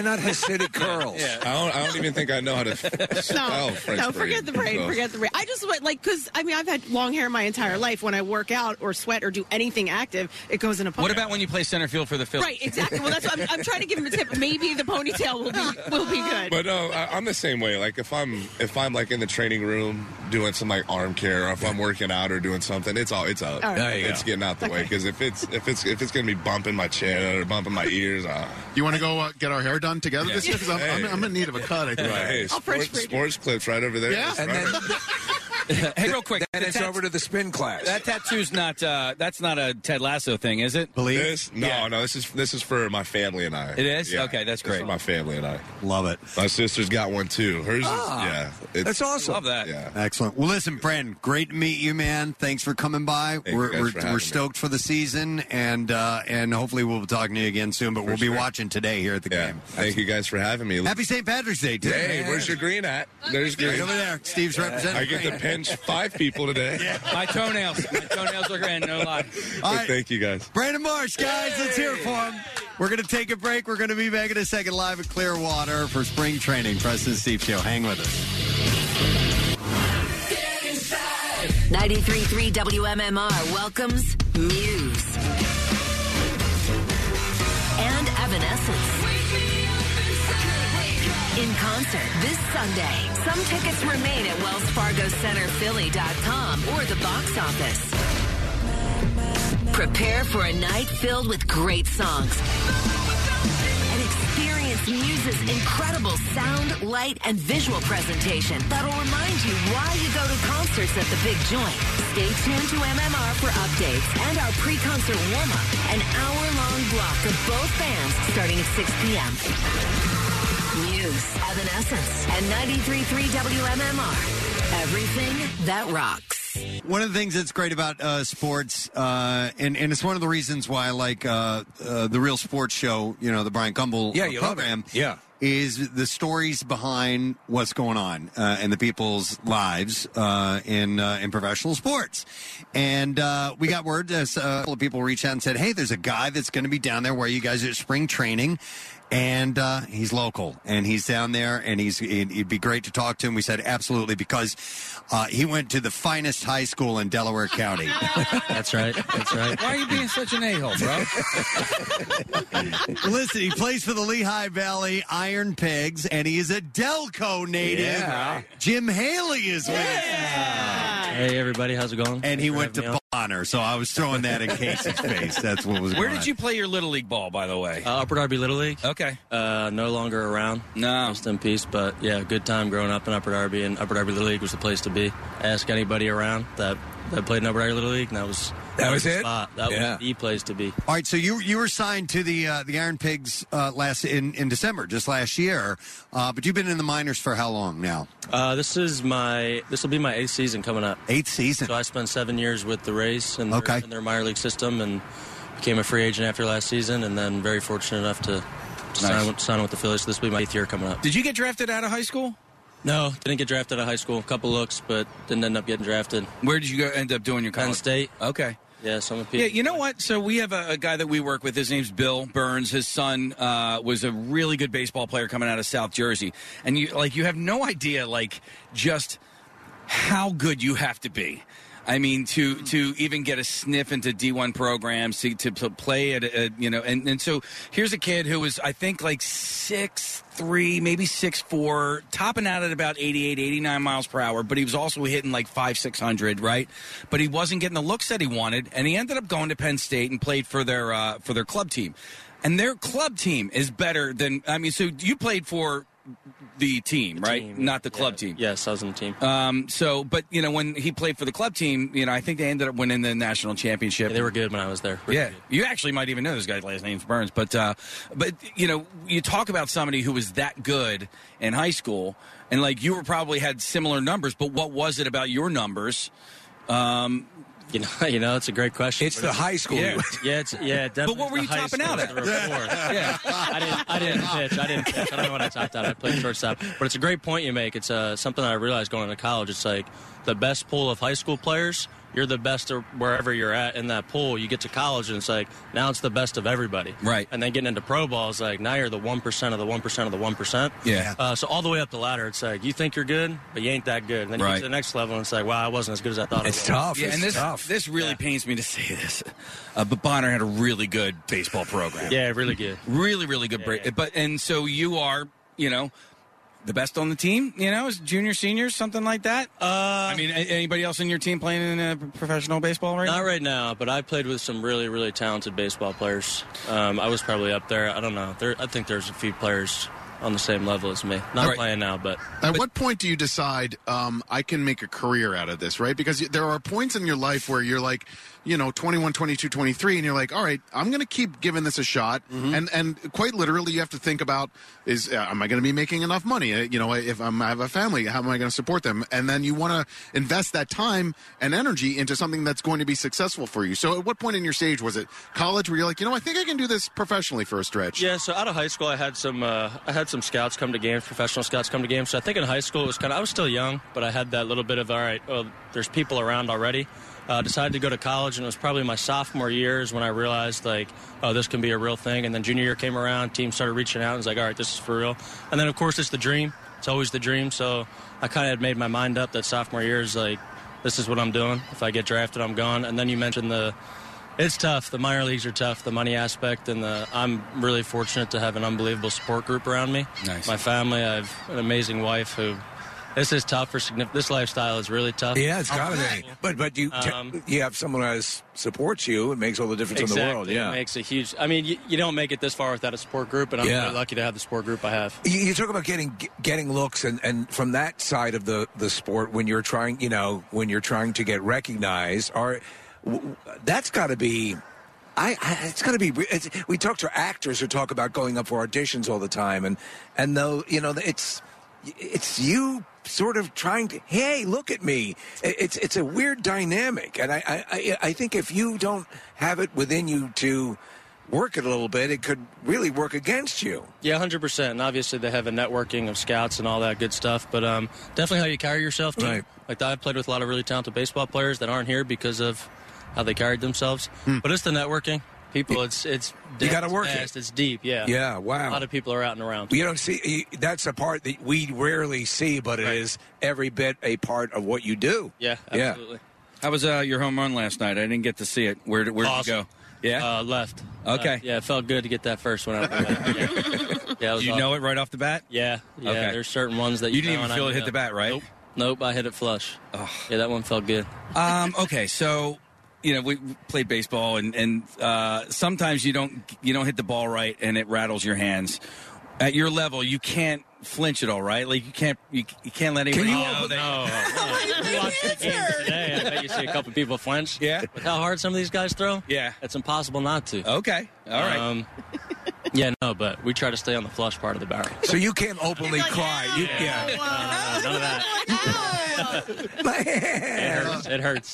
not Hasidic curls?
I don't. I don't even think I know how to spell
No,
Oh, French
no, forget the braid.
so.
Forget the braid. I just went like because I mean I've had long hair my entire life. When I work out or sweat or do anything active, it goes in a ponytail.
What about when you play center field for the Phillies?
Right, exactly. Well, that's what I'm, I'm trying to give him a tip. Maybe the ponytail will be will be good.
But no, I, I'm the same way. Like if I'm if I'm like in the training room doing some like arm care, or if I'm working out or doing something, it's all it's up.
All right. There you
It's
go.
getting out the way because if it's if it's if it's gonna be bumping my chin or bumping my ears, uh,
You want to go uh, get our hair done together this year? Because I'm, I'm,
Hey.
I'm in need of a cut. I
right,
think.
hey, sports, sports clips right over there.
Yeah.
Right over-
hey, real quick,
Then
the
it's
tat-
over to the spin class.
That tattoo's not. Uh, that's not a Ted Lasso thing, is it?
This? No, no. This is this is for my family and I.
It is? Okay,
this
that's
is
great.
for my family and I
love it.
My sister's got one too. Hers,
Ah,
is, yeah.
that's awesome. Love
that.
Yeah.
Excellent. Well, listen, Brandon, great to meet you, man. Thanks for coming by.
you
we're
guys
we're,
for having
we're
me.
stoked for the season, and uh, and hopefully we'll be talking to you again soon. But
For
we'll be
sure.
watching today here at the game.
Thank you guys for having me.
Happy St. Patrick's Day, too.
Hey, where's your green at? There's green
Right over there. Steve's representing
I get
green.
to pinch five people today.
My toenails. My toenails are grand. No lie.
All
But
right.
Thank you guys.
Brandon Marsh, guys, let's hear it for him. We're going to take a break. We're going to be back in a second live at Clearwater for spring training. Preston and Steve Show. Hang with us.
93.3 WMMR welcomes Muse and Evanescence in concert this Sunday. Some tickets remain at wellsfargocenterphilly.com or the box office. Prepare for a night filled with great songs, an Experience Muse's incredible sound, light, and visual presentation that'll remind you why you go to concerts at the Big Joint. Stay tuned to MMR for updates and our pre-concert warm-up, an hour-long block of both bands starting at 6 p.m. Muse, Evanescence, and 93.3 WMMR. Everything that rocks.
One of the things that's great about uh, sports, uh, and, and it's one of the reasons why I like uh, uh, the real sports show, you know, the Brian Cumble
Yeah,
uh,
you love it.
program.
Yeah.
Is the stories behind what's going on uh, and the people's lives uh, in uh, in professional sports, and uh, we got word. Uh, a couple of people reached out and said, "Hey, there's a guy that's going to be down there where you guys are at spring training, and uh, he's local and he's down there and he's it, it'd be great to talk to him we said absolutely because uh, he went to the finest high school in delaware county that's right that's right
Why are you being such an a-hole, bro?
listen he plays for the lehigh valley iron pigs and he is a delco native
Yeah.
jim haley is with us
Hey everybody, how's it going?
and he went to bonner so i was throwing that in casey's
Casey's
face that's what was
Where
going
did
on.
you play your little league ball, by the way? Uh, Upper Darby Little League. Okay. Uh, no longer around. No. Rest in peace. But yeah, good time growing up in Upper Darby, and Upper Darby Little League was the place to be. Ask anybody around that that played in Upper Darby Little League, and that was that, was, the
it?
Spot. That
Yeah.
was the place to be.
All right, so you you were signed to the uh, the Iron Pigs uh, last in, in December, just last year, uh, but you've been in the minors for how long now?
Uh, this is my this will be my eighth season coming up.
Eighth season.
So I spent seven years with the Rays and their,
Okay.
and their minor league system, and became a free agent after last season, and then very fortunate enough to sign, with- sign with the Phillies. So this will be my eighth year coming up.
Did you get drafted out of high school?
No, didn't get drafted out of high school. A couple looks, but didn't end up getting drafted.
Where did you go, end up doing your college?
Penn State.
Okay.
Yeah, so I'm a P.
Yeah, you know what? So we have a, a guy that we work with. His name's Bill Burns. His son uh, was a really good baseball player coming out of South Jersey, and you like you have no idea like just how good you have to be. I mean, to to even get a sniff into D one programs, to, to to play at a, you know, and and so here's a kid who was I think like six three, maybe six four, topping out at about 88, 89 miles per hour, but he was also hitting like five six hundred, right? But he wasn't getting the looks that he wanted, and he ended up going to Penn State and played for their uh, for their club team, and their club team is better than I mean. So you played for the team, right? Not the club team.
Yes, I was on the team.
Um, so, but you know, when he played for the club team, you know, I think they ended up winning the national championship.
they were good when I was there.
yeah, you actually might even know this guy's last name's Burns, but uh, but you know, you talk about somebody who was that good in high school, and like you were probably had similar numbers, but what was it about your numbers?
Um, you know, you know, it's a great question.
It's the high school.
Yeah, yeah, it's, yeah, it definitely.
But what were
the
you
high
topping
school.
out
It's
at?
the rapport.
Yeah.
I didn't. I didn't pitch. I didn't pitch. I don't know what I topped out. at. I played shortstop. But it's a great point you make. It's uh, something I realized going into college. It's like the best pool of high school players. You're the best of wherever you're at in that pool. You get to college and it's like now it's the best of everybody.
Right.
And then getting into pro ball is like now you're the one percent of the one percent of the one percent.
Yeah.
Uh, so all the way up the ladder, it's like you think you're good, but you ain't that good. And then you
Right.
get to the next level, and it's like, wow, I wasn't as good as I thought. I was.
Yeah, and this this really pains me to say this, uh, but Bonner had a really good baseball program.
Yeah, really good.
really really good. break. But and so you are, you know, the best on the team. You know, as junior, senior, something like that. Uh, I mean, a- anybody else in your team playing in uh, professional baseball right now?
Not right now, but I played with some really, really talented baseball players. Um, I was probably up there. I don't know. There, I think there's a few players on the same level as me. Not playing now, but
At what point do you decide um, I can make a career out of this, right? Because there are points in your life where you're like, you know, 21, 22, 23, and you're like, all right, I'm going to keep giving this a shot. And and quite literally, you have to think about is uh, am I going to be making enough money? Uh, You know, if I'm, I have a family, how am I going to support them? And then you want to invest that time and energy into something that's going to be successful for you. So, at what point in your stage was it college where you're like, you know, I think I can do this professionally for a stretch?
Yeah, so out of high school, I had some uh, I had some scouts come to games, professional scouts come to games. So I think in high school it was kind of I was still young, but I had that little bit of all right. Oh, there's people around already. Uh, decided to go to college, and it was probably my sophomore year is when I realized like, oh, this can be a real thing. And then junior year came around, team started reaching out, and was like, all right, this is for real. And then of course it's the dream. It's always the dream. So I kind of had made my mind up that sophomore year is like, this is what I'm doing. If I get drafted, I'm gone. And then you mentioned the it's tough. The minor leagues are tough. The money aspect, and the I'm really fortunate to have an unbelievable support group around me.
Nice.
My family. I have an amazing wife who This is tough for significant. This lifestyle is really tough.
Yeah, it's gotta
comedy.
be. But but you te- you have someone who has, supports you. It makes all the difference
exactly.
in the world. Yeah.
It makes a huge. I mean, you, you don't make it this far without a support group, and I'm
Yeah.
really lucky to have the support group I have.
You, you talk about getting getting looks, and, and from that side of the, the sport, when you're trying, you know, when you're trying to get recognized, are w- w- that's got to be. I, I it's got to be. re- It's, we talk to actors who talk about going up for auditions all the time, and and though you know it's it's you sort of trying to hey look at me It- it's it's a weird dynamic and I, I I- i think if you don't have it within you to work it a little bit it could really work against you
Yeah, hundred percent. And obviously, they have a networking of scouts and all that good stuff. But um, definitely how you carry yourself, too.
Right.
Like I've played with a lot of really talented baseball players that aren't here because of how they carried themselves.
Hmm.
But it's the networking, people. It's it's
You gotta
it's
work it.
fast, It's deep. Yeah.
Yeah, wow.
A lot of people are out and around.
You don't see you- that's a part that we rarely see, but it is every bit a part of what you do.
Yeah,
absolutely.
How was uh, your home run last night? I didn't get to see it. Where did, where did you
Awesome.
go? Yeah,
uh, left.
Okay.
Uh, yeah, it felt good to get that first one out. Of the way. yeah. yeah it was
you
awesome.
know it right off the bat.
Yeah, yeah.
Okay.
There's certain ones that
You
you,
didn't
know
even
and I
feel it hit
know.
the bat, right?
Nope. Nope, I hit it flush. Yeah, that one felt good.
Um, okay, so you know we we played baseball, and and uh, sometimes you don't you don't hit the ball right, and it rattles your hands. At your level, you can't flinch at all, right? Like you can't you, you can't let anybody know that.
Today, I bet you see a couple people flinch.
Yeah.
With how hard some of these guys throw?
Yeah.
It's impossible not to.
Okay. All right.
Um, yeah, no, but we try to stay on the flush part of the barrel.
So you can't openly cry. You, yeah.
uh,
No, none of that. It hurts. It hurts.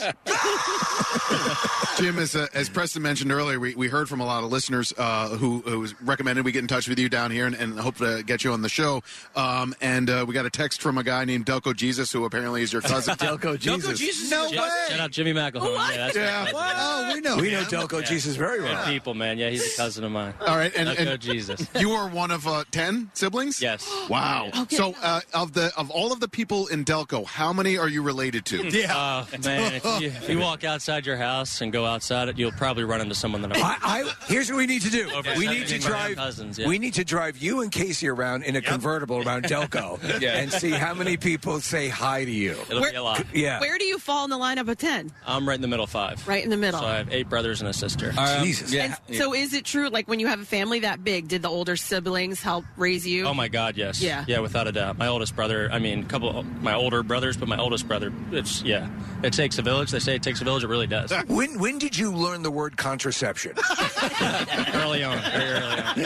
Jim, as, uh, as Preston mentioned earlier, we, we heard from a lot of listeners uh, who, who was recommended we get in touch with you down here and, and hope to get you on the show. Um, and uh, we got a text from a guy named Delco Jesus, who apparently is your cousin.
Delco Jesus. Jesus
No
Shout- Shout out Jimmy McElhone. Yeah, that's
Yeah.
my cousin.
Oh, we know We know him. Delco Jesus very well.
Good people, man. Yeah, he's a cousin of mine.
All right, and,
Delco
and
Jesus.
you are one of uh, ten siblings.
Yes.
Wow.
Yeah. Okay.
So, uh, of the of all of the people in Delco, how many are you related to?
Oh, man, if you, if you walk outside your house and go outside it, you'll probably run into someone that
I, I, here's what we need to do.
Over
we need to
17
drive.
cousins, yeah.
We need to drive you and Casey around in a convertible around Delco,
Yeah.
and see how many people say hi to you.
It'll be a lot.
Yeah.
Where do you fall in the lineup of 10?
I'm right in the middle five.
Right in the middle.
So I have eight brothers and a sister.
Jesus. Yeah.
So is it true, like, when you have a family that big, did the older siblings help raise you?
Oh my God, yes.
Yeah.
Yeah, without a doubt. My oldest brother, I mean, a couple my older brothers, but my oldest brother, it's yeah. It takes a village. They say it takes a village, it really does.
When when did you learn the word contraception?
early on, very early on.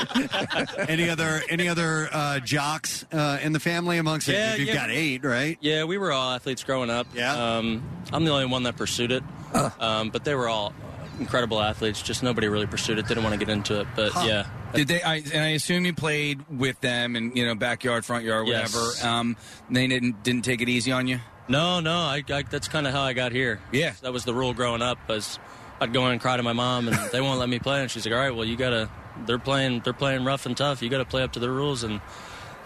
any other any other uh, jocks uh, in the family amongst you? If You've got eight, right?
Yeah, we were all athletes growing up. Yeah. Um, I'm the only one that pursued it. Um, but they were all incredible athletes. Just nobody really pursued it. Didn't want to get into it. But yeah.
Did they? I, and I assume you played with them, and you know, backyard, front yard,
Yes.
whatever. Um, they didn't didn't take it easy on you.
No, no. I, I that's kind of how I got here. Yeah. That was the rule growing up. Was I'd go in and cry to my mom, and they won't let me play. And she's like, "All right, well, you gotta. They're playing. They're playing rough and tough. You gotta play up to the rules." And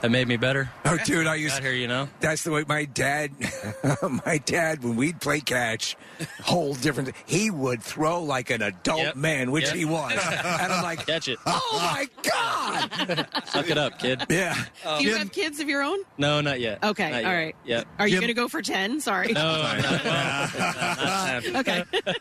that made me better.
Oh, dude, I used
got here. You know.
That's the way my dad, my dad, when we'd play catch, whole different. He would throw like an adult man, which
Yep.
he was, and I'm like,
catch it.
Oh my god!
Suck it up, kid.
Yeah.
Um,
Do you have kids of your own?
No, not yet.
Okay,
Not
all
yet.
right.
Yep.
Are you going to go for 10? Sorry. okay.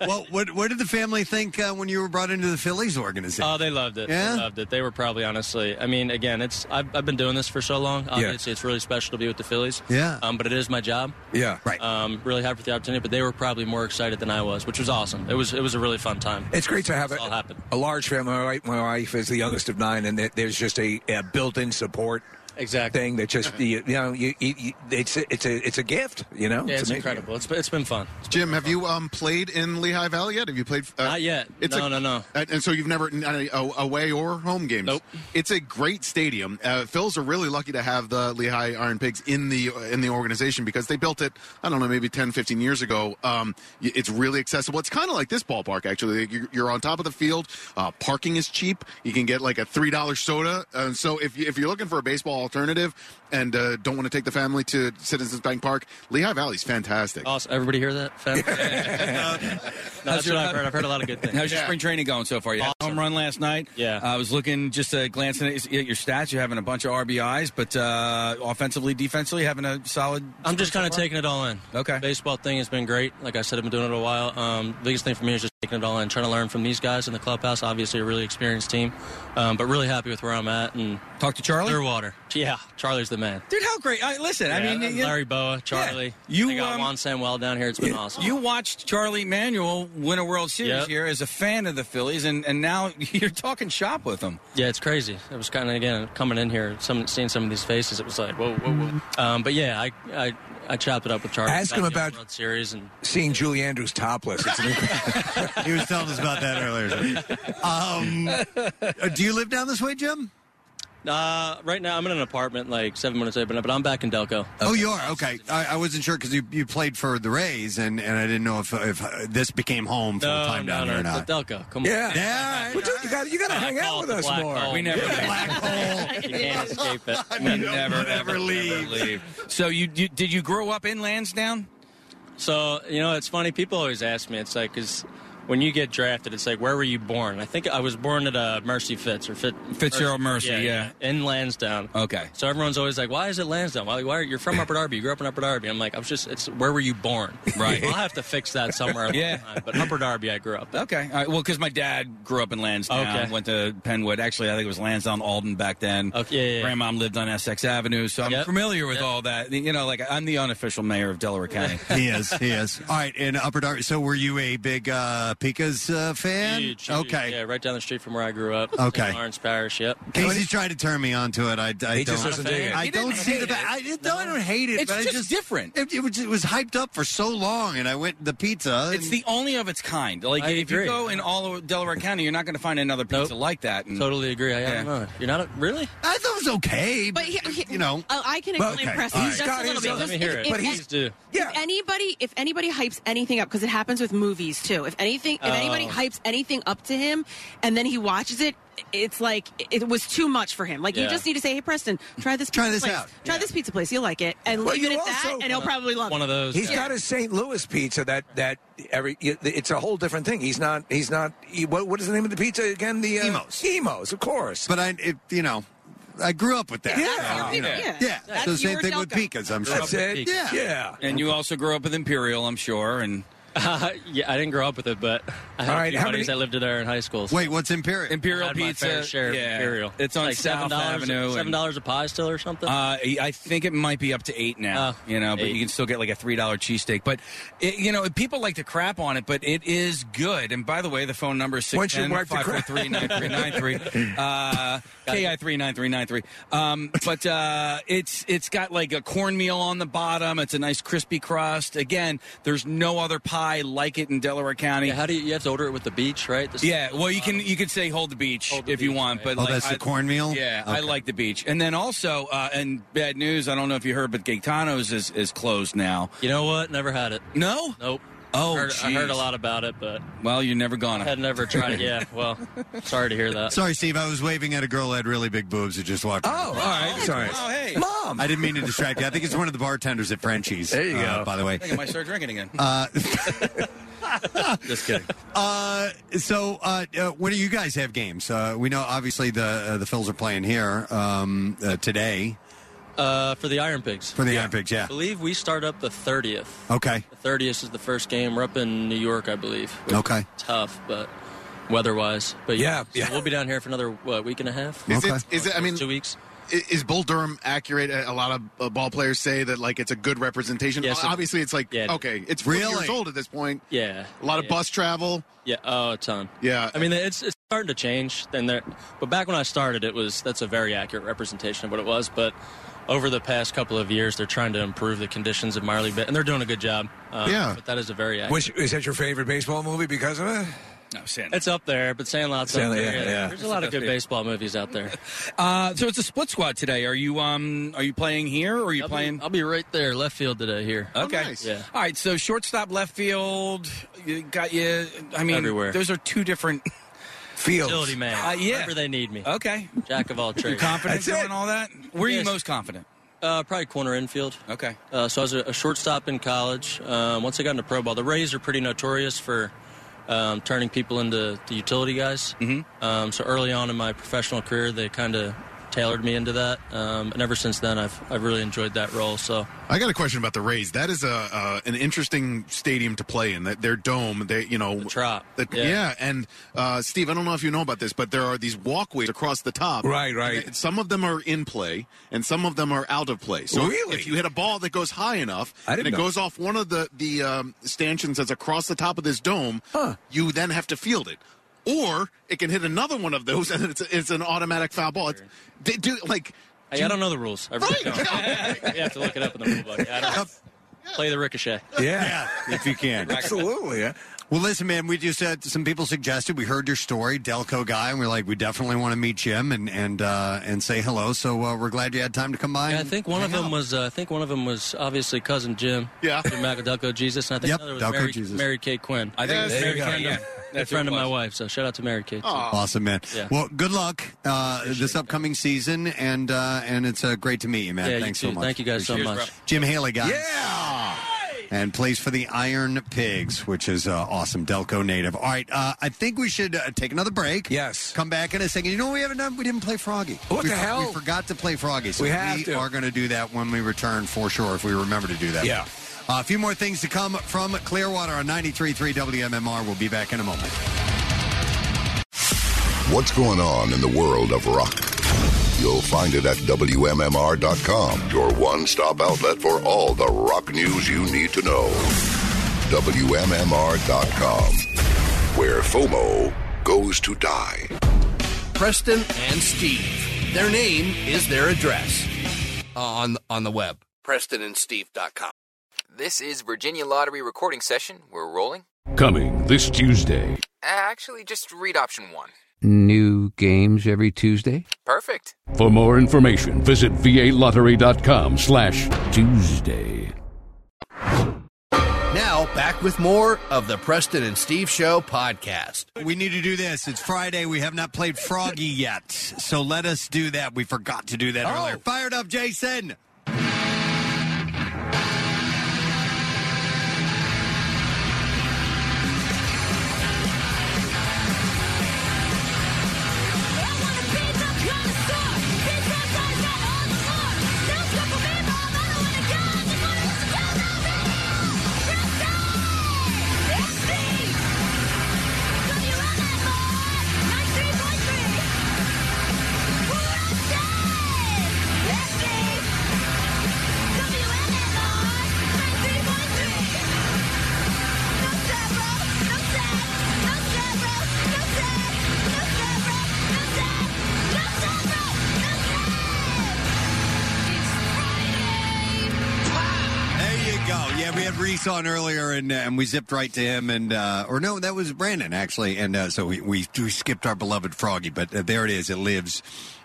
well, what what did the family think uh, when you were brought into the Phillies organization?
Oh, they loved it.
Yeah?
They loved it. They were probably honestly. I mean, again, it's I've, I've been doing this for so long. Obviously, it's really special to be with the Phillies.
Yeah.
Um, but it is my job.
Yeah.
Right.
Um, really happy with the opportunity. But they were probably more excited than I was, which was awesome. It was it was a really fun time.
It's great to have
it all happen.
a large family. My wife, my wife is the youngest of nine, and there- there's just a, a built-in support
exactly
thing that just you, you know you, you, you- it's a, it's a it's a gift. You know,
Yeah, it's
amazing.
incredible. It's it's been fun.
Jim, have you um, played in Lehigh Valley yet? Have you played? Uh,
Not yet. No, no, no.
And, and so you've never n- uh, a- away or home games. Nope. It's a great stadium. Uh, Phils are really lucky to have the Lehigh Iron Pigs in the in the organization because they built it. I don't know, maybe 10, 15 years ago. Um, y- it's really accessible. It's kind of like this ballpark actually. Like, You're, you're on top of the Uh, field. Uh, parking is cheap. You can get like a three dollar soda. And so if you, if you're looking for a baseball alternative and uh, don't want to take the family to Citizens Bank Park, Lehigh Valley's fantastic.
Awesome. Everybody hear that? Fan- No, that's what I've heard. I've heard a lot of good things.
How's your spring training going so far? You had a home run last night. Yeah, I was looking just uh, glancing at at your stats. You're having a bunch of RBIs, but uh, offensively, defensively, having a solid.
I'm just kind of taking it all in. Okay. Baseball thing has been great. Like I said, I've been doing it a while. Um, biggest thing for me is just taking it all in, trying to learn from these guys in the clubhouse. Obviously, a really experienced team, um, but really happy with where I'm at. And
talk to Charlie.
Clearwater. Yeah, Charlie's the man.
Dude, how great! I, listen, I
Yeah,
mean, you-
Larry Boa, Charlie.
You,
they got
um,
Juan Samuel down here. It's been awesome.
You watched Charlie Manuel win a World Series
Yep.
here as a fan of the Phillies, and, and now you're talking shop with him.
Yeah, it's crazy. It was kind of again coming in here, some seeing some of these faces. It was like whoa, whoa, whoa. Um, but yeah, I, I I chopped it up with Charlie.
Ask him
the
about-
World Series and
Seeing Julie Andrews topless. It's an
he was telling us about that earlier. Um, uh, do you live down this way, Jim?
uh, right now I'm in an apartment like seven minutes away, but but I'm back in Delco.
Oh, you are okay. I, I wasn't sure because you, you played for the Rays, and, and I didn't know if if uh, this became home full time
no,
down
no,
here or
no,
not.
Delco, come on.
Yeah. Yeah,
Well, dude, you got you got to hang out with us
black
more.
hole. We never Yeah.
black
Oh,
hole.
You can't escape it.
We
uh,
never, ever leave. So you, you did you grow up in Lansdowne?
So you know, it's funny. People always ask me. It's like because when you get drafted, it's like where were you born? I think I was born at uh, Mercy Fitz or Fit,
Fitzgerald Mercy, yeah.
in Lansdowne.
Okay.
So everyone's always like, "Why is it Lansdowne? Why? why are, you're from Upper Darby. You grew up in Upper Darby." I'm like, "I was just. It's where were you born?
Right.
I'll have to fix that somewhere.
Yeah.
Time. But Upper Darby, I grew up.
Okay. All right. Well, because my dad grew up in Lansdowne,
Okay.
went to Penwood. Actually, I think it was Lansdowne, Alden back then.
Okay. Yeah, yeah.
Grandmom lived on Essex Avenue, so I'm
Yep.
familiar with all that. You know, like I'm the unofficial mayor of Delaware County.
he is. He is. All right, in Upper Darby. So, were you a big uh, Pika's uh, fan?
Huge, huge.
okay.
Yeah, right down the street from where I grew up.
Okay.
St. Lawrence Parish. Yep.
Casey's trying to turn me onto it. I, I
He
don't.
just doesn't dig it.
I
He
don't
didn't
see the.
hate
Ba- I, it- no, I don't hate it.
It's
but I
just different.
It, it was, it was hyped up for so long, and I went the pizza.
It's the only of its kind. Like
I
if
agree.
you go in all of Delaware County, you're not going to find another pizza like that. And,
totally agree. I don't know. You're not a, really.
I thought it was okay,
but,
you know.
Oh, I can explain press just a little bit.
Let me hear it.
If, if, if anybody, if anybody hypes anything up, because it happens with movies too. If anything, if anybody
Oh.
hypes anything up to him, and then he watches it, it's like it was too much for him. Like you
Yeah.
just need to say, "Hey, Preston, try this.
Try
pizza
this
place.
out."
Try this pizza place. You'll like it." And
Well,
leave it
you
at that,
also-
and he'll probably love it.
He's got his St. Louis pizza. That that every it's a whole different thing. He's not he's not. He, what what is the name of the pizza again? The uh, Emos. Emos, of course.
But I, it, you know, I grew up with that.
Yeah,
so, you know. yeah. So the same thing with Pika's. I'm sure.
That's it.
Yeah.
And you also grew up with Imperial, I'm sure. And
Uh, yeah, I didn't grow up with it, but I had
All
a
right,
few
how
buddies
many-
that lived there in high school.
Wait, what's Imperial?
Imperial
I had my
Pizza.
fair share of
yeah.
Imperial.
It's on
Like
South
$7
Avenue. and-
Seven dollars a pie still or something.
Uh, I think it might be up to eight now. you know, but you can still get like a three dollar cheesesteak. But it, you know, people like to crap on it, but it is good. And by the way, the phone number is
Once you
610
wipe the crap-
543 Ki Uh, three nine three nine three. Um, but uh, it's it's got like a cornmeal on the bottom. It's a nice crispy crust. Again, there's no other pie like it in Delaware County.
how do you, you have to order it with the beach, right? The-
yeah, well, you can you can say um, hold the beach if you want, but
Oh,
like,
that's the
I-
cornmeal?
Yeah, I
Okay.
like the beach. And then also, uh, and bad news. I don't know if you heard, but Gaetano's is is closed now.
You know what? Never had it.
No.
Nope.
Oh,
heard, I heard a
jeez.
lot about it, but
Well, you're never
I
gonna.
had never tried it. Yeah, well, sorry to hear that.
Sorry, Steve. I was waving at a girl that had really big boobs who just walked. Oh, all
right.
Sorry.
Oh, hey. Mom.
I didn't mean to distract you. I think it's one of the bartenders at Frenchie's.
There you
uh,
go.
By the
I
way.
think I might start drinking again.
Uh,
Just kidding.
Uh, so, uh, uh, when do you guys have games? Uh, we know obviously the uh, the Phils are playing here um, uh, today
Uh, for the Iron Pigs.
for the Iron Pigs.
I
Yeah.
believe we start up the thirtieth.
Okay.
The thirtieth is the first game. We're up in New York, I believe. which is
Okay.
Tough, but weather-wise, but yeah, yeah. we'll be down here for another what, week and a half.
Is it? Is it? I mean,
two weeks.
Is Bull Durham accurate? A a lot of uh, ball players say that like it's a good representation.
Yes, it-
Obviously, it's like
Yeah, it-
okay, it's 40 years
Really?
old at this point.
Yeah.
A lot of
Yeah.
bus travel.
Yeah, oh, a ton.
Yeah.
I mean, it's it's starting to change. Then there, but back when I started, it was that's a very accurate representation of what it was. But over the past couple of years, they're trying to improve the conditions of minor league, ba- and they're doing a good job. Um,
Yeah.
but that is a very accurate.
Which, is that your favorite baseball movie because of it?
No, Sandlot.
it's up there, but Sandlot's up
Sandlot,
there.
yeah, yeah.
There's a lot of good baseball movies out there.
Uh, so it's a split squad today. Are you um are you playing here or are you playing?
I'll be right there, left field today. Here. Oh,
Okay.
Yeah.
All right. So shortstop, left field, you got you. I mean,
Everywhere.
Those are two different.
Fields.
Utility man.
Uh, yeah.
Wherever they need me.
Okay.
Jack of all trades.
You're confident doing all that? Where are you
Yes.
most confident?
Uh, probably corner infield.
Okay.
Uh, so I was a, a shortstop in college. Um, once I got into pro ball, the Rays are pretty notorious for um, turning people into the utility guys. Mm-hmm. Um, so early on in my professional career, they kind of tailored me into that, um, and ever since then, I've I've really enjoyed that role. So
I got a question about the Rays. That is a uh, an interesting stadium to play in. That their dome, they you know, the
trop.
yeah.
yeah.
and uh, Steve, I don't know if you know about this, but there are these walkways across the top.
Right, right.
And some of them are in play, and some of them are out of play. So
Really?
if you hit a ball that goes high enough,
I didn't
and it
know.
goes off one of the the um, stanchions that's across the top of this dome, you then have to field it. Or it can hit another one of those, and it's, it's an automatic foul ball. It's, they do like.
Hey, I don't know the rules. I really don't. you have to look it up in the rule book. I don't play the ricochet.
Yeah, if you can.
Absolutely. Yeah.
Well, listen, man, we just had some people suggested. We heard your story, Delco guy, and we're like, we definitely want to meet Jim and and uh, and say hello. So uh, we're glad you had time to come by.
Yeah, I
and
think one
hang
of them
out.
was uh, I think one of them was obviously cousin Jim.
Yeah,
Jim Macadelco Jesus, and I think
Yep,
another was
Delco
Mary,
Jesus.
Mary Kay Quinn.
I think it was There Mary you go, Kay, yeah. yeah.
a
That's
friend
who
of
it
my
was.
wife. So shout out to Mary Kay. too.
Awesome, man.
Yeah.
Well, good luck uh, this upcoming season, and uh, and it's uh, great to meet you, man.
Yeah, you
Thanks
too.
so much.
Thank you guys so
Appreciate it.
much.
Jim Haley, guys.
Yeah.
Oh, And plays for the Iron Pigs, which is uh, awesome. Delco native. All right, uh, I think we should uh, take another break. Yes. Come back in a second. You know what we haven't done? We didn't play Froggy.
What
we,
the hell?
We forgot to play Froggy. So
We
we,
have to.
are going to do that when we return for sure, if we remember to do that.
Yeah.
Uh, a few more things to come from Clearwater on 93.3 WMMR. We'll be back in a moment.
What's going on in the world of rock? You'll find it at WMMR.com, your one stop outlet for all the rock news you need to know. WMMR.com, where FOMO goes to die.
Preston and Steve. Their name is their address Uh, on on the web. PrestonandSteve.com.
This is Virginia Lottery recording session. We're rolling.
Coming this Tuesday.
Uh, actually, just read option one.
New games every Tuesday?
Perfect.
For more information, visit valottery.com slash Tuesday.
Now back with more of the Preston and Steve Show podcast.
We need to do this. It's Friday. We have not played Froggy yet. So let us do that. We forgot to do that earlier. Fired up, Jason. There you go. Yeah, we had Reese on earlier, and uh, and we zipped right to him, and uh, or no, that was Brandon actually, and uh, so we, we we skipped our beloved Froggy, but uh, there it is. It lives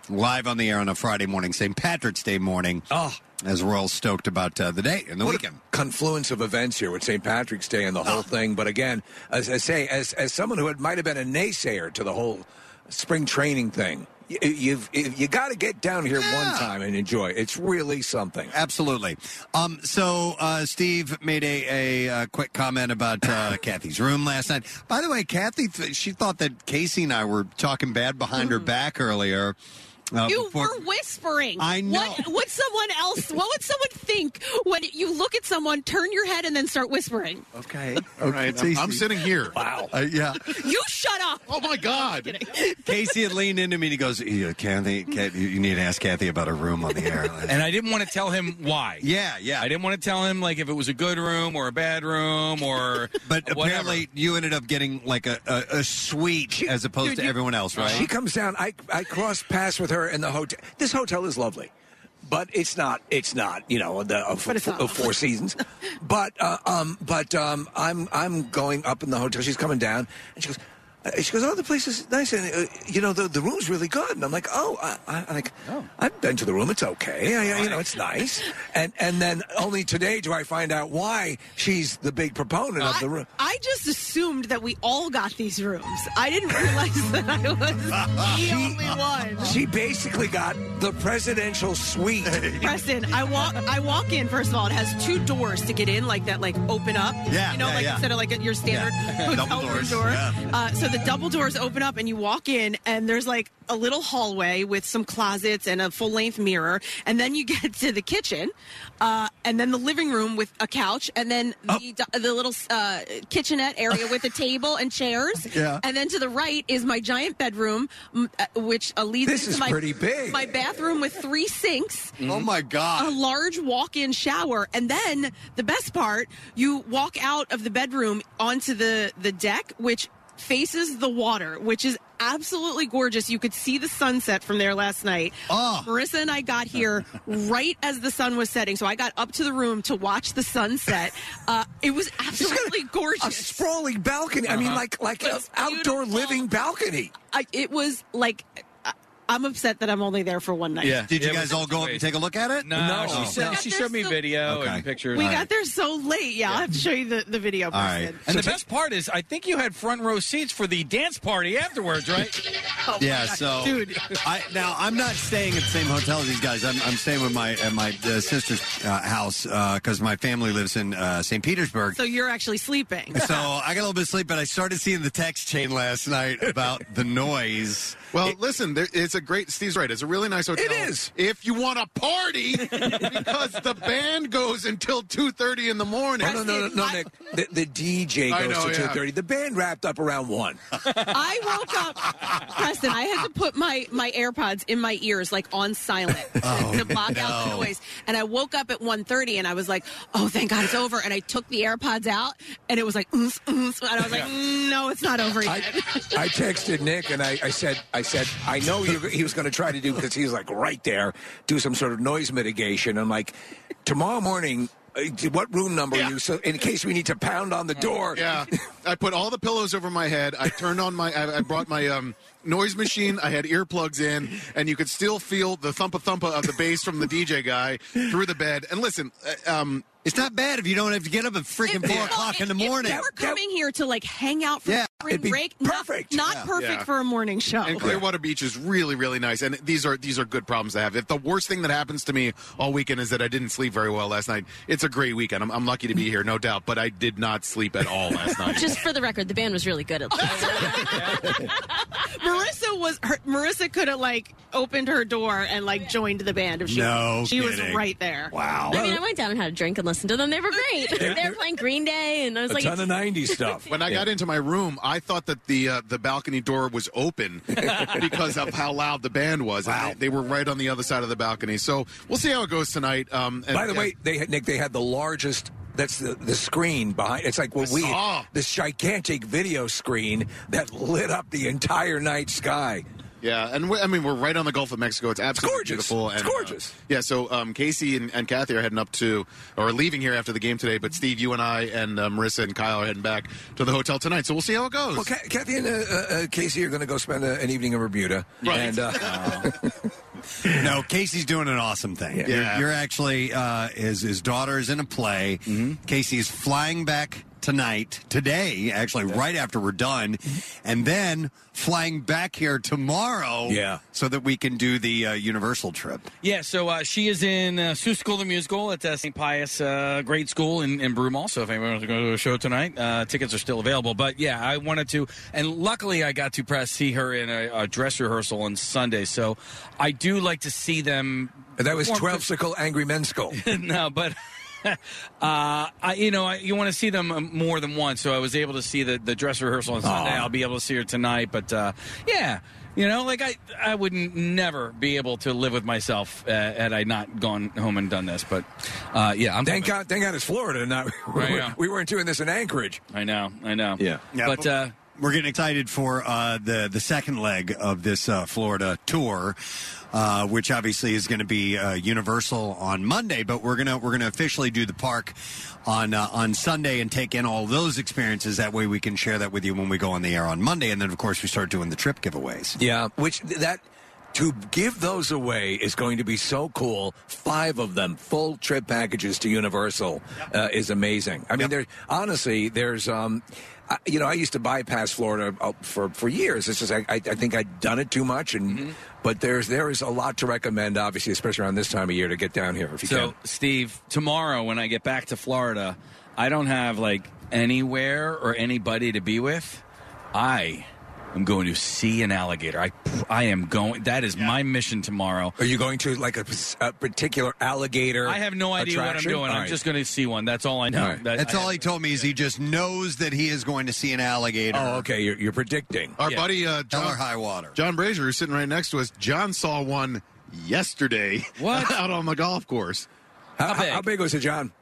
live on the air on a Friday morning, St. Patrick's Day morning. Oh, as we're all stoked about uh, the day and the
What a
weekend.
confluence of events here with St. Patrick's Day and the whole thing. But again, as I say, as as someone who had, might have been a naysayer to the whole spring training thing, you, you've you got to get down here one time and enjoy. It's really something.
Absolutely. Um, so uh, Steve made a, a, uh quick comment about uh, Kathy's room last night. By the way, Kathy, th- she thought that Casey and I were talking bad behind
Mm-hmm.
her back earlier. Uh,
you
before-
were whispering.
I know.
What would someone else? What would someone think when you look at someone, turn your head, and then start whispering?
Okay.
All right. I'm, I'm sitting here.
Wow.
Oh, Uh, yeah.
You shut up.
Oh my God.
Casey had leaned into me and he goes, "Yeah, Kathy, Kat, you you need to ask Kathy about her room on the air.
And I didn't want to tell him why.
Yeah, yeah.
I didn't want to tell him like if it was a good room or a bad room or.
but apparently, you ended up getting like a, a, a suite as opposed
Dude,
to
you-
everyone else, right?
She comes down. I I cross paths with her in the hotel. This hotel is lovely, but it's not. It's not. You know the of,
But it's not
of Four Seasons. but uh, um, but um, I'm I'm going up in the hotel. She's coming down, and she goes. Uh, She goes, "Oh, the place is nice, and uh, you know the the room's really good." And I'm like, "Oh, I, I I'm like
Oh.
I've been to the room. It's okay. I, I- you know, it's nice." And and then only today do I find out why she's the big proponent of the room.
I just assumed that we all got these rooms. I didn't realize that I was the only one.
She basically got the presidential suite.
Preston, I walk. I walk in. First of all, it has two doors to get in, like that, like open up.
Yeah,
you know,
yeah,
like
yeah.
instead of like your standard
Yeah.
hotel
Double
room
doors,
door.
yeah.
Uh, so the double doors open up, and you walk in, and there's like a little hallway with some closets and a full length mirror, and then you get to the kitchen, uh, and then the living room with a couch, and then
Oh.
the the, the little uh, kitchenette area with a table and chairs.
Yeah.
And then to the right is my giant bedroom, m- uh, which uh, leads
This
into
is
my
pretty big.
my bathroom with three sinks.
Oh,
Mm-hmm.
my God.
A large walk-in shower, and then the best part: you walk out of the bedroom onto the the deck, which faces the water, which is absolutely gorgeous. You could see the sunset from there last night.
Ah.
Oh. Marissa and I got here right as the sun was setting, so I got up to the room to watch the sunset. Uh, it was absolutely gorgeous.
A sprawling balcony. I mean,
Uh-huh.
like like
But
an
it's
outdoor living balcony.
I, it was like I, I'm upset that I'm only there for one night.
Did you guys all go up and take a look at it?
Uh-huh. No, she, said, she showed me video and pictures.
We got there so late. Yeah, I'll
Mm-hmm.
have to show you the, the video. Preston.
And the best part is, I think you had front row seats for the dance party afterwards, right?
Oh,
yeah,
God.
so
Dude.
I now I'm not staying at the same hotel as these guys. I'm, I'm staying with my at my uh, sister's uh, house because my family lives in uh, St. Petersburg.
So you're actually sleeping.
so I got a little bit of sleep, but I started seeing the text chain last night about the noise.
Well, listen, there, it's a great. Steve's right. It's a really nice hotel. It is. If you want to party, because the band goes until two thirty in the morning.
No, no, no, no, no, Nick. The, the DJ
I
goes
know,
to
yeah.
two thirty. The band wrapped up around one.
I woke up, Preston. I had to put my my AirPods in my ears, like on silent,
Oh,
to block out the
no.
noise. And I woke up at 1.30 and I was like, "Oh, thank God it's over." And I took the AirPods out, and it was like, "Oons, oons," and I was like,
Yeah.
"Mm, "No, it's not over yet."
I texted Nick and I, I said, I said, I know you he was going to try to do because he was like right there, do some sort of noise mitigation. I'm like, tomorrow morning, uh, what room number are you? So in case we need to pound on the door.
Yeah, I put all the pillows over my head. I turned on my. I, I brought my um, noise machine. I had earplugs in, and you could still feel the thumpa thumpa of the bass from the DJ guy through the bed. And listen, uh, um,
it's not bad if you don't have to get up at freaking four o'clock in the morning.
If we were coming here to like hang out for
Yeah,
spring
it'd be
break, perfect. Not,
Yeah.
perfect
Yeah.
for a morning show.
And Clearwater Beach is really, really nice. And these are these are good problems to have. If the worst thing that happens to me all weekend is that I didn't sleep very well last night, it's a great weekend. I'm, I'm lucky to be here, no doubt. But I did not sleep at all last night.
Just for the record, the band was really good at
Marissa was her, Marissa could have like opened her door and like joined the band if she
No
she was
kidding.
right there.
Wow. I mean, I went down and had a drink and listened to them. They were great.
Yeah.
they were playing Green Day, and I was like, it's-
When I got into my room, I thought that the uh, the balcony door was open because of how loud the band was. Wow. They, they were right on the other side of the balcony. So we'll see how it goes tonight. Um, and-
By the way, they had, Nick, they had the largest. That's the, the screen behind. It's like what
I
we
saw.
this gigantic video screen that lit up the entire night sky.
Yeah, and we, I mean we're right on the Gulf of Mexico. It's absolutely
gorgeous.
beautiful.
It's
And,
gorgeous.
uh, yeah, so um, Casey and, and Kathy are heading up to or leaving here after the game today. But Steve, you and I and uh, Marissa and Kyle are heading back to the hotel tonight. So we'll see how it goes.
Well, Ca- Kathy and uh, uh, uh, Casey are going to go spend uh, an evening in Bermuda.
Right.
And, uh,
No, Casey's doing an awesome thing.
Yeah.
You're,
Yeah.
you're actually uh, his his daughter is in a play.
Mm-hmm.
Casey's flying back tonight, today, actually, right after we're done, and then flying back here tomorrow.
Yeah.
so that we can do the uh, Universal trip.
Yeah, so uh, she is in uh, Sioux School of Musical at uh, St. Pius uh, Grade School in, in Broomall. So if anyone wants to go to a show tonight, uh, tickets are still available. But yeah, I wanted to, and luckily I got to press see her in a, a dress rehearsal on Sunday. So I do like to see them.
And that was
perform-
12 Sickle Angry Men's School.
no, but uh, I, you know, I, you want to see them um, more than once. So I was able to see the, the dress rehearsal on Sunday. I'll be able to see her tonight. But uh, yeah, you know, like I, I would never be able to live with myself uh, had I not gone home and done this. But uh, yeah, I'm
thank God, thank God it's Florida and not,
I know.
we weren't doing this in Anchorage.
I know, I know.
Yeah.
but uh,
We're getting excited for uh, the the second leg of this uh, Florida tour, uh, which obviously is going to be uh, Universal on Monday. But we're gonna we're gonna officially do the park on uh, on Sunday and take in all those experiences. That way, we can share that with you when we go on the air on Monday. And then, of course, we start doing the trip giveaways.
Yeah, which that
to
give those away is going to be so cool. Five of them, full trip packages to Universal, uh, is amazing. I mean, there honestly, there's. Um, I, you know, I used to bypass Florida uh, for for years. It's just I, I, I think I'd done it too much, and but there's there is a lot to recommend, obviously, especially around this time of year to get down here if you
so,
can.
Steve, tomorrow when I get back to Florida, I don't have like anywhere or anybody to be with. I am going to see an alligator. I I am going. That is my mission tomorrow.
Are you going to like a, a particular alligator?
I have no idea
attraction?
what I'm doing.
All
I'm
right.
just going to see one. That's all I know. That-
That's
I-
all he told me is he just knows that he is going to see an alligator.
Oh, okay. You're, you're predicting.
Our buddy uh,
Hell or
John
high water.
John Brazier, who's sitting right next to us, John saw one yesterday. What out on the golf course?
How, big? how big was it, John?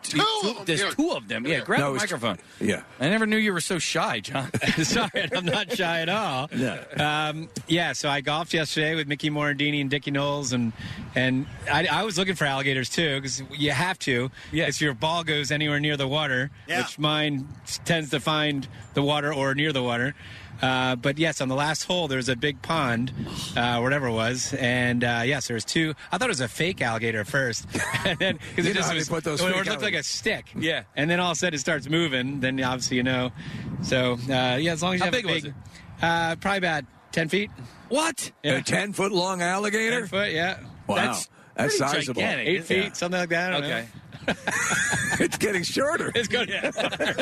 Two.
Two- there's two of them. Yeah, grab
No,
the
it's-
microphone.
Yeah.
I never knew you were so shy, John.
Sorry, I'm not shy at all.
Yeah.
Um, yeah, so I golfed yesterday with Mickey Morandini and Dickie Knowles, and and I, I was looking for alligators too because you have to. Yes. If your ball goes anywhere near the water, which mine tends to find the water or near the water. Uh, but yes, on the last hole there was a big pond, uh, whatever it was, and uh, yes, there was two. I thought it was a fake alligator at first, and then because
You
it
know
just
how they
was,
put those
or it
fake
looked like a
alligators.
stick.
Yeah.
And then all of a sudden it starts moving. Then obviously you know. So uh, yeah, as long as you have
How big
a
was
big, Uh, probably about ten feet.
What?
Yeah.
A ten foot long alligator?
10 foot, yeah.
Wow. That's,
pretty
sizable.
gigantic, Eight feet, something like that. I don't
Okay.
know.
it's getting shorter. It's
good.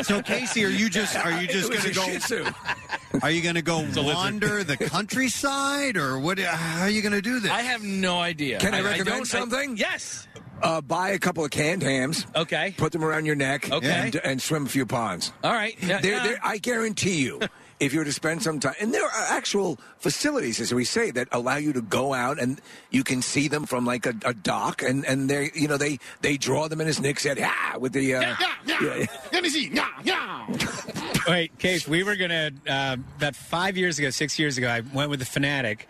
So Casey, are you just are you just
It was
going
a
to go?
Shih Tzu.
Are you going to go
a lizard.
wander the countryside, or what? uh, How are you going to do this?
I have no idea.
Can I,
don't-
recommend something?
yes.
Uh, buy a couple of canned hams.
Okay.
Put them around your neck.
Okay.
And, and swim a few ponds.
All right. Yeah,
There-
yeah.
there- I guarantee you, if you were to spend some time, and there are actual facilities, as we say, that allow you to go out and you can see them from like a, a dock, and and they, you know, they they draw them, and as Nick said, ah, with the uh, yeah.
Let me see. Yeah, yeah.
Wait, Case, we were gonna uh, about five years ago, six years ago. I went with the fanatic,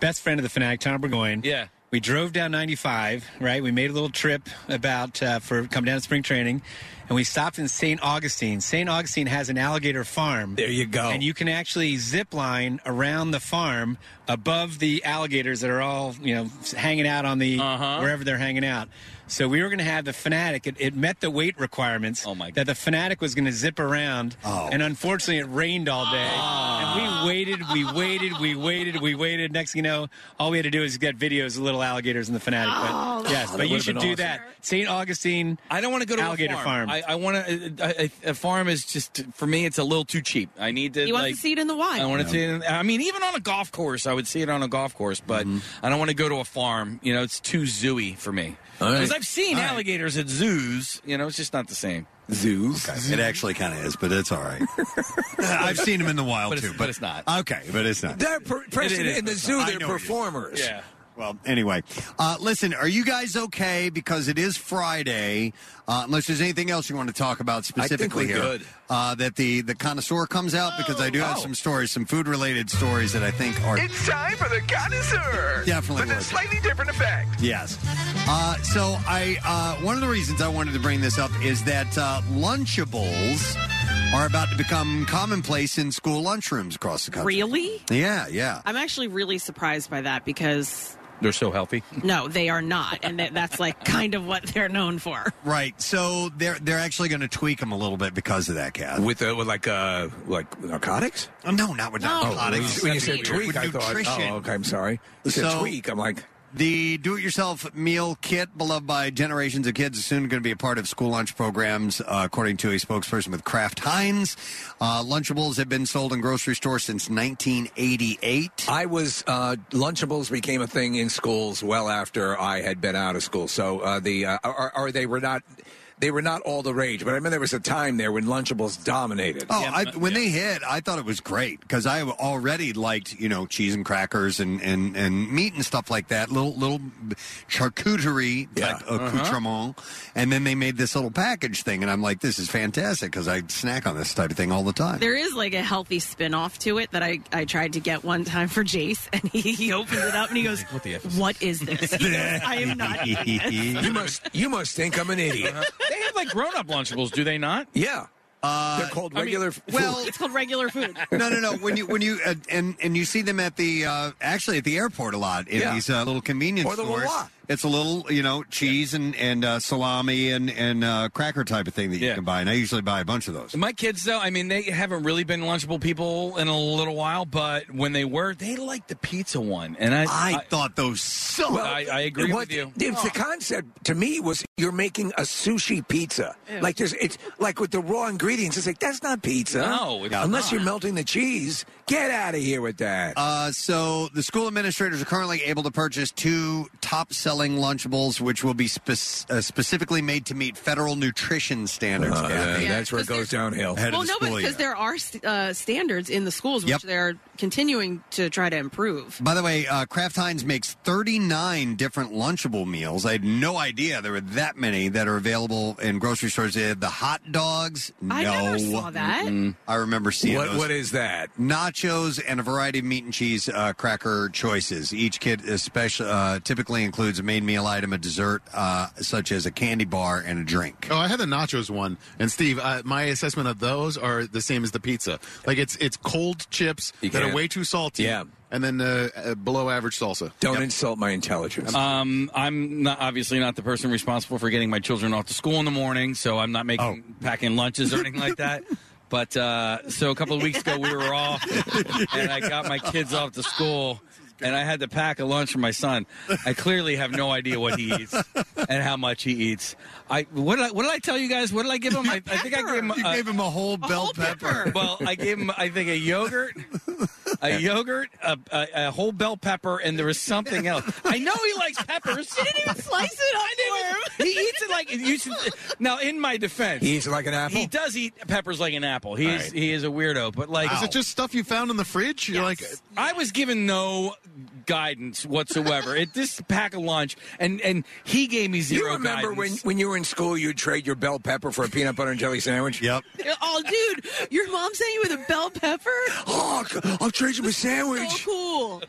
best friend of the fanatic, Tom Burgoyne.
Yeah.
We drove down 95, right? We made a little trip about uh, for coming down to spring training, and we stopped in St. Augustine. St. Augustine has an alligator farm. There
you go.
And you can actually zip line around the farm above the alligators that are all, you know, hanging out on the
Uh-huh.
wherever they're hanging out. So we were going to have the fanatic. It, it met the weight requirements oh my that the fanatic was going to zip around.
Oh.
And unfortunately, it rained all day.
Ah.
And we waited, we waited, we waited, we waited. Next thing you know, all we had to do is get videos of little alligators in the fanatic.
Oh,
but, yes,
that
but you
would've
should
been
do
awesome.
that. St. Augustine.
I don't want to go to
alligator
a farm. I, I want to. A, a farm is just for me. It's a little too cheap. I need to.
You want
like-
to see it in the wild.
I want to see it. In, I mean, even on a golf course, I would see it on a golf course, but I don't want to go to a farm. You know, it's too zooey for me.
All right.
Because I've seen
All right.
alligators at zoos. You know, it's just not the same.
zoos. It actually kind of is, but it's all right. I've seen them in the wild
But
too,
it's- but it's not.
Okay, but it's not.
They're per- person-
is,
in
but
the
it's
zoo.
not. I
They're
know what you're-
performers.
Yeah. Well, anyway, uh, listen, are you guys okay? Because it is Friday. Uh, unless there's anything else you want to talk about specifically
we're
here,
good. Oh.
Uh, that the the connoisseur comes out because I do have some stories, some food related stories that I think are
It's time for the connoisseur.
Definitely
With a
would.
slightly different effect.
Yes. Uh, so I uh, one of the reasons I wanted to bring this up is that uh, Lunchables are about to become commonplace in school lunchrooms across the country.
Really?
Yeah, yeah.
I'm actually really surprised by that because
They're so healthy.
no, they are not, and that, that's like kind of what they're known for.
Right. So they're they're actually going to tweak them a little bit because of that, Kath.
With uh, with like uh like narcotics?
Oh, no, not with
Oh,
narcotics.
When you
That'd
said
be weird.
tweak,
With
I thought.
nutrition.
Oh, okay. I'm sorry. You said
So-
tweak. I'm like.
The do it yourself meal kit, beloved by generations of kids, is soon going to be a part of school lunch programs, uh, according to a spokesperson with Kraft Heinz. Uh, Lunchables have been sold in grocery stores since 1988.
I was uh, Lunchables became a thing in schools well after I had been out of school. So uh, the uh, or, or they were not. they were not all the rage, but I mean there was a time there when Lunchables dominated.
Oh,
uh,
I, when they hit, I thought it was great because I already liked you know cheese and crackers and, and, and meat and stuff like that, little little charcuterie type
Uh-huh.
accoutrement. And then they made this little package thing, and I'm like, this is fantastic because I snack on this type of thing all the time.
There is like a healthy spin off to it that I, I tried to get one time for Jace, and he, he opens it up and he goes,
What the F
What is this? He goes, I am not. eating this."
you must you must think I'm an idiot.
Uh-huh. They have like grown up Lunchables, do they not?
Yeah.
Uh,
They're called
I mean,
regular.
well,
it's called regular food.
no, no, no. When you when you uh, and and you see them at the uh, actually at the airport a lot in
Yeah.
these uh, little convenience
Or the
stores.
Wawa.
It's a little you know cheese and and uh, salami and and uh, cracker type of thing that you
Yeah.
can buy, and I usually buy a bunch of those.
My kids, though, I mean, they haven't really been Lunchable people in a little while, but when they were, they liked the pizza one. And I,
I thought those sucked.
Well, I, I agree
What-
with you. Oh.
The, the concept to me was you're making a sushi pizza.
Ew.
Like there's it's like with the raw ingredients. It's like that's not pizza.
No, it's
unless
not.
you're melting the cheese. Get out of here with that.
Uh, so the school administrators are currently able to purchase two top-selling Lunchables, which will be spec- uh, specifically made to meet federal nutrition standards.
Uh,
Kathy.
yeah, that's where it goes downhill.
Ahead of
well,
the
no, but
school
because
year.
there are uh, standards in the schools, which
Yep.
they are continuing to try to improve.
By the way, uh, Kraft Heinz makes 39 different Lunchable meals. I had no idea there were that many that are available in grocery stores. They had the hot dogs. No.
I never saw that.
Mm-mm. I remember seeing
What-
those.
what is that?
Nachos and a variety of meat and cheese uh, cracker choices. Each kit especially, uh, typically includes a main meal item, a dessert, uh, such as a candy bar and a drink.
Oh, I had the nachos one, and Steve, uh, my assessment of those are the same as the pizza. Like it's it's cold chips
You
that are
can't-
way too salty,
Yeah.
and then uh, uh, below average salsa.
Don't insult my intelligence.
Um, I'm not obviously not the person responsible for getting my children off to school in the morning, so I'm not making
Oh.
packing lunches or anything like that. But uh, so a couple of weeks ago, we were off, and I got my kids off to school, and I had to pack a lunch for my son. I clearly have no idea what he eats and how much he eats. I what did I, what did I tell you guys? What did I give him? I, I think I gave him. uh,
You gave him a whole bell pepper.
Well, I gave him, I think, a yogurt, a yogurt, a, a, a whole bell pepper, and there was something else. I know he likes peppers. You didn't even slice it up for him. He eats it like you should. Now, in my defense,
he eats it like an apple.
He does eat peppers like an apple. He
All
is
right.
he is a weirdo. But like,
Is it just stuff you found in the fridge? You're like,
I was given no guidance whatsoever. it this pack of lunch, and and he gave me zero.
You remember
guidance.
when, when you were in school, you'd trade your bell pepper for a peanut butter and jelly sandwich?
Yep.
oh, dude, your mom sent you with a bell pepper?
Oh, I'll trade you a sandwich.
So cool.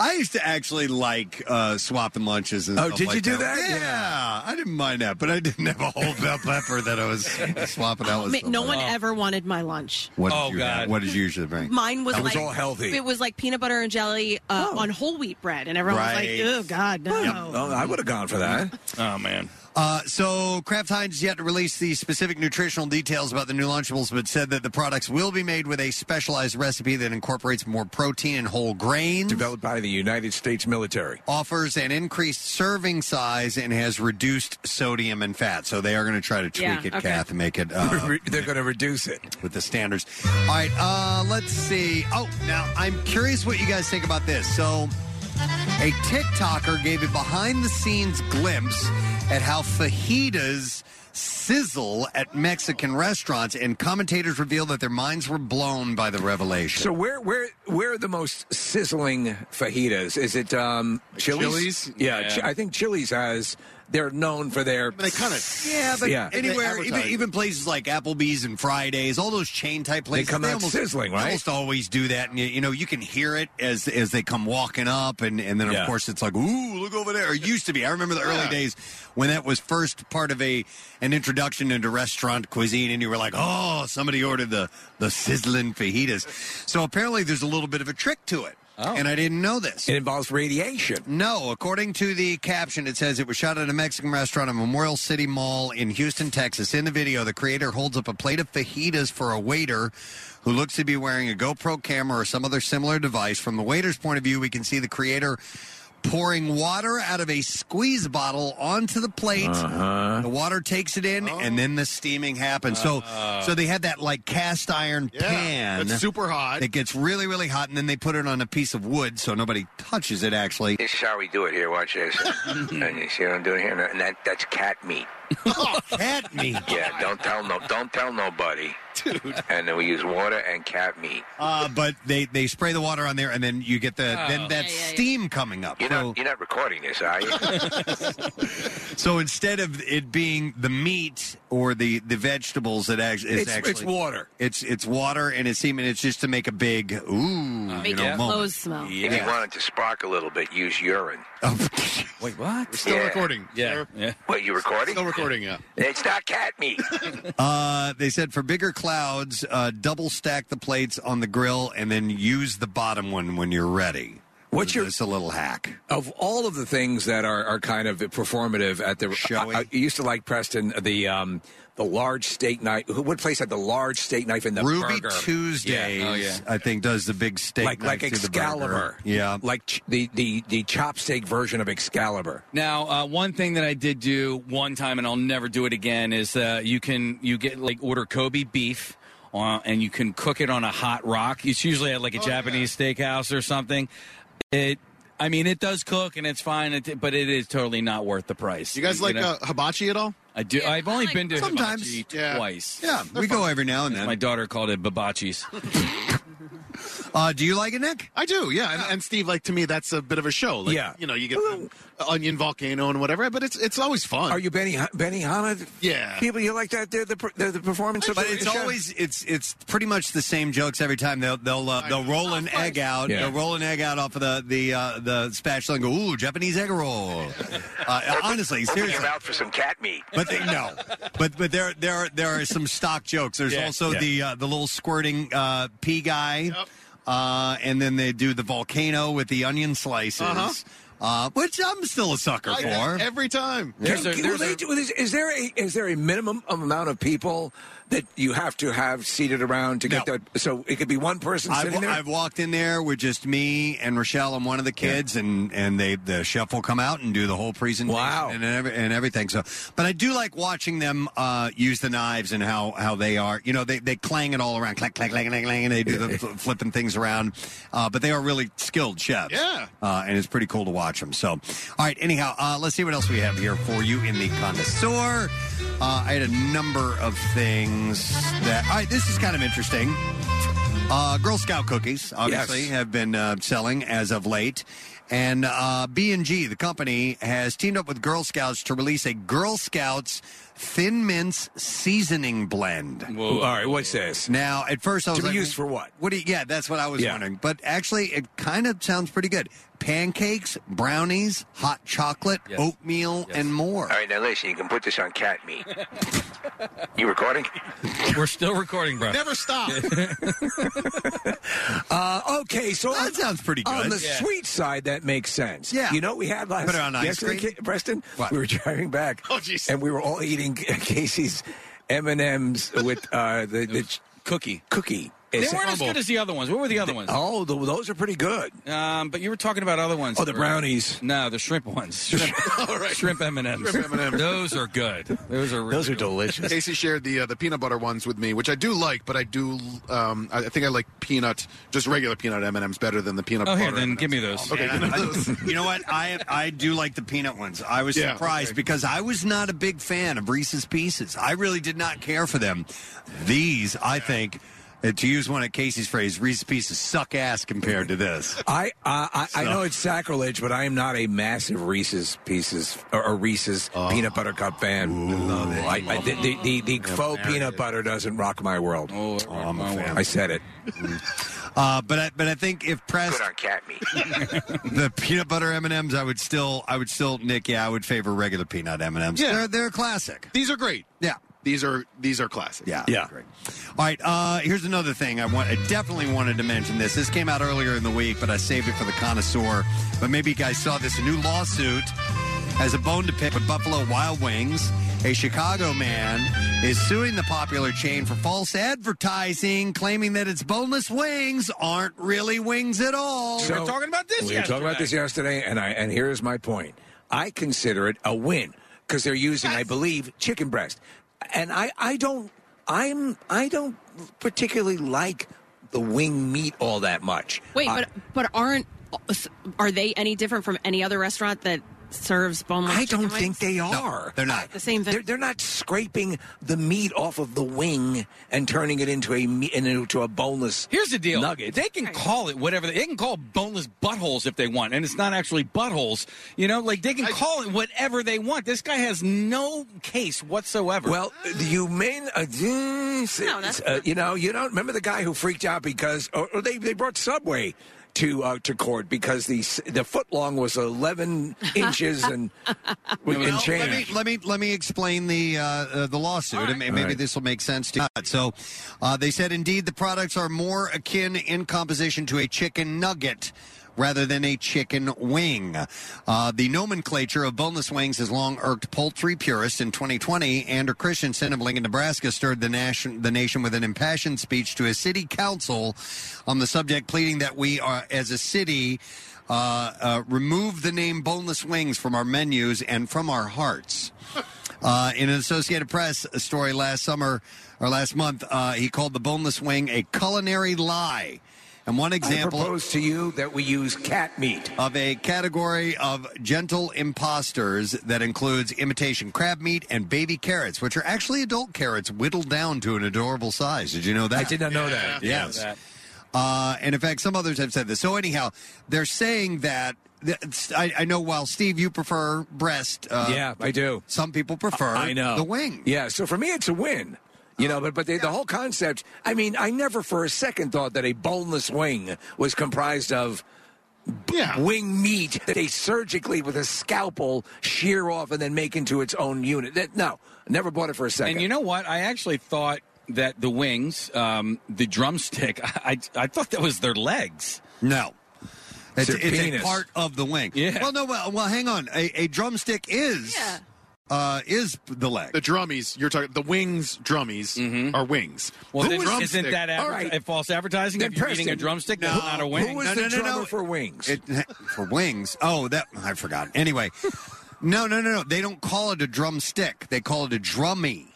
I used to actually like uh, swapping lunches and
Oh,
stuff
did you
like
do that?
Yeah. I didn't mind that, but I didn't have a whole bell pepper that I was swapping out with.
Ma- no one
Oh.
someone.
ever wanted my lunch.
What did
Oh,
you
God.
Have? What did you usually bring?
Mine was like It was like peanut butter and jelly uh,
Oh.
on whole wheat bread, and everyone
Right.
was like, "Oh God, no!"
Oh, I would have gone for that.
Oh man.
Uh, so Kraft Heinz yet to release the specific nutritional details about the new Lunchables, but said that the products will be made with a specialized recipe that incorporates more protein and whole grains.
Developed by the United States military.
Offers an increased serving size and has reduced sodium and fat. So they are going to try to tweak
Yeah,
it,
okay.
Kath, and make it uh,
They're going to reduce it
with the standards. All right, uh, let's see. Oh, now I'm curious what you guys think about this. So, a TikToker gave a behind the scenes glimpse at how fajitas sizzle at Mexican restaurants, and commentators revealed that their minds were blown by the revelation.
So where where where are the most sizzling fajitas? Is it um, Chili's?
Chili's?
Yeah,
Yeah.
Chi- I think Chili's has. They're known for their.
they kinda-
Yeah, but anywhere, even, even places like Applebee's and Fridays, all those chain type places,
come out sizzling, right?
Almost always do that, and you, you know you can hear it as as they come walking up, and and then of
Yeah.
course it's like, ooh, look over there. Or used to be. I remember the early
Yeah.
days when that was first part of a an introduction into restaurant cuisine, and you were like, oh, somebody ordered the the sizzling fajitas. So apparently, there's a little bit of a trick to it.
Oh.
And I didn't know this.
It involves radiation.
No, according to the caption, it says it was shot at a Mexican restaurant at Memorial City Mall in Houston, Texas. In the video, the creator holds up a plate of fajitas for a waiter who looks to be wearing a GoPro camera or some other similar device. From the waiter's point of view, we can see the creator pouring water out of a squeeze bottle onto the plate.
Uh-huh.
The water takes it in, and then the steaming happens.
Uh.
so, so they had that like cast iron pan
that's Uh-huh. super hot.
It gets really, really hot, and then they put it on a piece of wood so nobody touches it. Actually,
This is how we do it here. Watch this. and you see what I'm doing here? And that, that's cat meat.
Oh,
cat meat.
Yeah, don't tell no, don't tell nobody. Dude. And then we use water and cat meat.
uh, but they they spray the water on there, and then you get the
Oh.
then that
Yeah, yeah, yeah.
steam coming up.
You're
so,
not, you're not recording this, are you?
So instead of it being the meat or the the vegetables, it actually
It's- it's
actually
water.
It's it's water and it's semen. It's just to make a big ooh, you
Make
know,
your
moment.
clothes
smell.
If you want it to spark a little bit, use urine.
Oh,
Wait, what?
We're still
Yeah.
recording.
Yeah. yeah.
What, you recording?
Still recording, yeah.
It's not cat meat.
Uh, they said for bigger clouds, uh, double stack the plates on the grill and then use the bottom one when you're ready.
What's
your? It's a little hack.
Of all of the things that are, are kind of performative at the I, I used to like Preston the um, the large steak knife. Who- What place had the large steak knife in the
Ruby
burger?
Tuesdays,
Yeah. Oh, yeah.
I think, does the big steak
like like
knife to the
Excalibur.
burger. Yeah,
like ch- the the the chopstick version of Excalibur.
Now, uh, one thing that I did do one time, and I'll never do it again, is uh, you can you get like order Kobe beef. Uh, and you can cook it on a hot rock. It's usually at
Oh,
like a Japanese steakhouse or something. It, I mean, it does cook and it's fine, it, but it is totally not worth the price.
You guys like
know?
uh, hibachi at all?
I do. I've only been to
Sometimes.
hibachi
Yeah.
twice.
Yeah,
we go every now and then.
My daughter called it babachis.
Uh, do you like it, Nick?
I do, yeah. And, and Steve, like to me, that's a bit of a show. Like,
Yeah.
you know, you get the onion volcano and whatever, but it's it's always fun.
Are you Benny Benny Hanna?
Yeah,
people you like that? They're the per- they're the performance. of
But
the
it's
show.
always it's it's pretty much the same jokes every time. They'll they'll uh, they'll roll an egg out.
Yeah.
They'll roll an egg out off of the the uh, the spatula and go ooh Japanese egg roll. Uh, honestly,
Open your
seriously.
mouth for some cat meat.
But they, no, but but there there are, there are some stock jokes. There's
Yeah.
also
Yeah.
the uh, the little squirting uh, pea guy, uh, and then they do the volcano with the onion slices,
Uh-huh.
uh, which I'm still a sucker
I-
for.
every time.
Can- can- will they do- is, is there a is there a minimum amount of people that you have to have seated around to get that? So it could be one person
I've,
sitting there.
I've walked in there with just me and Rochelle and one of the kids, and and they the chef will come out and do the whole presentation and every, and everything. So, but I do like watching them uh, use the knives and how how they are. You know, they they clang it all around, clang clang clang clang, clang and they do the fl- flipping things around. Uh, but they are really skilled chefs.
Yeah.
uh, and it's pretty cool to watch them. So, all right. Anyhow, uh, let's see what else we have here for you in the connoisseur. Uh, I had a number of things that. All right, this is kind of interesting. Uh, Girl Scout cookies, obviously,
Yes.
have been uh, selling as of late, and uh, B and G, the company, has teamed up with Girl Scouts to release a Girl Scouts Thin Mints seasoning blend.
All right, what's this?
Now, at first, I was
to be
like,
used for what?
What do you? Yeah, that's what I was
Yeah.
wondering. But actually, it kind of sounds pretty good. Pancakes, brownies, hot chocolate, oatmeal, and more.
All right, now listen, you can put this on cat meat. You recording?
We're still recording, bro.
Never stop.
Uh, okay, so that
sounds pretty
On
good.
the
Yeah.
sweet side, that makes sense.
Yeah.
you know what we had last
Put it on ice
yesterday,
cream?
Ca- Preston.
What?
We were driving back, and we were all eating Casey's M and M's with uh, the, the
cookie.
Cookie.
They
It's
weren't as
horrible.
good as the other ones. What were the other ones?
Oh, th those are pretty good.
Um, but you were talking about other ones.
Oh, the
that were-
brownies.
No, the shrimp ones. Shrimp, shrimp M&Ms.
Shrimp M&Ms.
Those are good. Those are really
Those are delicious.
Casey shared the uh, the peanut butter ones with me, which I do like, but I do um, I I think I like peanut, just regular peanut M and M's better than the peanut
Oh,
butter.
here, then give me those.
Okay, give me those.
I- you know what? I I do like the peanut ones. I was
Yeah,
surprised
okay.
because I was not a big fan of Reese's Pieces. I really did not care for them. These, I think, uh, to use one of Casey's phrase, Reese's Pieces suck ass compared to this.
I uh, I,
So-
I know it's sacrilege, but I am not a massive Reese's pieces or, or Reese's peanut butter cup fan. I, I- the the, the, the faux peanut butter doesn't rock my world.
Oh,
I'm a fan. I said it.
Uh, but I, but I think if pressed,
Put on cat meat.
the peanut butter M and M's, I would still I would still Nick. Yeah, I would favor regular peanut M and M's. They're they're a classic.
These are great.
Yeah.
These are these are classic.
Yeah. Yeah. All right. Uh, here's another thing I want. I definitely wanted to mention this. This came out earlier in the week, but I saved it for the connoisseur. But maybe you guys saw this. A new lawsuit has a bone to pick with Buffalo Wild Wings. A Chicago man is suing the popular chain for false advertising, claiming that its boneless wings aren't really wings at all.
So-
We
We were talking about this yesterday, and I and here's my point. I consider it a win because they're using, I believe, chicken breast, and I I don't I'm I don't particularly like the wing meat all that much.
Wait,
I-
but but aren't uh, are they any different from any other restaurant that serves boneless?
I don't think they are. they're
not
the same thing.
They're, they're not scraping the meat off of the wing and turning it into a me- and into a boneless.
Here's the deal.
Nugget.
They can call it whatever they, they can call boneless buttholes if they want, and it's not actually buttholes. You know, like they can call it whatever they want. This guy has no case whatsoever.
Well, the humane, uh, yes,
No, that's
it's, uh, you know, you don't remember the guy who freaked out because or, or they, they brought Subway to uh, to court because the s- the foot long was 11 inches and
Well,
and
let me
change.
let me let me explain the uh, uh, the lawsuit. and may- Maybe
All right.
this will make sense to you. So, uh, they said indeed the products are more akin in composition to a chicken nugget. Rather than a chicken wing. Uh, the nomenclature of boneless wings has long irked poultry purists. In 2020, Andrew Christensen of Lincoln, Nebraska, stirred the nation, the nation with an impassioned speech to a city council on the subject, pleading that we are, as a city, uh, uh, remove the name boneless wings from our menus and from our hearts. Uh, in an Associated Press story last summer or last month, uh, he called the boneless wing a culinary lie. And one example
propose to you that we use cat meat
of a category of gentle imposters that includes imitation crab meat and baby carrots, which are actually adult carrots whittled down to an adorable size. Did you know that?
I did not know that. Yeah.
Yes.
Yeah, that.
Uh, and in fact, some others have said this. So anyhow, they're saying that. that- I, I know. While Steve, you prefer breast. Uh,
Yeah, I do.
Some people prefer.
I know
the wing.
Yeah, so for me it's a win. You know, but but the, the whole concept. I mean, I never for a second thought that a boneless wing was comprised of b- wing meat that they surgically with a scalpel shear off and then make into its own unit. That, no, never bought it for a second.
And you know what? I actually thought that the wings, um, the drumstick, I, I, I thought that was their legs.
No. It's,
Their
it's a
penis.
part of the wing. Yeah. Well, no. Well, well hang on. A, a drumstick is. Uh, is the leg
the drummies? You're talking the wings. Drummies are wings.
Mm-hmm. Well,
The
then,
drumstick-
isn't that adver-
All right.
uh, false advertising?
Then
If you're eating a
Preston-
drumstick, that's not a wing.
No, no, no, no. It, for wings. Oh, that I forgot. Anyway, no, no, no, no. They don't call it a drumstick. They call it a drummy.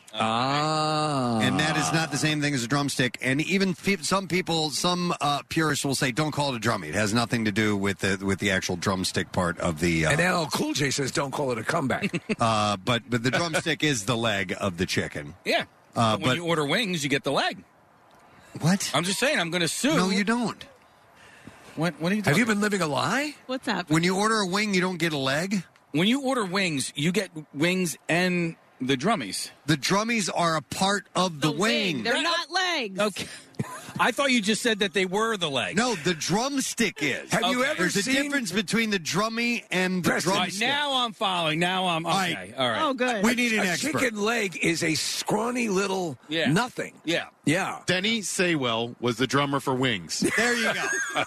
Ah,
and that is not the same thing as a drumstick. And even pe- some people, some uh, purists will say, "Don't call it a drummy. It has nothing to do with the with the actual drumstick part of the." Uh,
and LL Cool J says, "Don't call it a comeback."
uh, but but the drumstick is the leg of the chicken.
Yeah.
Uh,
but when
but-
you order wings, you get the leg.
What?
I'm just saying, I'm going to sue.
No, you don't.
What, what are you
Have you been living a lie?
What's up?
When you order a wing, you don't get a leg?
When you order wings, you get wings and the drummies.
The drummies are a part of the, wing.
They're not legs.
Okay. I thought you just said that they were the legs.
No, the drumstick is.
Have you Okay. ever
There's
seen-
a difference between the drummy and the
Preston,
drumstick.
now I'm following. Now I'm okay. All right.
We need an
a
expert.
chicken leg is a scrawny little nothing.
Yeah.
Yeah.
Denny Saywell was the drummer for Wings.
There you go.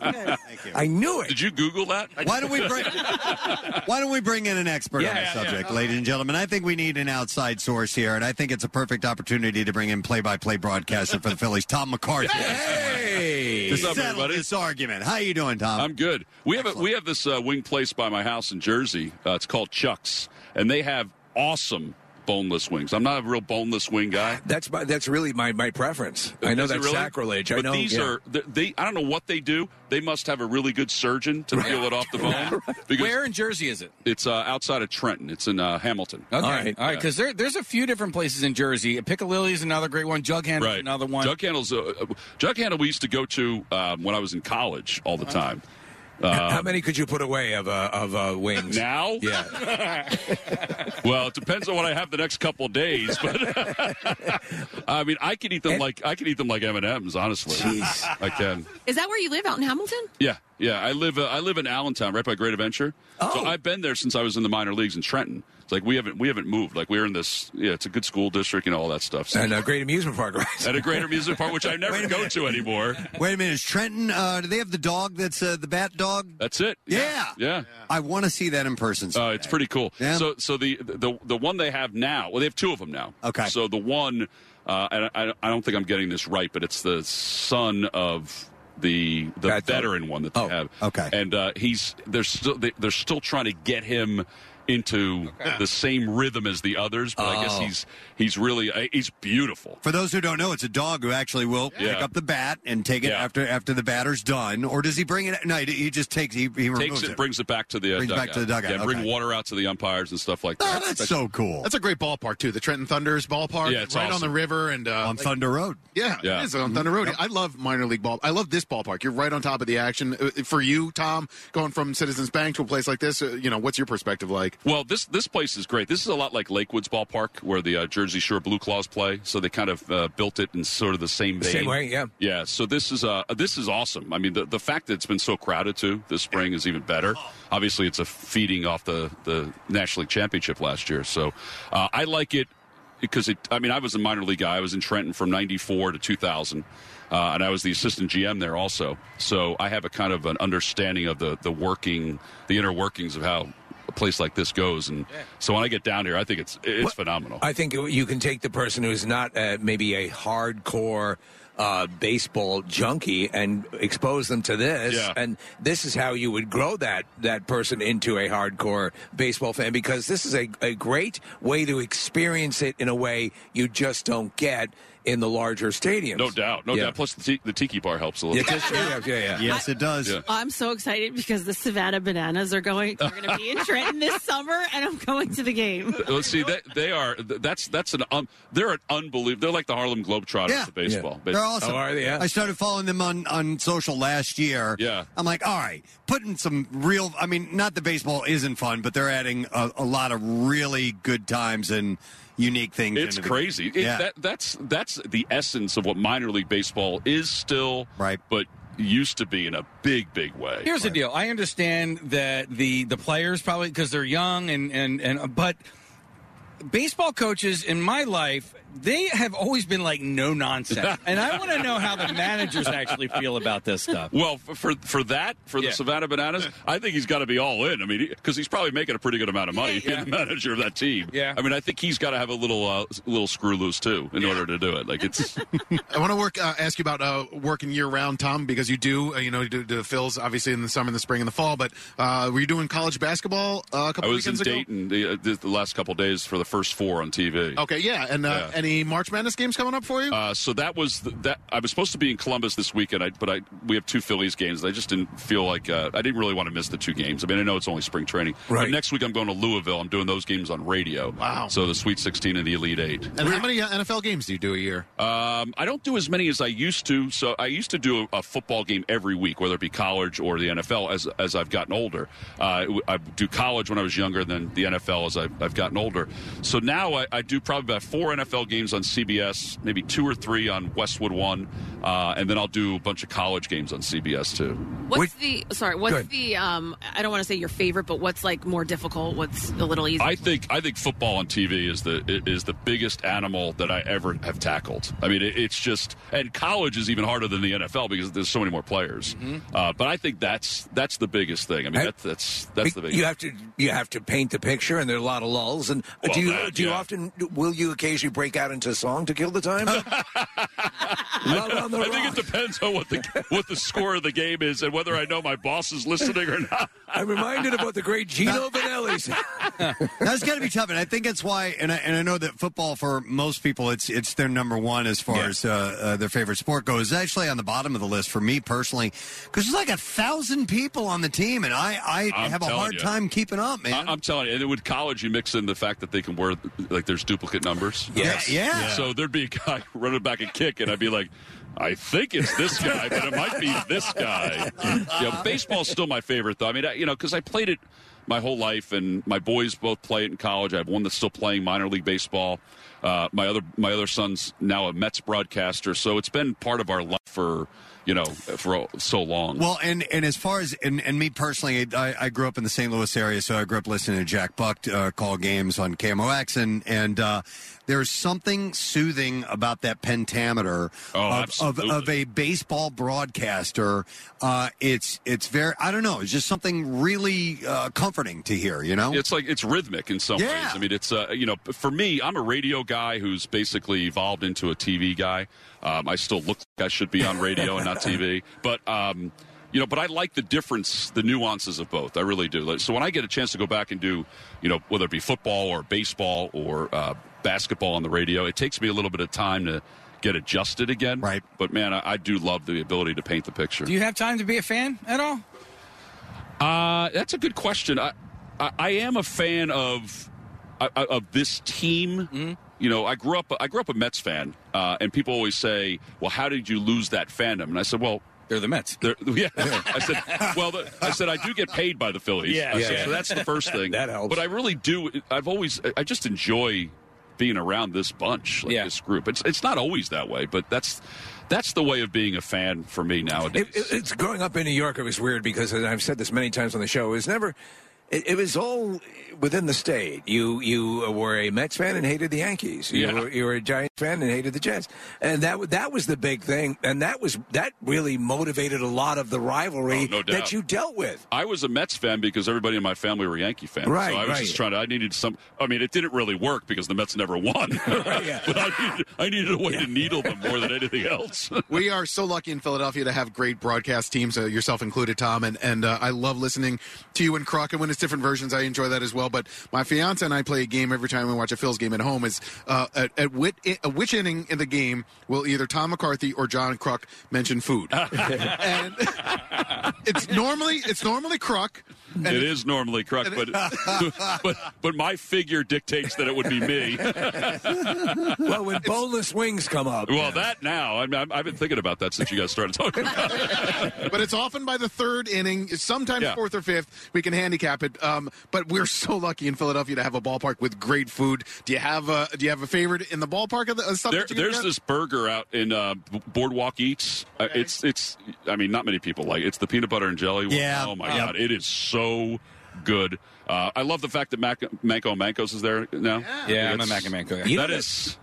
Thank
you. I knew it.
Did you Google that?
Why don't we bring Why don't we bring in an expert on
Yeah,
the
yeah,
subject,
yeah.
ladies and gentlemen? I think we need an outside source here, and I think it's a perfect opportunity to bring in play-by-play broadcaster for the Phillies, Tom McCarthy.
Hey, what's up,
Settle
everybody?
this argument. How you doing, Tom?
I'm good. We have a, we have this uh, wing place by my house in Jersey. Uh, it's called Chuck's, and they have awesome boneless wings. I'm not a real boneless wing guy.
That's my, that's really my, my preference. I know
Is it
that's
really?
sacrilege. I
But
know
these
yeah.
are th- they. I don't know what they do. They must have a really good surgeon to peel it off the bone. Because
Where in Jersey is it?
It's uh, outside of Trenton. It's in uh, Hamilton.
Okay. All right. Because there, there's a few different places in Jersey. Piccalilli is another great one. Jughandle's
Right.
another one.
Jug handles. Uh, uh, jug handle. We used to go to um, when I was in college all the time.
Uh-huh. How- How
Um,
many could you put away of uh, of uh, wings
now?
Yeah.
well, it depends on what I have the next couple days, but I mean,
Eh?
I can eat them like I can eat them like M and M's. Honestly, I can.
Is that where you live out in Hamilton?
Yeah, Yeah, I live uh, I live in Allentown, right by Great Adventure.
Oh.
So I've been there since I was in the minor leagues in Trenton. It's like we haven't we haven't moved. Like we're in this. Yeah, it's a good school district and all that stuff. So.
And a great amusement park, right?
At a great amusement park, which I never go to anymore.
Wait a minute, is Trenton? Uh, do they have the dog that's uh, the bat dog?
That's it.
Yeah,
Yeah.
I want to see that in person.
Uh, it's pretty cool. So, so the, the the one they have now. Well, they have two of them now.
Okay.
So the one, uh, and I, I don't think I'm getting this right, but it's the son of the the veteran one that they
Oh,
have. Okay. And uh, he's they're still they, they're still trying to get him into the same rhythm as the others, but I guess
Oh.
he's he's really uh, he's beautiful.
For those who don't know, it's a dog who actually will
Yeah.
pick up the bat and take it
Yeah.
after after the batter's done, or does he bring it? No, he- he just takes he, he removes
Takes it, brings it back to the uh,
Brings it back to the dugout,
Yeah, bring
okay. Oh,
water out to the umpires and stuff like that.
that's so
cool.
That's a great ballpark too. The Trenton Thunder's ballpark.
Yeah, it's
right on
awesome.
the river and uh,
on
like-
Thunder Road. Mm-hmm.
Yeah,
Yeah.
it is on Thunder Road. I love minor league ball. I love this ballpark. You're right on top of the action. Uh, For you, Tom, going from Citizens Bank to a place like this, uh, you know, what's your perspective like?
Well, this this place is great. This is a lot like Lakewood's ballpark where the uh, Jersey Shore Blue Claws play. So they kind of uh, built it in sort of the same vein.
Same way, yeah.
Yeah. So this is uh this is awesome. I mean, the the fact that it's been so crowded too this spring is even better. Obviously, it's a feeding off the the National League Championship last year. So uh, I like it because it. I mean, I was a minor league guy. I was in Trenton from '94 to 2000. Uh, and I was the assistant GM there also, so I have a kind of an understanding of the the working, the inner workings of how a place like this goes. And so when I get down here, I think it's it's phenomenal.
I think you can take the person who's not uh, maybe a hardcore uh, baseball junkie and expose them to this,
Yeah.
and this is how you would grow that that person into a hardcore baseball fan because this is a, a great way to experience it in a way you just don't get in the larger stadiums.
No doubt, no
Yeah.
doubt. Plus the, ti- the tiki bar helps a little.
Yeah, just- yeah, yeah, yeah. Yes,
it does.
I'm so excited because the Savannah Bananas are going. They're going to be in Trenton this summer, and I'm going to the game.
Let's see. That, they are. th- That's that's an. Um, they're an unbelievable. They're like the Harlem Globetrotters
Yeah.
of baseball.
They're
Oh,
awesome. I started following them on, on social last year.
Yeah.
I'm like, all right, putting some real. I mean, not that baseball isn't fun, but they're adding a, a lot of really good times and unique things.
It's
into the-
crazy. It-
yeah.
that, that's that's the essence of what minor league baseball is still. Right. But used to be in a big, big way.
Here's the deal. I understand that the the players probably because they're young and and and but baseball coaches in my life they have always been like no nonsense, and I want to know how the managers actually feel about this stuff.
Well, f- for for that, for the Savannah Bananas, I think he's got to be all in. I mean, because he's probably making a pretty good amount of money, being the manager of that team.
Yeah.
I mean, I think he's got to have a little uh, s- little screw loose too in order to do it. Like it's
I want to work uh, ask you about uh, working year round, Tom, because you do. Uh, you know, you do, do Phil's obviously in the summer, in the spring, and the fall. But uh, were you doing college basketball uh, a
I
couple
was in
weekends ago?
Dayton the, uh, the the last couple days for the first four on TV.
Okay, yeah. And uh,
Yeah.
any March Madness games coming up for you?
Uh, so that was the, that. I was supposed to be in Columbus this weekend, I, but I we have two Phillies games. I just didn't feel like uh, I didn't really want to miss the two games. I mean, I know it's only spring training. Right. But next week I'm going to Louisville. I'm doing those games on radio. Wow. So the Sweet 16 and the Elite Eight.
and how many uh, NFL games do you do a year?
Um, I don't do as many as I used to. So I used to do a, a football game every week, whether it be college or the NFL. As as I've gotten older, uh, I do college when I was younger, than the NFL as I've, I've gotten older. So now I, I do probably about four NFL games on CBS, maybe two or three on Westwood One, uh, and then I'll do a bunch of college games on CBS too.
What's the sorry? What's
Good.
the um? I don't want to say your favorite, but what's like more difficult? What's a little easier?
I think I think football on TV is the is the biggest animal that I ever have tackled. I mean, it, it's just and college is even harder than the NFL because there's so many more players. Uh, but I think that's that's the biggest thing. I mean, that's that's that's the biggest.
You have to you have to paint the picture, and there are a lot of lulls. And uh,
Well,
do you
that,
do you
yeah.
often will you occasionally break out into a song to kill the time? Love on the
I think it depends on what the what the score of the game is and whether I know my boss is listening or not.
I'm reminded of what the great Gino Vanelli said.
That's got to be tough, and I think that's why. And I, and I know that football for most people, it's it's their number one as far as uh, uh, their favorite sport goes. It's actually on the bottom of the list for me personally, because there's like a thousand people on the team, and I, I
I'm
have a
telling
hard
you.
time keeping up, man.
I, am telling you, and with college, you mix in the fact that they can wear like there's duplicate numbers.
Yes. Yeah, yeah.
So there'd be a guy running back a kick, and I'd be like. I think it's this guy, but it might be this guy. Yeah, baseball's still my favorite, though. I mean, I, you know, because I played it my whole life, and my boys both play it in college. I have one that's still playing minor league baseball. Uh, my other my other son's now a Mets broadcaster, so it's been part of our life for you know, for so long.
Well, and and as far as and, and me personally, I, I grew up in the St. Louis area, so I grew up listening to Jack Buck uh, call games on KMOX, and and uh, there's something soothing about that pentameter of, of
absolutely.
of a baseball broadcaster. Uh, it's it's very I don't know, it's just something really uh, comforting to hear. You know,
It's like it's rhythmic in some ways. I mean, it's uh, you know, for me, I'm a radio guy who's basically evolved into a TV guy. Um, I still look like I should be on radio and not TV, but um, you know, but I like the difference, the nuances of both. I really do. Like, So when I get a chance to go back and do, you know, whether it be football or baseball or uh, basketball on the radio, it takes me a little bit of time to get adjusted again. Right. But man, I, I do love the ability to paint the picture.
Do you have time to be a fan at all?
Uh, that's a good question. I, I, I am a fan of I- I- of this team. You know, I grew up I grew up a Mets fan, uh, and people always say, "Well, how did you lose that fandom?" And I said, "Well."
They're the Mets.
yeah, I said. Well, the, I said I do get paid by the Phillies.
Yeah,
I said,
yeah.
So that's the first thing
That helps.
But I really do. I've always. I just enjoy being around this bunch, like this group. It's it's not always that way, but that's that's the way of being a fan for me nowadays.
It, it, it's growing up in New York. It was weird because, and I've said this many times on the show, it was never. It, it was all within the state. You you were a Mets fan and hated the Yankees. You,
Yeah.
were, you were a Giants fan and hated the Jets. And that wa- that was the big thing. And that was that really motivated a lot of the rivalry
Oh,
no doubt.
that you dealt with.
I was a Mets fan because everybody in my family were Yankee fans.
Right,
So I was
right.
just trying to. I needed some. I mean, it didn't really work because the Mets never won. but I needed, I needed a way to needle them more than anything else.
we are so lucky in Philadelphia to have great broadcast teams, uh, yourself included, Tom. And and uh, I love listening to you and Crockett when it's different versions. I enjoy that as well. But my fiance and I play a game every time we watch a Phil's game at home. Is uh, at, at which, uh, which inning in the game will either Tom McCarthy or John Cruck mention food? and it's normally it's normally Cruck. and
it
it's-
is normally correct, but but but my figure dictates that it would be me.
well, when boneless wings come up.
Well, that now. I mean, I've- I've been thinking about that since you guys started talking about it.
but it's often by the third inning, sometimes fourth or fifth. We can handicap it, um, but we're so lucky in Philadelphia to have a ballpark with great food. Do you have a Do you have a favorite in the ballpark of the uh, stuff?
There,
that you can
there's
get?
this burger out in uh, B- Boardwalk Eats. Uh, It's it's. I mean, not many people like it. it's the peanut butter and jelly. One.
Yeah.
Oh my
Yeah.
god, it is so good. Uh, I love the fact that Mac- Manco Mancos is there now.
Yeah, I'm a
It's-
Mac and Manco guy.
That
You know that-
is.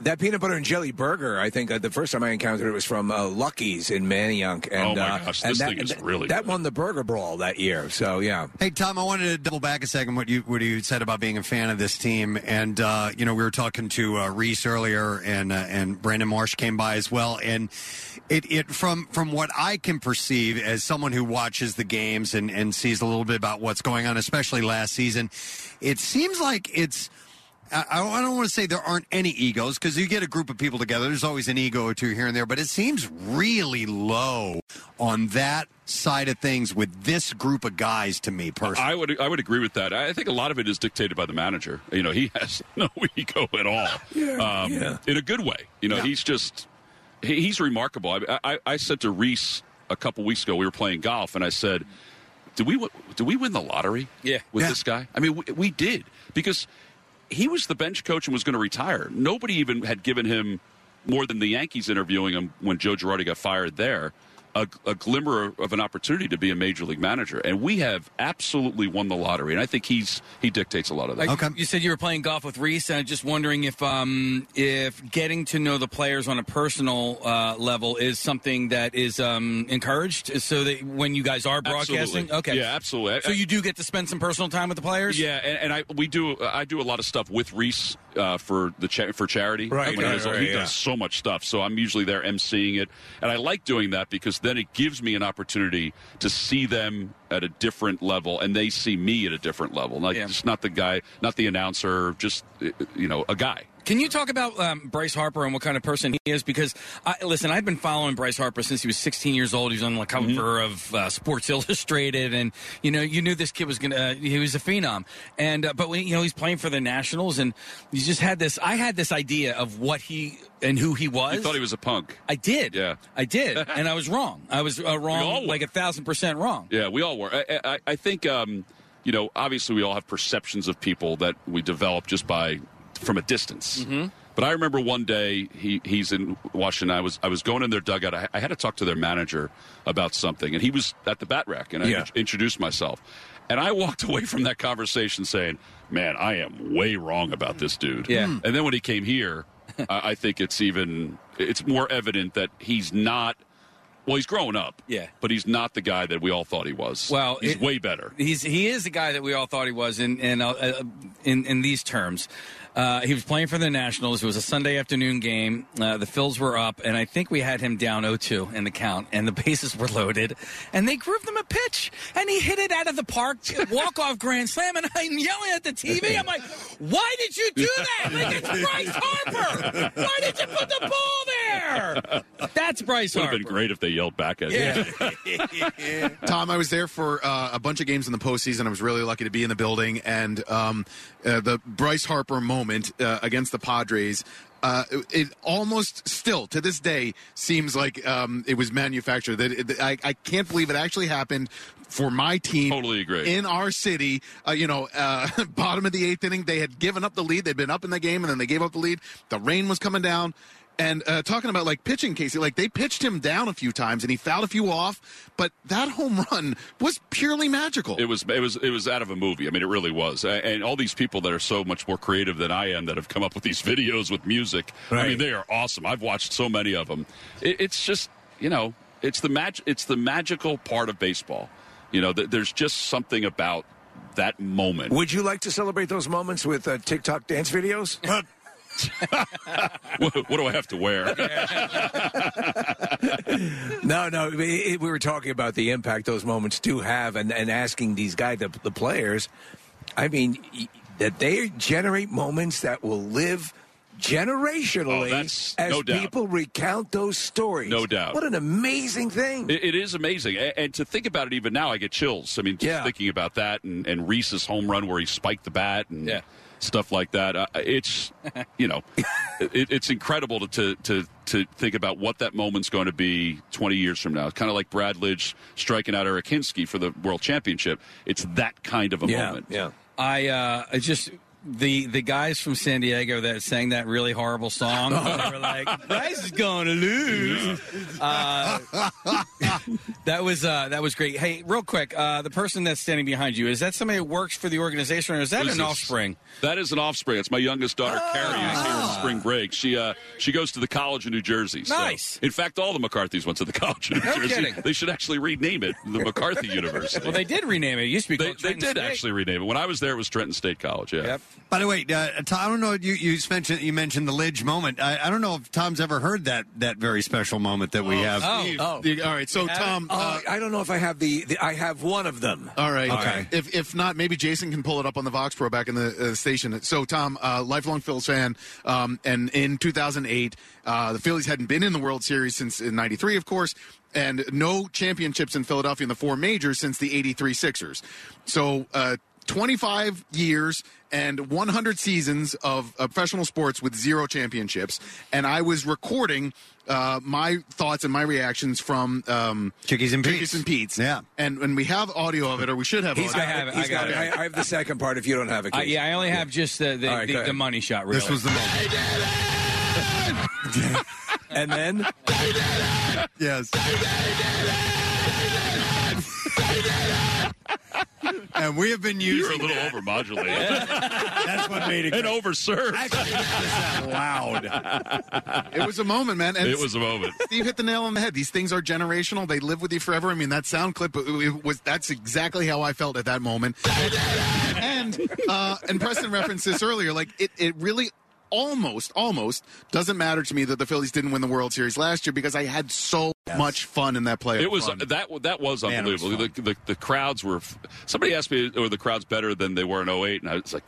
That peanut butter and jelly burger, I think uh, the first time I encountered it was from uh, Lucky's in Manayunk. And,
Oh, my
uh,
gosh,
and
this
that,
thing is
that-
really
That won the burger brawl that year. So, yeah.
Hey Tom, I wanted to double back a second what you what you said about being a fan of this team, and uh, you know we were talking to uh, Reese earlier, and uh, and Brandon Marsh came by as well, and it, it from from what I can perceive as someone who watches the games and and sees a little bit about what's going on, especially last season, it seems like it's. I, I don't want to say there aren't any egos because you get a group of people together. There's always an ego or two here and there, but it seems really low on that side of things with this group of guys to me personally.
I would I would agree with that. I think a lot of it is dictated by the manager. You know, he has no ego at all. um, In a good way. You know, he's just he, he's remarkable. I, I I said to Reese a couple weeks ago we were playing golf and I said, "Do we wi- do we win the lottery?
Yeah.
with this guy. I mean, we, we did because he was the bench coach and was going to retire. Nobody even had given him more than the Yankees interviewing him when Joe Girardi got fired there. A, a glimmer of an opportunity to be a major league manager, and we have absolutely won the lottery. And I think he's he dictates a lot of that.
Like, You said you were playing golf with Reese, and I'm just wondering if um, if getting to know the players on a personal uh, level is something that is um, encouraged, so that when you guys are broadcasting,
Absolutely.
okay,
Yeah, absolutely. I-
So you do get to spend some personal time with the players.
Yeah, and, and I we do I do a lot of stuff with Reese uh, for the cha- for charity.
Right,
I mean,
right,
there's-
right,
he
yeah.
does so much stuff, so I'm usually there emceeing it, and I like doing that because then it gives me an opportunity to see them at a different level, and they see me at a different level. Like just not the guy, not the announcer, just uh, you know a guy.
Can you talk about um, Bryce Harper and what kind of person he is? Because I, listen, I've been following Bryce Harper since he was 16 years old. He was on the
Mm-hmm.
cover of uh, Sports Illustrated, and you know, you knew this kid was gonna. Uh, he was a phenom, and uh, but when, you know, he's playing for the Nationals, and you just had this. I had this idea of what he and who he was.
You thought he was a punk.
I did. Yeah, I did, and I was wrong. I was uh,
all
wrong,
were.
like a thousand percent wrong.
Yeah, we all were. I, I, I think, um, you know, obviously we all have perceptions of people that we develop just by from a distance. But I remember one day he, he's in Washington. I was I was going in their dugout. I, I had to talk to their manager about something, and he was at the bat rack, and I
Yeah.
int- introduced myself. And I walked away from that conversation saying, "Man, I am way wrong about this dude."
Yeah. Hmm.
And then when he came here, I, I think it's even it's more evident that he's not. Well, he's growing up.
Yeah.
But he's not the guy that we all thought he was.
Well,
he's
it-
way better.
He's he is the guy that we all thought he was in in uh, uh, in, in these terms. Uh, he was playing for the Nationals. It was a Sunday afternoon game. Uh, the Phils were up, and I think we had him down 0-2 in the count, and the bases were loaded, and they grooved him a pitch, and he hit it out of the park, walk off grand slam, and I'm yelling at the TV. I'm like, "Why did you do that? Like it's Bryce Harper. Why did you put the ball there?" That's Bryce
Would have
Harper.
been great if they yelled back at him.
Tom, I was there for uh, a bunch of games in the postseason. I was really lucky to be in the building, and um, uh, the Bryce Harper moment uh, against the Padres. Uh, it, it almost still to this day seems like um, it was manufactured. That it, I, I can't believe it actually happened for my team.
Totally agree.
In our city, uh, you know, uh, bottom of the eighth inning, they had given up the lead. They'd been up in the game, and then they gave up the lead. The rain was coming down. And uh, talking about like pitching, Casey, like they pitched him down a few times and he fouled a few off, but that home run was purely magical.
It was it was it was out of a movie. I mean, it really was. A- And all these people that are so much more creative than I am that have come up with these videos with music. I mean, they are awesome. I've watched so many of them. It, it's just you know, it's the mag- it's the magical part of baseball. You know, th- there's just something about that moment.
Would you like to celebrate those moments with uh, TikTok dance videos?
what, what do I have to wear?
no, no. It, it- we were talking about the impact those moments do have, and, and asking these guys, the, the players. I mean, y- that they generate moments that will live generationally as
Oh, no doubt.
people recount those stories.
No doubt.
What an amazing thing!
It, it is amazing, A- and to think about it even now, I get chills. I mean, just thinking about that, and, and Reese's home run where he spiked the bat, and stuff like that. Uh, it's you know, it, it's incredible to, to to to think about what that moment's going to be 20 years from now. Kind of like Brad Lidge striking out Eric Hinsky for the World Championship. It's that kind of a
Yeah,
moment.
Yeah.
I uh, I just the the guys from San Diego that sang that really horrible song. they were like, "Bryce is going to lose." Uh, that was uh, that was great. Hey, real quick, uh, the person that's standing behind you is that somebody that works for the organization, or is that
Who's
an
this?
offspring? Ah.
That is an offspring. It's my youngest daughter, Carrie, who's here on spring break. She uh, she goes to the college in New Jersey. so-
Nice.
In fact, all the McCarthys went to the college in New
No
Jersey.
kidding.
They should actually rename it the McCarthy University.
Well, they did rename it. It used to be.
They, they did actually rename it. When I was there, it was Trenton State College. Yeah.
By the way, uh, Tom, I don't know. You you mentioned you mentioned the Lidge moment. I, I don't know if Tom's ever heard that that very special moment that
Oh.
we have.
Oh
all right. So,
You Oh, have it?
Tom, uh,
Oh,
I don't know if I have the, the. I have one of them.
All right.
Okay.
If if not, maybe Jason can pull it up on the Vox Pro back in the uh, station. So, Tom, uh, lifelong Phillies fan, um, and in 2008, uh, the Phillies hadn't been in the World Series since uh, '93, of course, and no championships in Philadelphia in the four majors since the '83 Sixers. So. Uh, 25 years and 100 seasons of uh, professional sports with zero championships. And I was recording uh, my thoughts and my reactions from um,
Chickies and
Chickies and Pete's. Yeah. And, and we have audio of it, or we should have
He's
audio.
got it. He's got it. I, I have the second part. If you don't have it,
Uh, yeah, I only have just the the,
All right,
the,
go ahead.
the money shot. Really.
This was the
moment.
and then
yes. and we have been
You're
using
a little overmodulated.
That's what made it
And
great.
overserved.
loud. It was a moment, man. And
It was a moment.
Steve hit the nail on the head. These things are generational. They live with you forever. I mean, that sound clip it- it was that's exactly how I felt at that moment. and uh, and Preston referenced this earlier. Like it, it really. Almost, almost doesn't matter to me that the Phillies didn't win the World Series last year because I had so much fun in that playoff.
It was
run.
that that was
Man, it was
unbelievable. the, the the crowds were. Somebody asked me, "Were the crowds better than they were in 08? And I was like,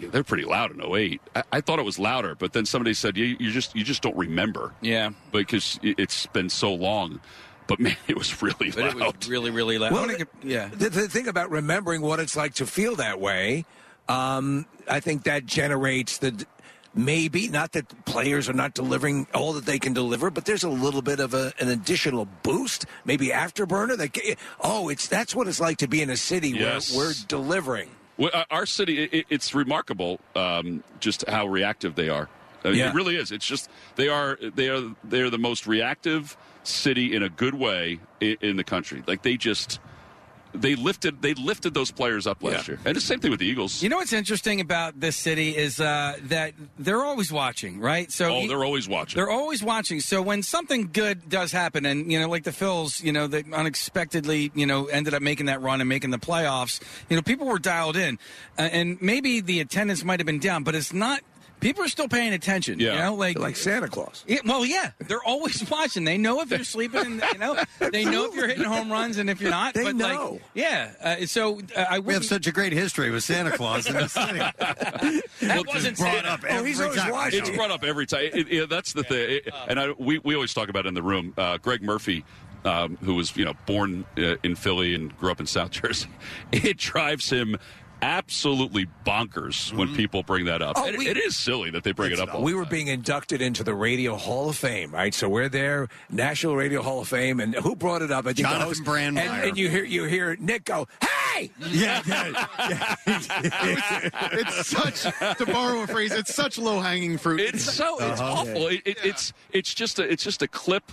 yeah, "They're pretty loud in 08. I, I thought it was louder, but then somebody said, "You you just you just don't remember."
Yeah.
because it- it's been so long. But man, it was really
But it
loud.
was really really loud. I
Well,
wanna get- yeah.
the, the thing about remembering what it's like to feel that way, um, I think that generates the maybe not that players are not delivering all that they can deliver, but there's a little bit of a, an additional boost, maybe afterburner. That ge- oh, it's that's what it's like to be in a city
Yes.
where we're delivering.
Well, uh, our city, i i- it's remarkable um, just how reactive they are. I mean,
Yeah.
It really is. It's just they are they are they are the most reactive city in a good way in, in the country. Like they just they lifted they lifted those players up last year, and the same thing with the Eagles.
You know what's interesting about this city is uh, that they're always watching, right? So
oh, they're always watching.
They're always watching. So when something good does happen, and you know, like the Phils, you know, they unexpectedly, you know, ended up making that run and making the playoffs. You know, people were dialed in, uh, and maybe the attendance might have been down, but it's not. People are still paying attention. You
Yeah.
know, like
They're like
Santa Claus. Yeah, well, yeah, they're always watching. They know if you're sleeping. And, you know, they know if you're hitting home runs and if you're not.
They
but
know.
Like, yeah. Uh, so uh, I
We have
wouldn't-
such a great history with Santa Claus in the city.
that wasn't
brought
Santa.
up Oh, he's every always time. watching.
It's brought up every time. It- it- yeah, that's the thing. It- and I, we, we always talk about it in the room. Uh, Greg Murphy, um, who was you know born uh, in Philly and grew up in South Jersey, it drives him absolutely bonkers when people bring that up.
Oh,
It-
we-
it is silly that they bring it up. all
We
the
were being inducted into the Radio Hall of Fame, right? So we're there, National Radio Hall of Fame, and who brought it up? I think the
Jonathan
host-
Brandmeier.
And, and you hear you hear Nick go, "Hey!"
Yeah, yeah,
it's such to borrow a phrase it's such low-hanging fruit
It's so it's
uh-huh.
awful. It, it, It's it's just a it's just a clip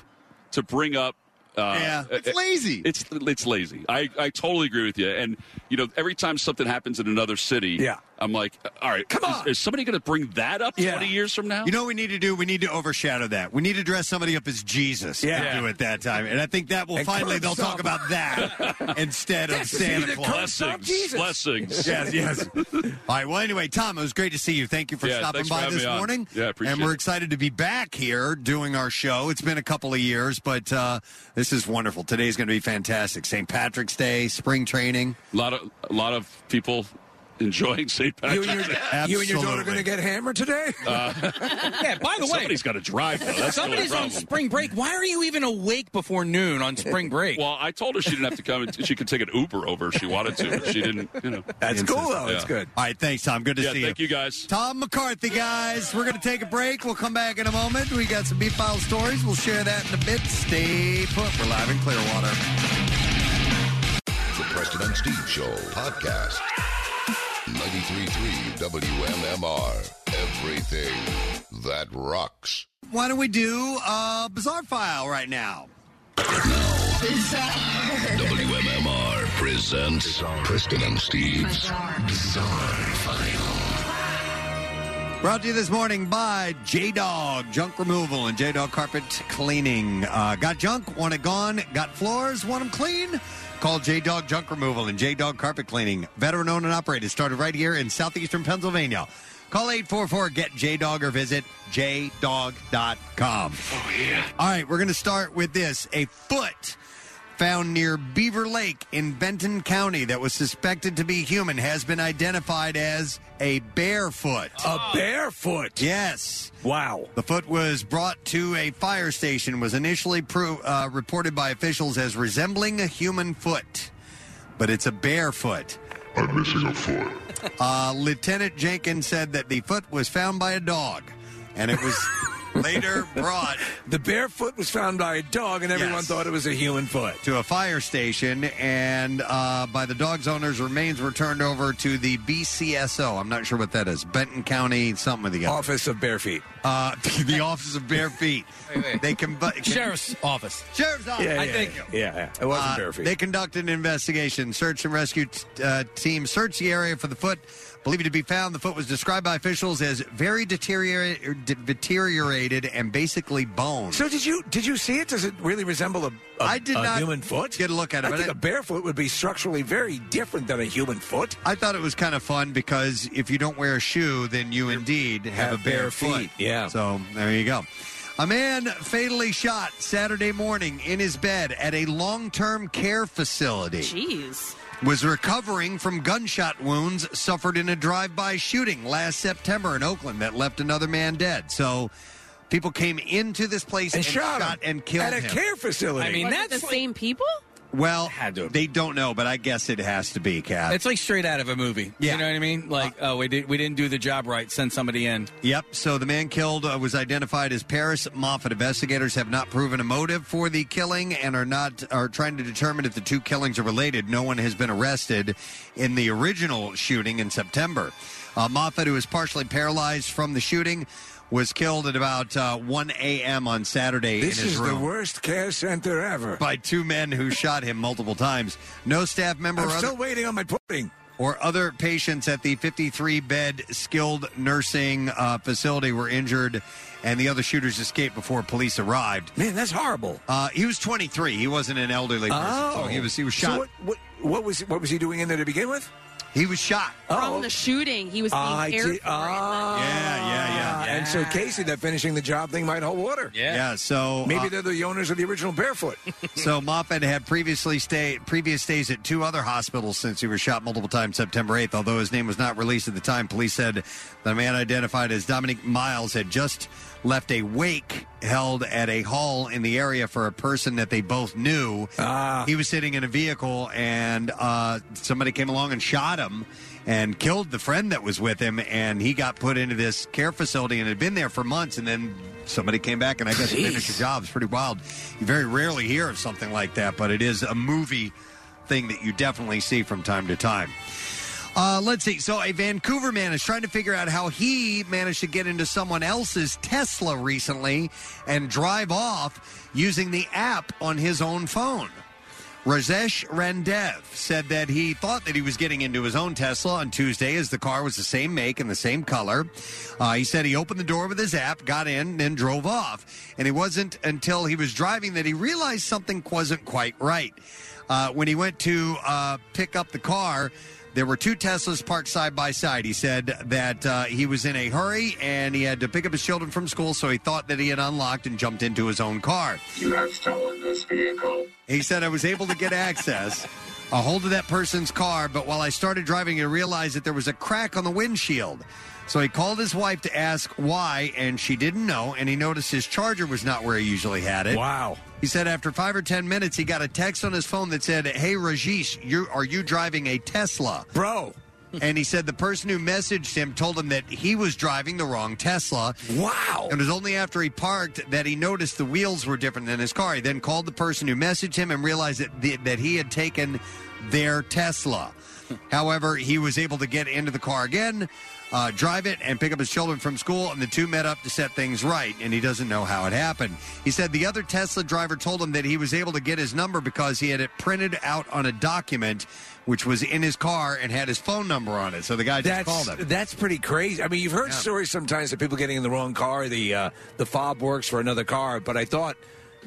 to bring up. Uh,
Yeah. It's
uh,
lazy.
It's it's lazy. I, I totally agree with you. And you know, every time something happens in another city,
Yeah.
I'm like, all right, come on. Is, somebody going to bring that up 20 years from now?
You know what we need to do? We need to overshadow that. We need to dress somebody up as Jesus
Yeah.
to do it that time. And I think that will
And
finally
curb
they'll
stop.
talk about that instead of
Yes,
Santa
either curb
Claus.
stop Blessings, Jesus. blessings.
Yes, yes. All right. Well, anyway, Tom, it was great to see you. Thank you for
Yeah,
stopping
thanks for
by
having
this
me on.
morning.
Yeah, I appreciate
And we're
it.
excited to be back here doing our show. It's been a couple of years, but uh, this is wonderful. Today's going to be fantastic. St. Patrick's Day, spring training.
a lot of a lot of people enjoying St.
You
Patrick's.
and your,
Day.
you and your daughter going to get hammered today?
Uh,
yeah, by the way,
somebody's got to drive. Though. That's the only
somebody's on
problem.
spring break. Why are you even awake before noon on spring break?
Well, I told her she didn't have to come. and She could take an Uber over if she wanted to. But she didn't. You know, Yeah.
All right. Thanks, Tom. Good to
Yeah,
see you.
thank you guys.
Tom McCarthy, guys. We're going to take a break. We'll come back in a moment. We got some beat file stories. We'll share that in a bit. Stay put. We're live in Clearwater.
The Preston and Steve Show podcast. 93.3 WMMR. Everything that rocks.
Why don't we do a bizarre file right now?
WMMR presents Preston and Steve's Bizarre, File.
Brought to you this morning by J Dog Junk Removal and J Dog Carpet Cleaning. Uh, got junk, want it gone, got floors, want them clean? Call J Dog Junk Removal and J Dog Carpet Cleaning. Veteran owned and operated, started right here in southeastern Pennsylvania. Call 844 GET J Dog or visit jdog.com. Oh, yeah. All right, we're going to start with this a foot found near Beaver Lake in Benton County that was suspected to be human has been identified as a barefoot.
A barefoot?
Yes.
Wow.
The foot was brought to a fire station was initially pro- uh, reported by officials as resembling a human foot, but it's a barefoot.
I'm missing a foot.
Uh, Lieutenant Jenkins said that the foot was found by a dog, and it was later brought.
The barefoot was found by a dog, and everyone
Yes.
thought it was a human foot.
to a fire station, and uh, by the dog's owners, remains were turned over to the BCSO. I'm not sure what that is. Benton County, something with the other.
Office of Bare Feet.
Uh, the Office of Bare Feet. They can,
Sheriff's office.
Sheriff's office.
Yeah, yeah, yeah. Yeah, yeah. It wasn't
Uh,
Bare Feet.
They conducted an investigation. Search and rescue t- uh, team searched the area for the foot. Believed to be found, the foot was described by officials as very deteriorate- er, de- deteriorated and basically boned.
So did you did you see it? Does it really resemble a, a,
I did
a
not
human foot?
get a look at it,
I
but
think
I-
a barefoot would be structurally very different than a human foot.
I thought it was kind of fun because if you don't wear a shoe, then you indeed have, a bare, foot.
Yeah.
So there you go. A man fatally shot Saturday morning in his bed at a long term care facility.
Jeez.
Was recovering from gunshot wounds suffered in a drive by shooting last September in Oakland that left another man dead. So people came into this place and,
And shot him.
and killed
At a
him.
care facility. I mean,
Was it
that's
the same people.
Well, they don't know, but I guess it has to be, Kat.
It's like straight out of a movie. You know what I mean? Like, oh, we did we didn't do the job right. Send somebody in.
Yep. So the man killed uh, was identified as Paris Moffat. Investigators have not proven a motive for the killing and are not are trying to determine if the two killings are related. No one has been arrested in the original shooting in September. Uh, Moffat, who is partially paralyzed from the shooting, was killed at about uh, 1 a.m. on Saturday
This
in his
is the
room.
worst care center ever.
by two men who shot him multiple times. No staff member.
I'm
or
still
waiting on my pudding. Or other patients at the 53-bed skilled nursing uh, facility were injured, and the other shooters escaped before police arrived. Man, that's horrible. Uh, he was 23. He wasn't an elderly person, so he was he was
Oh. So
shot.
what, what, what was what was he doing in there to begin with? Oh.
He was shot
From the shooting, he was being
I
cared
see. Ah.
for. Oh.
Yeah, yeah, yeah.
And so Casey, that finishing the job thing might hold water.
Yeah, so,
maybe
uh,
they're the owners of the original Barefoot.
so Moffat had previously stayed previous stays at two other hospitals since he was shot multiple times September 8th. Although his name was not released at the time, police said the man identified as Dominic Miles had just left a wake held at a hall in the area for a person that they both knew. He was sitting in a vehicle and uh, somebody came along and shot him and killed the friend that was with him and he got put into this care facility and had been there for months and then somebody came back and I guess
Jeez.
finished the job. It's pretty wild. You very rarely hear of something like that, but it is a movie thing that you definitely see from time to time. Uh, let's see. So, a Vancouver man is trying to figure out how he managed to get into someone else's Tesla recently and drive off using the app on his own phone. Rajesh Randev said that he thought that he was getting into his own Tesla on Tuesday as the car was the same make and the same color. Uh, he said he opened the door with his app, got in, then drove off. And it wasn't until he was driving that he realized something wasn't quite right. Uh, when he went to uh, pick up the car, there were two Teslas parked side by side. He said that uh, he was in a hurry and he had to pick up his children from school, so he thought that he had unlocked and jumped into his own car.
You have stolen this vehicle.
He said, I was able to get access, a hold of that person's car, but while I started driving, I realized that there was a crack on the windshield. So he called his wife to ask why, and she didn't know, and he noticed his charger was not where he usually had it.
Wow.
He said after five or ten minutes, he got a text on his phone that said, Hey, Rajesh, you, are you driving a Tesla? Bro. and he said the person who messaged him told him that he was driving the wrong Tesla. Wow. And it was only after he parked that he noticed the wheels were different than his car. He then called the person who messaged him and realized that, the, that he had taken their Tesla. However, he was able to get into the car again, uh, drive it, and pick up his children from school, and the two met up to set things right, and he doesn't know how it happened. He said the other Tesla driver told him that he was able to get his number because he had it printed out on a document which was in his car and had his phone number on it. So the guy just
That's
called him.
that's pretty crazy. I mean, you've heard stories sometimes of people getting in the wrong car. The uh, the fob works for another car, but I thought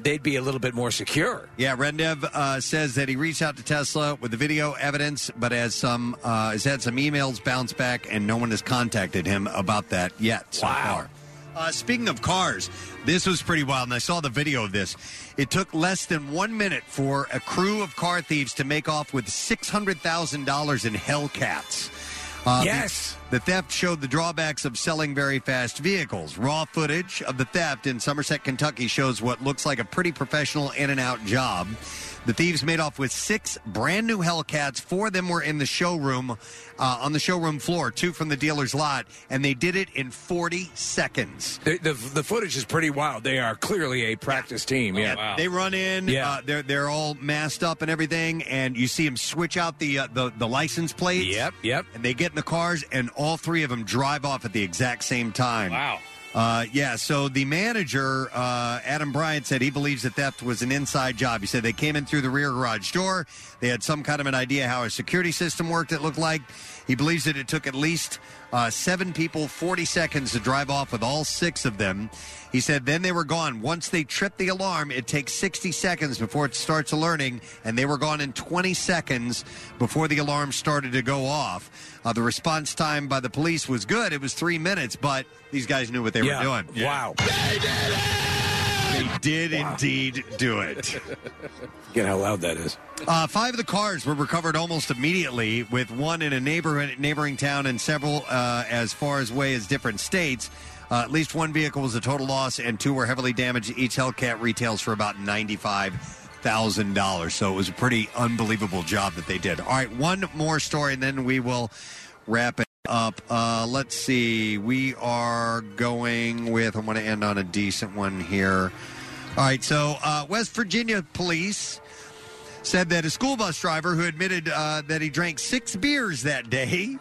they'd be a little bit more secure.
Yeah, Rendev uh, says that he reached out to Tesla with the video evidence, but has some uh, has had some emails bounce back, and no one has contacted him about that yet so far. Uh, speaking of cars, this was pretty wild, and I saw the video of this. It took less than one minute for a crew of car thieves to make off with six hundred thousand dollars in Hellcats. Uh, the-
Yes.
The, theft showed the drawbacks of selling very fast vehicles. Raw footage of the theft in Somerset, Kentucky shows what looks like a pretty professional in and out job. The thieves made off with six brand new Hellcats. Four of them were in the showroom, uh, on the showroom floor, two from the dealer's lot, and they did it in 40 seconds.
The, the the footage is pretty wild. They are clearly a practice team. Yeah,
They run in.
Oh, Yeah.
Uh, they're they're all masked up and everything, and you see them switch out the uh, the the license plates. Yep,
yep.
And they get in the cars, and all three of them drive off at the exact same time. Wow. Uh, yeah, so the manager, uh, Adam Bryant, said he believes the theft was an inside job. He said they came in through the rear garage door. They had some kind of an idea how a security system worked, it looked like. He believes that it took at least uh, seven people 40 seconds to drive off with all six of them. He said then they were gone. Once they tripped the alarm, it takes 60 seconds before it starts alerting, and they were gone in 20 seconds before the alarm started to go off. Uh, the response time by the police was good. It was three minutes, but these guys knew what they
Yeah.
were doing.
Wow.
They did indeed do it.
Get how loud that is.
Uh, five of the cars were recovered almost immediately, with one in a neighborhood, neighboring town, and several uh, as far as away as different states. Uh, at least one vehicle was a total loss, and two were heavily damaged. Each Hellcat retails for about ninety-five thousand dollars. So it was a pretty unbelievable job that they did. All right, one more story, and then we will wrap it up. Uh, let's see. We are going with. I want to end on a decent one here. All right. So uh, West Virginia police said that a school bus driver who admitted uh, that he drank six beers that day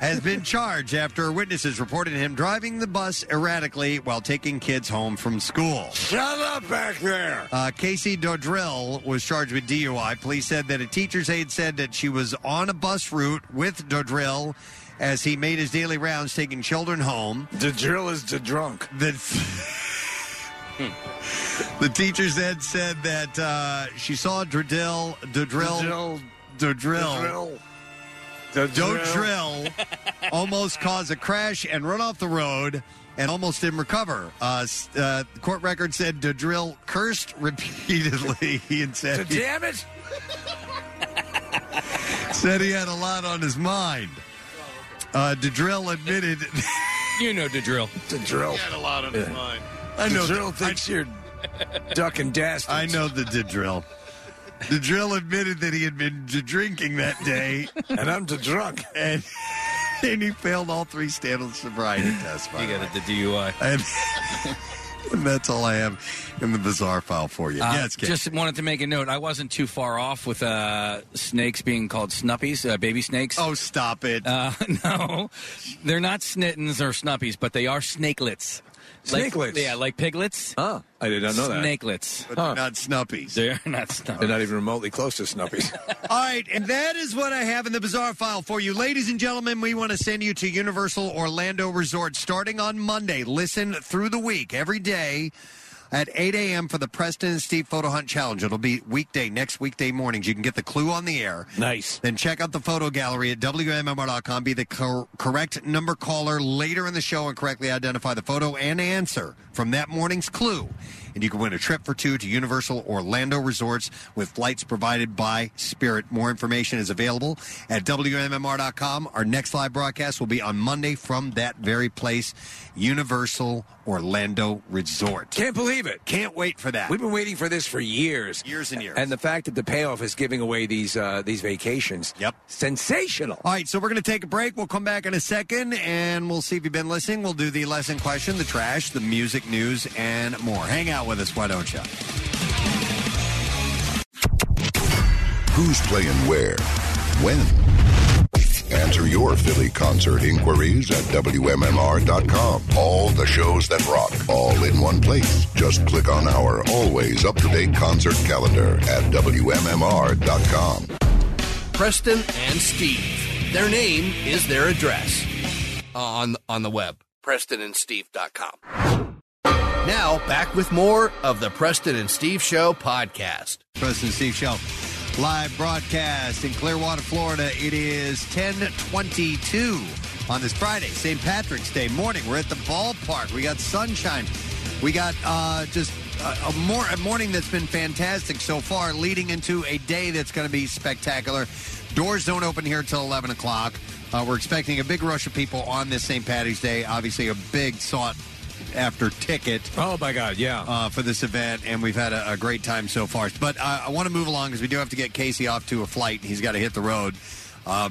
has been charged after witnesses reported him driving the bus erratically while taking kids home from school.
Shut up back there.
Uh, Casey Dodrell was charged with DUI. Police said that a teacher's aide said that she was on a bus route with Dodrell as he made his daily rounds taking children home.
Dodrell is the drunk.
The, Hmm. the teacher then said that uh, she saw Dodrell. Dodrell. Dodrell. Dodrell almost caused a crash and run off the road and almost didn't recover. Uh, s- uh, the court record said Dodrell cursed repeatedly and said,
Damn it.
said he had a lot on his mind. Uh, Dodrell admitted.
you know Dodrell.
Dodrell.
had
a lot on
his
mind.
I know
Dodrell thinks you're ducking dastards.
I know the Dodrell. Dodrell admitted that he had been d- drinking that day,
and I'm d- drunk,
and and he failed all three standard sobriety tests. By
You
the
got it, the DUI.
And, and that's all I have in the bizarre file for you.
Uh,
yes, Kate.
just wanted to make a note. I wasn't too far off with uh, snakes being called snuppies, uh, baby snakes.
Oh, stop it!
Uh, no, they're not snittens or snuppies, but they are snakelets. Like-
Snakelets?
yeah, like piglets.
Oh, I did not know that.
Snakelets.
But they're Huh.
not snuppies.
They're not snuppies.
They're not even remotely close to Snuppies.
All right, and that is what I have in the bizarre file for you. Ladies and gentlemen, we want to send you to Universal Orlando Resort starting on Monday. Listen through the week, every day at 8 a.m. for the Preston and Steve Photo Hunt Challenge. It'll be weekday, next weekday mornings. You can get the clue on the air.
Nice.
Then check out the photo gallery at WMMR.com. Be the cor- correct number caller later in the show and correctly identify the photo and answer from that morning's clue. And you can win a trip for two to Universal Orlando Resorts with flights provided by Spirit. More information is available at WMMR.com. Our next live broadcast will be on Monday from that very place, Universal Orlando Resort.
Can't believe it.
Can't wait for that.
We've been waiting for this for years.
Years and years.
And the fact that the payoff is giving away these uh, these vacations.
Yep.
Sensational.
All right, so we're going to take a break. We'll come back in a second and we'll see if you've been listening. We'll do the lesson question, the trash, the music news, and more. Hang out with us, why don't you?
Who's playing where? When? Answer your Philly concert inquiries at WMMR.com. All the shows that rock, all in one place. Just click on our always up to date concert calendar at WMMR.com.
Preston and Steve. Their name is their address Uh, on on the web. PrestonandSteve.com. Now back with more of the Preston and Steve Show podcast.
Preston and Steve Show. Live broadcast in Clearwater, Florida. It is 1022 on this Friday, St. Patrick's Day morning. We're at the ballpark. We got sunshine. We got uh, just a, a, mor- a morning that's been fantastic so far, leading into a day that's going to be spectacular. Doors don't open here till 11 o'clock. Uh, we're expecting a big rush of people on this St. Patty's Day. Obviously, a big sought after ticket.
Oh my God! Yeah,
uh, for this event, and we've had a, a great time so far. But uh, I want to move along because we do have to get Casey off to a flight. He's got to hit the road. Uh,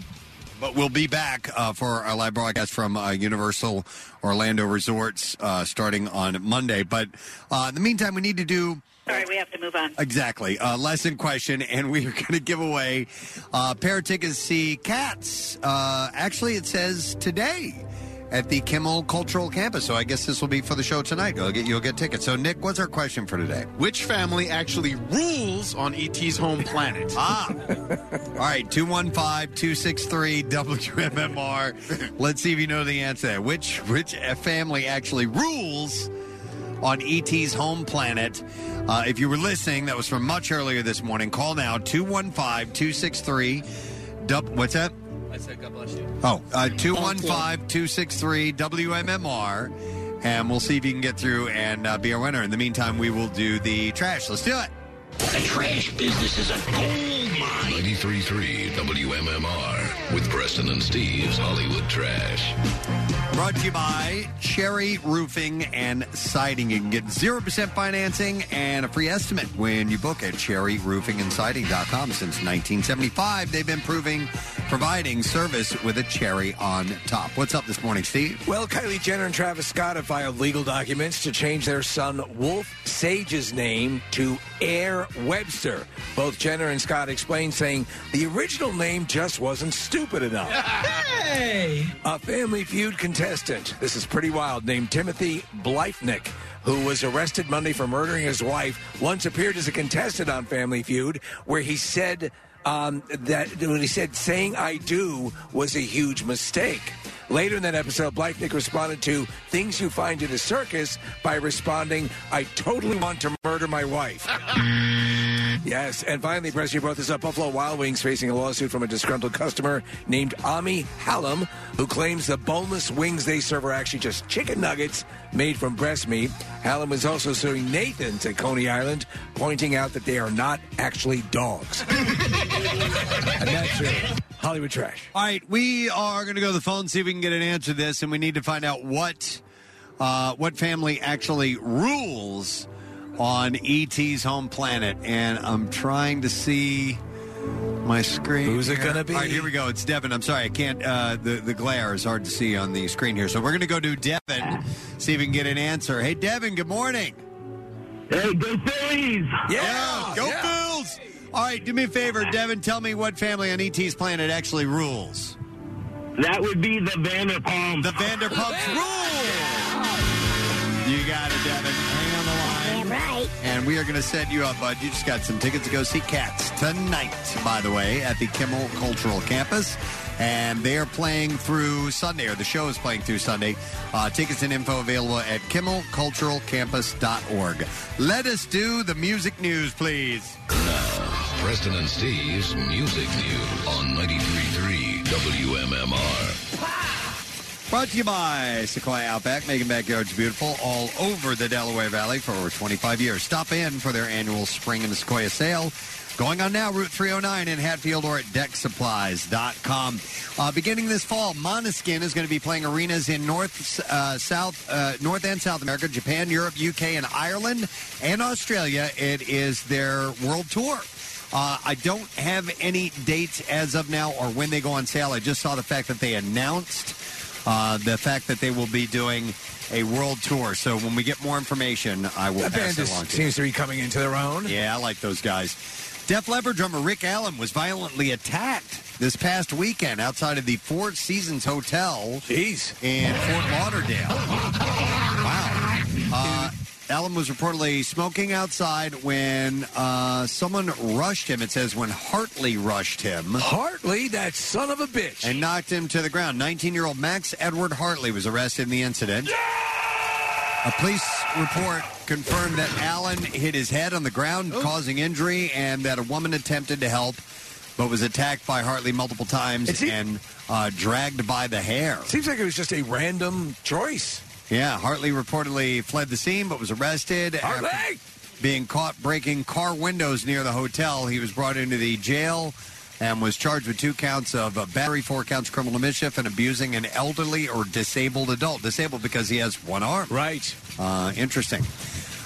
but we'll be back uh, for our live broadcast from uh, Universal Orlando Resorts uh, starting on Monday. But uh, in the meantime, we need to do.
Sorry, we have to move on.
Exactly. Uh, lesson question, and we are going to give away uh, a pair of tickets to see Cats. Uh, actually, it says today at the Kimmel Cultural Campus. So I guess this will be for the show tonight. You'll get, you'll get tickets. So, Nick, what's our question for today?
Which family actually rules on ET's home planet?
ah. All right, 215 263 WMMR. Let's see if you know the answer. Which, which family actually rules? on ET's home planet. Uh, if you were listening, that was from much earlier this morning. Call now 215 263. What's that?
I said, God bless you.
Oh, 215 263 WMMR. And we'll see if you can get through and uh, be our winner. In the meantime, we will do the trash. Let's do it.
The trash business is a gold mine. 93.3 WMMR with Preston and Steve's Hollywood Trash.
Brought to you by Cherry Roofing and Siding. You can get 0% financing and a free estimate when you book at cherryroofingandsiding.com. Since 1975, they've been proving providing service with a cherry on top. What's up this morning, Steve?
Well, Kylie Jenner and Travis Scott have filed legal documents to change their son Wolf Sage's name to Air Webster. Both Jenner and Scott explained, saying the original name just wasn't stupid enough. Hey! A Family Feud contestant, this is pretty wild, named Timothy Blyfnick, who was arrested Monday for murdering his wife, once appeared as a contestant on Family Feud, where he said um, that when he said saying I do was a huge mistake. Later in that episode, Blacknick responded to things you find in a circus by responding, I totally want to murder my wife. Yes, and finally, Press, you brought this up. Buffalo Wild Wings facing a lawsuit from a disgruntled customer named Ami Hallam, who claims the boneless wings they serve are actually just chicken nuggets made from breast meat. Hallam is also suing Nathan's at Coney Island, pointing out that they are not actually dogs. and that's it. Hollywood trash.
All right, we are going to go to the phone see if we can get an answer to this, and we need to find out what uh, what family actually rules on ET's home planet. And I'm trying to see my screen.
Who's it
here.
gonna be?
All right, here we go. It's Devin. I'm sorry, I can't. Uh, the the glare is hard to see on the screen here, so we're going to go to Devin see if we can get an answer. Hey, Devin. Good morning.
Hey, go Phillies!
Yeah, go Bills! All right, do me a favor, Devin. Tell me what family on ET's planet actually rules.
That would be the Vanderpump.
The Vanderpumps rule. You got it, Devin. Hang on the line.
right.
And we are going to set you up, bud. You just got some tickets to go see Cats tonight, by the way, at the Kimmel Cultural Campus. And they are playing through Sunday, or the show is playing through Sunday. Uh, tickets and info available at kimmelculturalcampus.org. Let us do the music news, please.
Preston and Steve's Music News on 93.3 WMMR.
Brought to you by Sequoia Outback, making backyards beautiful all over the Delaware Valley for over 25 years. Stop in for their annual Spring in the Sequoia sale. Going on now, Route 309 in Hatfield or at decksupplies.com. Uh, beginning this fall, Monoskin is going to be playing arenas in North, uh, South, uh, North and South America, Japan, Europe, UK, and Ireland, and Australia. It is their world tour. Uh, I don't have any dates as of now or when they go on sale. I just saw the fact that they announced uh, the fact that they will be doing a world tour. So when we get more information, I will
That
pass
band
it
is,
along to
seems to be coming into their own.
Yeah, I like those guys. Def Leppard drummer Rick Allen was violently attacked this past weekend outside of the Four Seasons Hotel in Fort Lauderdale. Wow. Uh, Allen was reportedly smoking outside when uh, someone rushed him. It says when Hartley rushed him.
Hartley, that son of a bitch.
And knocked him to the ground. 19 year old Max Edward Hartley was arrested in the incident. A police report confirmed that Allen hit his head on the ground,
Oh.
causing injury, and that a woman attempted to help but was attacked by Hartley multiple times and uh, dragged by the hair.
Seems like it was just a random choice.
Yeah, Hartley reportedly fled the scene but was arrested. after Being caught breaking car windows near the hotel, he was brought into the jail and was charged with two counts of uh, battery, four counts of criminal mischief, and abusing an elderly or disabled adult. Disabled because he has one arm.
Right.
Uh, interesting.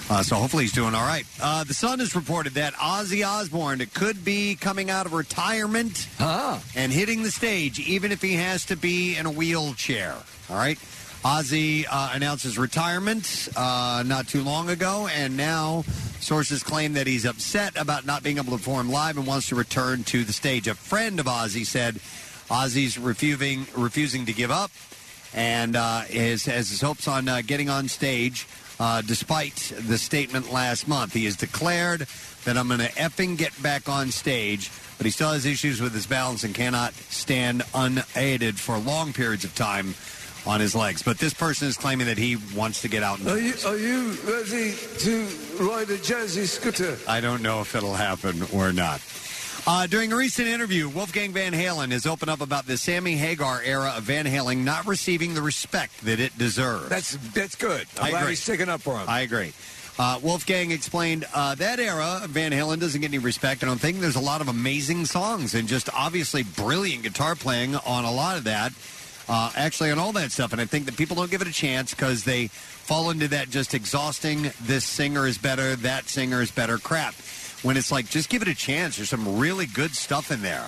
Uh, so hopefully he's doing all right. Uh, the Sun has reported that Ozzy Osbourne could be coming out of retirement and hitting the stage, even if he has to be in a wheelchair. All right. Ozzy uh, announced his retirement uh, not too long ago, and now sources claim that he's upset about not being able to perform live and wants to return to the stage. A friend of Ozzy said Ozzy's refusing refusing to give up and uh, his, has his hopes on uh, getting on stage uh, despite the statement last month. He has declared that I'm going to effing get back on stage, but he still has issues with his balance and cannot stand unaided for long periods of time on his legs. But this person is claiming that he wants to get out. And-
Are you, are you ready to ride a jazzy scooter?
I don't know if it'll happen or not. Uh, during a recent interview, Wolfgang Van Halen has opened up about the Sammy Hagar era of Van Halen not receiving the respect that it deserves.
That's that's good. I'm
I
glad
agree.
he's sticking up for him.
I agree. Uh, Wolfgang explained uh, that era of Van Halen doesn't get any respect. I don't think there's a lot of amazing songs and just obviously brilliant guitar playing on a lot of that. Uh, actually, on all that stuff, and I think that people don't give it a chance because they fall into that just exhausting. This singer is better. That singer is better. Crap. when it's like, just give it a chance. There's some really good stuff in there.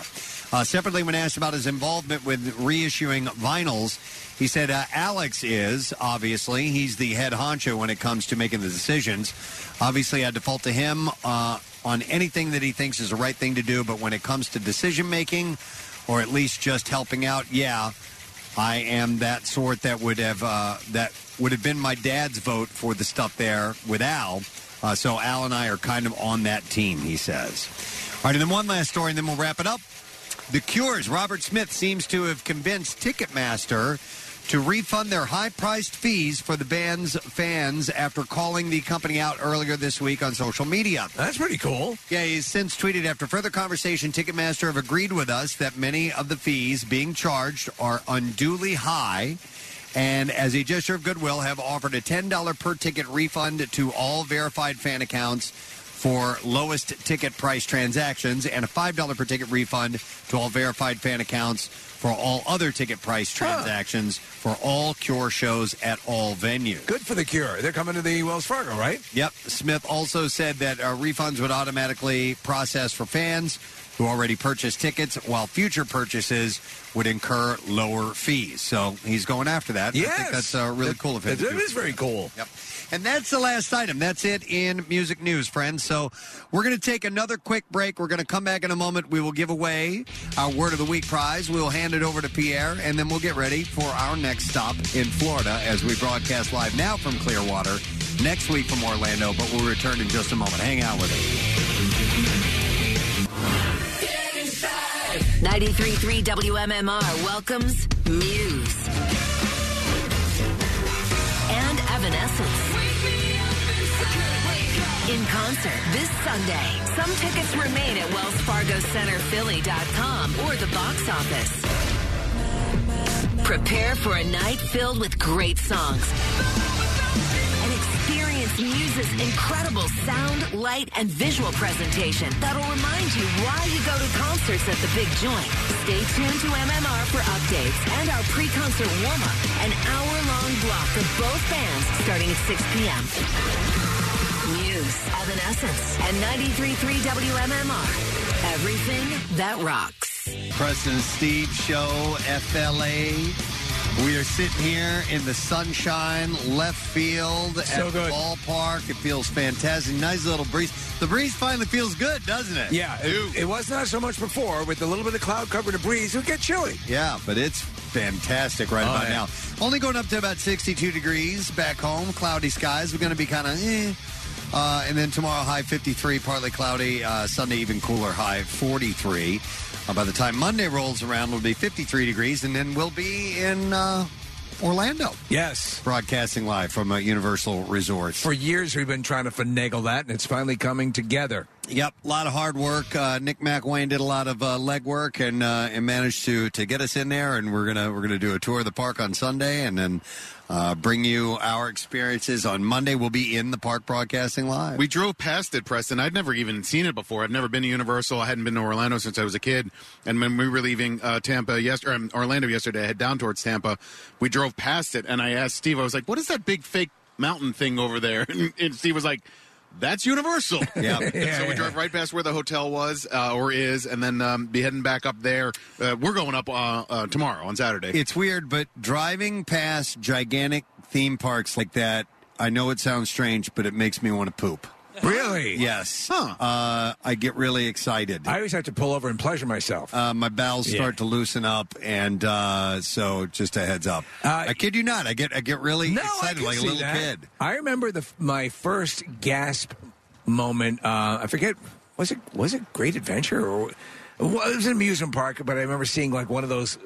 Uh, separately, when asked about his involvement with reissuing vinyls, he said uh, Alex is, obviously, he's the head honcho when it comes to making the decisions. Obviously, I default to him uh, on anything that he thinks is the right thing to do, but when it comes to decision making, or at least just helping out, yeah, I am that sort that would have uh, that would have been my dad's vote for the stuff there with Al. Uh, so Al and I are kind of on that team, he says. All right, and then one last story, and then we'll wrap it up. The Cure's Robert Smith seems to have convinced Ticketmaster to refund their high-priced fees for the band's fans after calling the company out earlier this week on social media.
That's pretty cool.
Yeah, he's since tweeted after further conversation, Ticketmaster have agreed with us that many of the fees being charged are unduly high. And as a gesture of goodwill, have offered a $10 per ticket refund to all verified fan accounts for lowest ticket price transactions and a $5 per ticket refund to all verified fan accounts for all other ticket price transactions for all Cure shows at all venues.
Good for the Cure. They're coming to the Wells Fargo, right?
Yep. Smith also said that uh, refunds would automatically process for fans who already purchased tickets, while future purchases would incur lower fees. So he's going after that. I
Yes.
think that's uh, really cool of him.
That- that is very cool.
Yep. And that's the last item. That's it in music news, friends. So we're going to take another quick break. We're going to come back in a moment. We will give away our Word of the Week prize. We'll hand it over to Pierre, and then we'll get ready for our next stop in Florida as we broadcast live now from Clearwater next week from Orlando. But we'll return in just a moment. Hang out with us.
93.3 WMMR welcomes Muse and Evanescence in concert this Sunday. Some tickets remain at wellsfargocenterphilly.com or the box office. Prepare for a night filled with great songs and experience Muse's incredible sound, light, and visual presentation that'll remind you why you go to concerts at the Big Joint. Stay tuned to MMR for updates and our pre-concert warm-up, an hour-long block of both bands starting at 6 p.m. Muse, Evanescence, and 93.3 WMMR. Everything that rocks.
Preston and Steve Show, FLA. We are sitting here in the sunshine, left field
So
at
good.
the ballpark. It feels fantastic. Nice little breeze. The breeze finally feels good, doesn't it?
Yeah, it, it was not so much before with a little bit of cloud cover and a breeze. It would get chilly.
Yeah, but it's fantastic right
Oh,
about
yeah.
now. Only going up to about 62 degrees back home. Cloudy skies. We're going to be kind of eh. Uh, and then tomorrow, high 53, partly cloudy. Uh, Sunday, even cooler, high 43. Uh, by the time Monday rolls around, it'll be 53 degrees, and then we'll be in uh, Orlando.
Yes.
Broadcasting live from uh, Universal Resorts.
For years, we've been trying to finagle that, and it's finally coming together.
Yep, a lot of hard work. Uh, Nick McWayne did a lot of uh, leg work and uh, and managed to to get us in there. And we're gonna we're gonna do a tour of the park on Sunday, and then uh, bring you our experiences on Monday. We'll be in the park broadcasting live.
We drove past it, Preston. I'd never even seen it before. I've never been to Universal. I hadn't been to Orlando since I was a kid. And when we were leaving uh, Tampa yesterday, um, Orlando yesterday, I head down towards Tampa. We drove past it, and I asked Steve. I was like, "What is that big fake mountain thing over there?" And, and Steve was like. That's Universal.
Yeah.
And so we drove right past where the hotel was uh, or is, and then um, be heading back up there. Uh, we're going up uh, uh, tomorrow on Saturday.
It's weird, but driving past gigantic theme parks like that, I know it sounds strange, but it makes me want to poop.
Really?
Yes. Uh, I get really excited.
I always have to pull over and pleasure myself.
Uh, my bowels
Yeah.
start to loosen up, and uh, so just a heads up. I kid you not. I get Oh, I get really excited
Uh, can
like a
see
little
that.
kid.
I remember the my first gasp moment. Uh, I forget was it was it Great Adventure or well, it was an amusement park, but I remember seeing like one of those.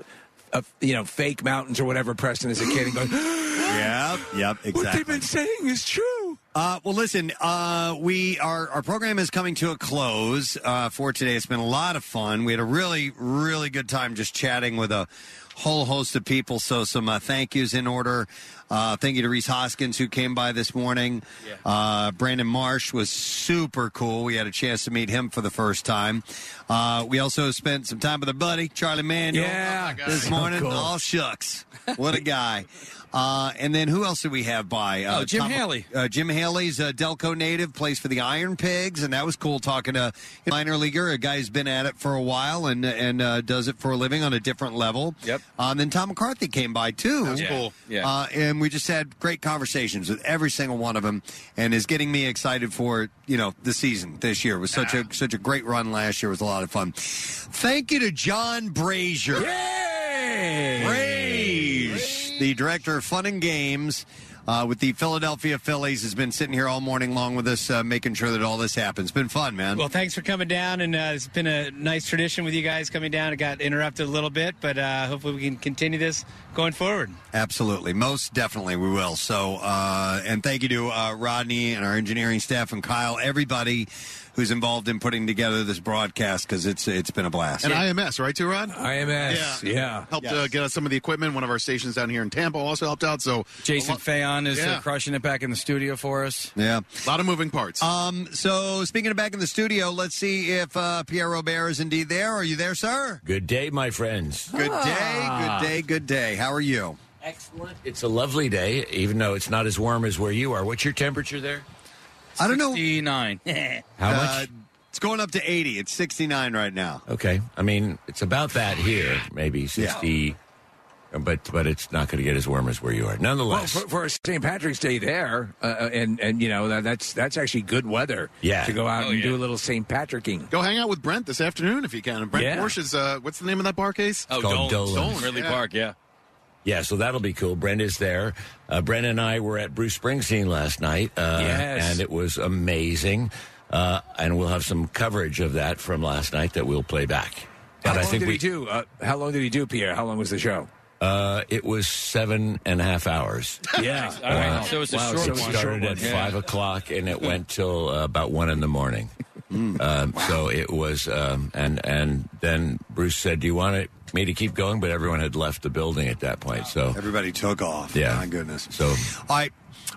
Uh, you know, fake mountains or whatever. Preston as a kid and going,
yep, yep,
What
exactly.
they've been saying is true.
Uh, well, listen, uh, we our our program is coming to a close uh, for today. It's been a lot of fun. We had a really really good time just chatting with a whole host of people. So some uh, thank yous in order. Uh, thank you to Reese Hoskins who came by this morning. Uh, Brandon Marsh was super cool. We had a chance to meet him for the first time. Uh, we also spent some time with a buddy, Charlie Manuel,
Yeah. Oh my
this
God.
morning.
So cool.
All shucks. What a guy. Uh, and then who else did we have by? Uh,
Oh, Jim
Tom-
Haley.
Uh, Jim Haley's a Delco native, plays for the Iron Pigs, and that was cool talking to a minor leaguer, a guy who's been at it for a while and and uh, does it for a living on a different level. Yep. Uh, and then Tom McCarthy came by too.
That's Yeah. cool. Yeah.
Uh, and we just had great conversations with every single one of them, and is getting me excited for you know the season this year. It was such a such a great run last year. It was a lot of fun. Thank you to John Brazier. Rage, the director of fun and games uh, with the Philadelphia Phillies, has been sitting here all morning long with us, uh, making sure that all this happens. Been fun, man.
Well, thanks for coming down, and uh, it's been a nice tradition with you guys coming down. It got interrupted a little bit, but uh, hopefully we can continue this going forward.
Absolutely, most definitely, we will. So, uh, and thank you to uh, Rodney and our engineering staff and Kyle, everybody who's involved in putting together this broadcast because it's it's been a blast.
And IMS, right, too, Rod?
IMS, yeah.
Helped
Yes.
uh, get us some of the equipment. One of our stations down here in Tampa also helped out. So
Jason Fayon is
Yeah.
uh, crushing it back in the studio for us.
Yeah.
A lot of moving parts.
Um, so speaking of back in the studio, let's see if uh, Pierre Robert is indeed there. Are you there, sir?
Good day, my friends.
Good day, good day, good day. How are you?
Excellent. It's a lovely day, even though it's not as warm as where you are. What's your temperature there?
I don't know.
69. How
Uh,
much?
it's going up to 80. It's 69 right now.
Okay. I mean, it's about that here, maybe 60. But but it's not going to get as warm as where you are. Nonetheless.
Well, for, for a St. Patrick's Day there, uh, uh, and and you know that, that's that's actually good weather.
Yeah.
to go out
Oh,
and
yeah.
do a little St. Patricking.
Go hang out with Brent this afternoon if you can. And Brent
Yeah.
Porsche is, uh, what's the name of that bar case?
It's called Dolan's.
yeah.
Yeah, so that'll be cool. Brenda's there. Uh, Brenda and I were at Bruce Springsteen last night, uh,
Yes.
and it was amazing. Uh, and we'll have some coverage of that from last night that we'll play back.
how long did he do? Uh, how long did he do, Pierre? How long was the show?
Uh, it was seven and a half hours.
Yeah.
Uh, wow, so It started at five o'clock and it went till uh, about one in the morning. Um, So it was, um, and and then Bruce said, "Do you want it, me to keep going?" But everyone had left the building at that point, so
everybody took off.
Yeah,
My goodness.
So
All right.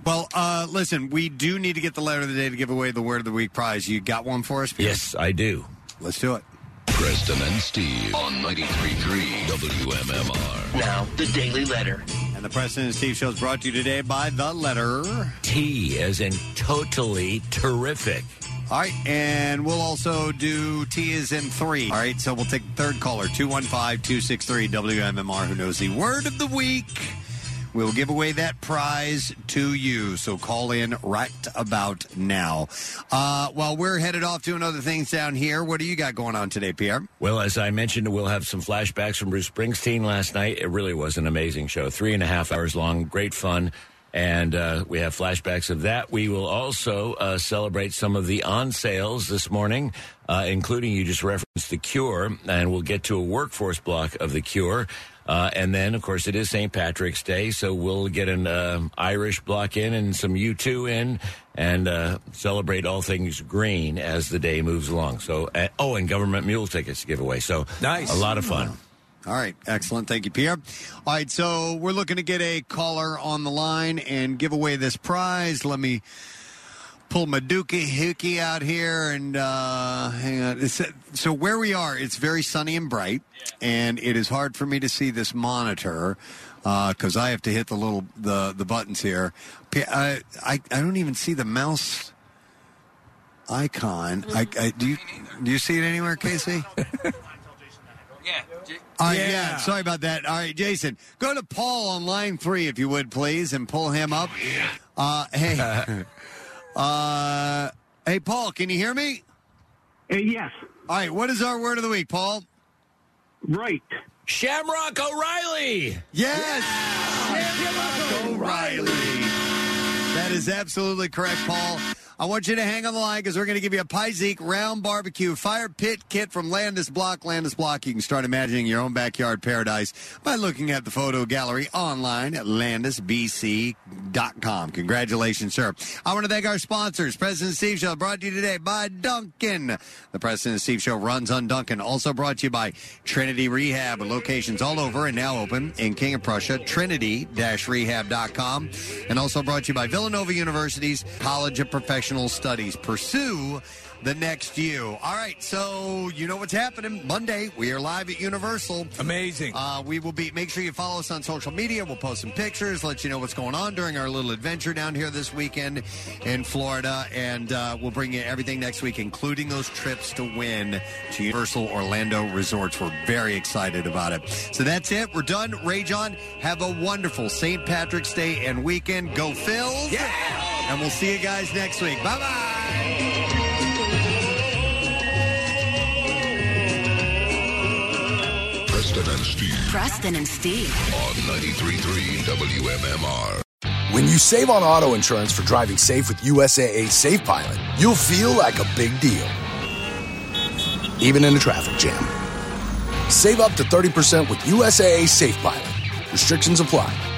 Well, uh, listen, we do need to get the letter of the day to give away the word of the week prize. You got one for us? Pierre?
Yes, I do.
Let's do it.
Preston and Steve on 93.3 WMMR.
Now, the Daily Letter. And the President and Steve Show is brought to you today by The Letter.
T as in totally terrific.
All right, and we'll also do T is in three. All right, so we'll take the third caller, 215-263-WMMR, who knows the word of the week. We'll give away that prize to you, so call in right about now. Uh, while we're headed off doing other things down here, what do you got going on today, Pierre?
Well, as I mentioned, we'll have some flashbacks from Bruce Springsteen last night. It really was an amazing show. Three and a half hours long, great fun. And uh, we have flashbacks of that. We will also uh, celebrate some of the on sales this morning, uh, including you just referenced The Cure, and we'll get to a workforce block of The Cure. Uh, and then, of course, it is St. Patrick's Day, so we'll get an um Irish block in and some U2 in and uh, celebrate all things green as the day moves along. So, uh, oh, and government mule tickets to give away. So, nice. A lot of fun.
All right, excellent. Thank you, Pierre. All right, so we're looking to get a caller on the line and give away this prize. Let me pull my dookie hickey out here and uh, hang on. It's- so where we are, it's very sunny and bright, and it is hard for me to see this monitor because I have to hit the little the the buttons here. P- I I, I don't even see the mouse icon. I, I do you do you see it anywhere, Casey?
Uh,
All right, Uh, yeah. sorry about that. All right, Jason, go to Paul on line three, if you would, please, and pull him up. Uh, hey, uh, hey, Paul, can you hear me? Uh, yes. All right, what is our word of the week, Paul? Right.
Shamrock O'Reilly.
Yes. Shamrock O'Reilly. That is absolutely correct, Paul. I want you to hang on the line because we're going to give you a Pizeek Round Barbecue Fire Pit Kit from Landis Block. Landis Block, you can start imagining your own backyard paradise by looking at the photo gallery online at landisbc.com. DuncanSteve.com. Congratulations, sir. I want to thank our sponsors. President Steve Show brought to you today by Duncan. The President Steve Show runs on Duncan. Also brought to you by Trinity Rehab, with locations all over and now open in King of Prussia, trinity-rehab.com. And also brought to you by Villanova University's College of Professional Studies. Pursue the next you. All right, so you know what's happening. Monday, we are live at Universal.
Amazing.
Uh, we will be. Make sure you follow us on social media. We'll post some pictures, let you know what's going on during our little adventure down here this weekend in Florida, and uh, we'll bring you everything next week, including those trips to win to Universal Orlando Resorts. We're very excited about it. So that's it. We're done. Ray John, have a wonderful St. Patrick's Day and weekend. Go Phils. Yeah. And we'll see you guys next week. Bye bye.
Preston and Steve
Preston and Steve.
on 93.3 WMMR.
When you save on auto insurance for driving safe with USAA Safe Pilot, you'll feel like a big deal, even in a traffic jam. Save up to 30% with USAA Safe Pilot. Restrictions apply.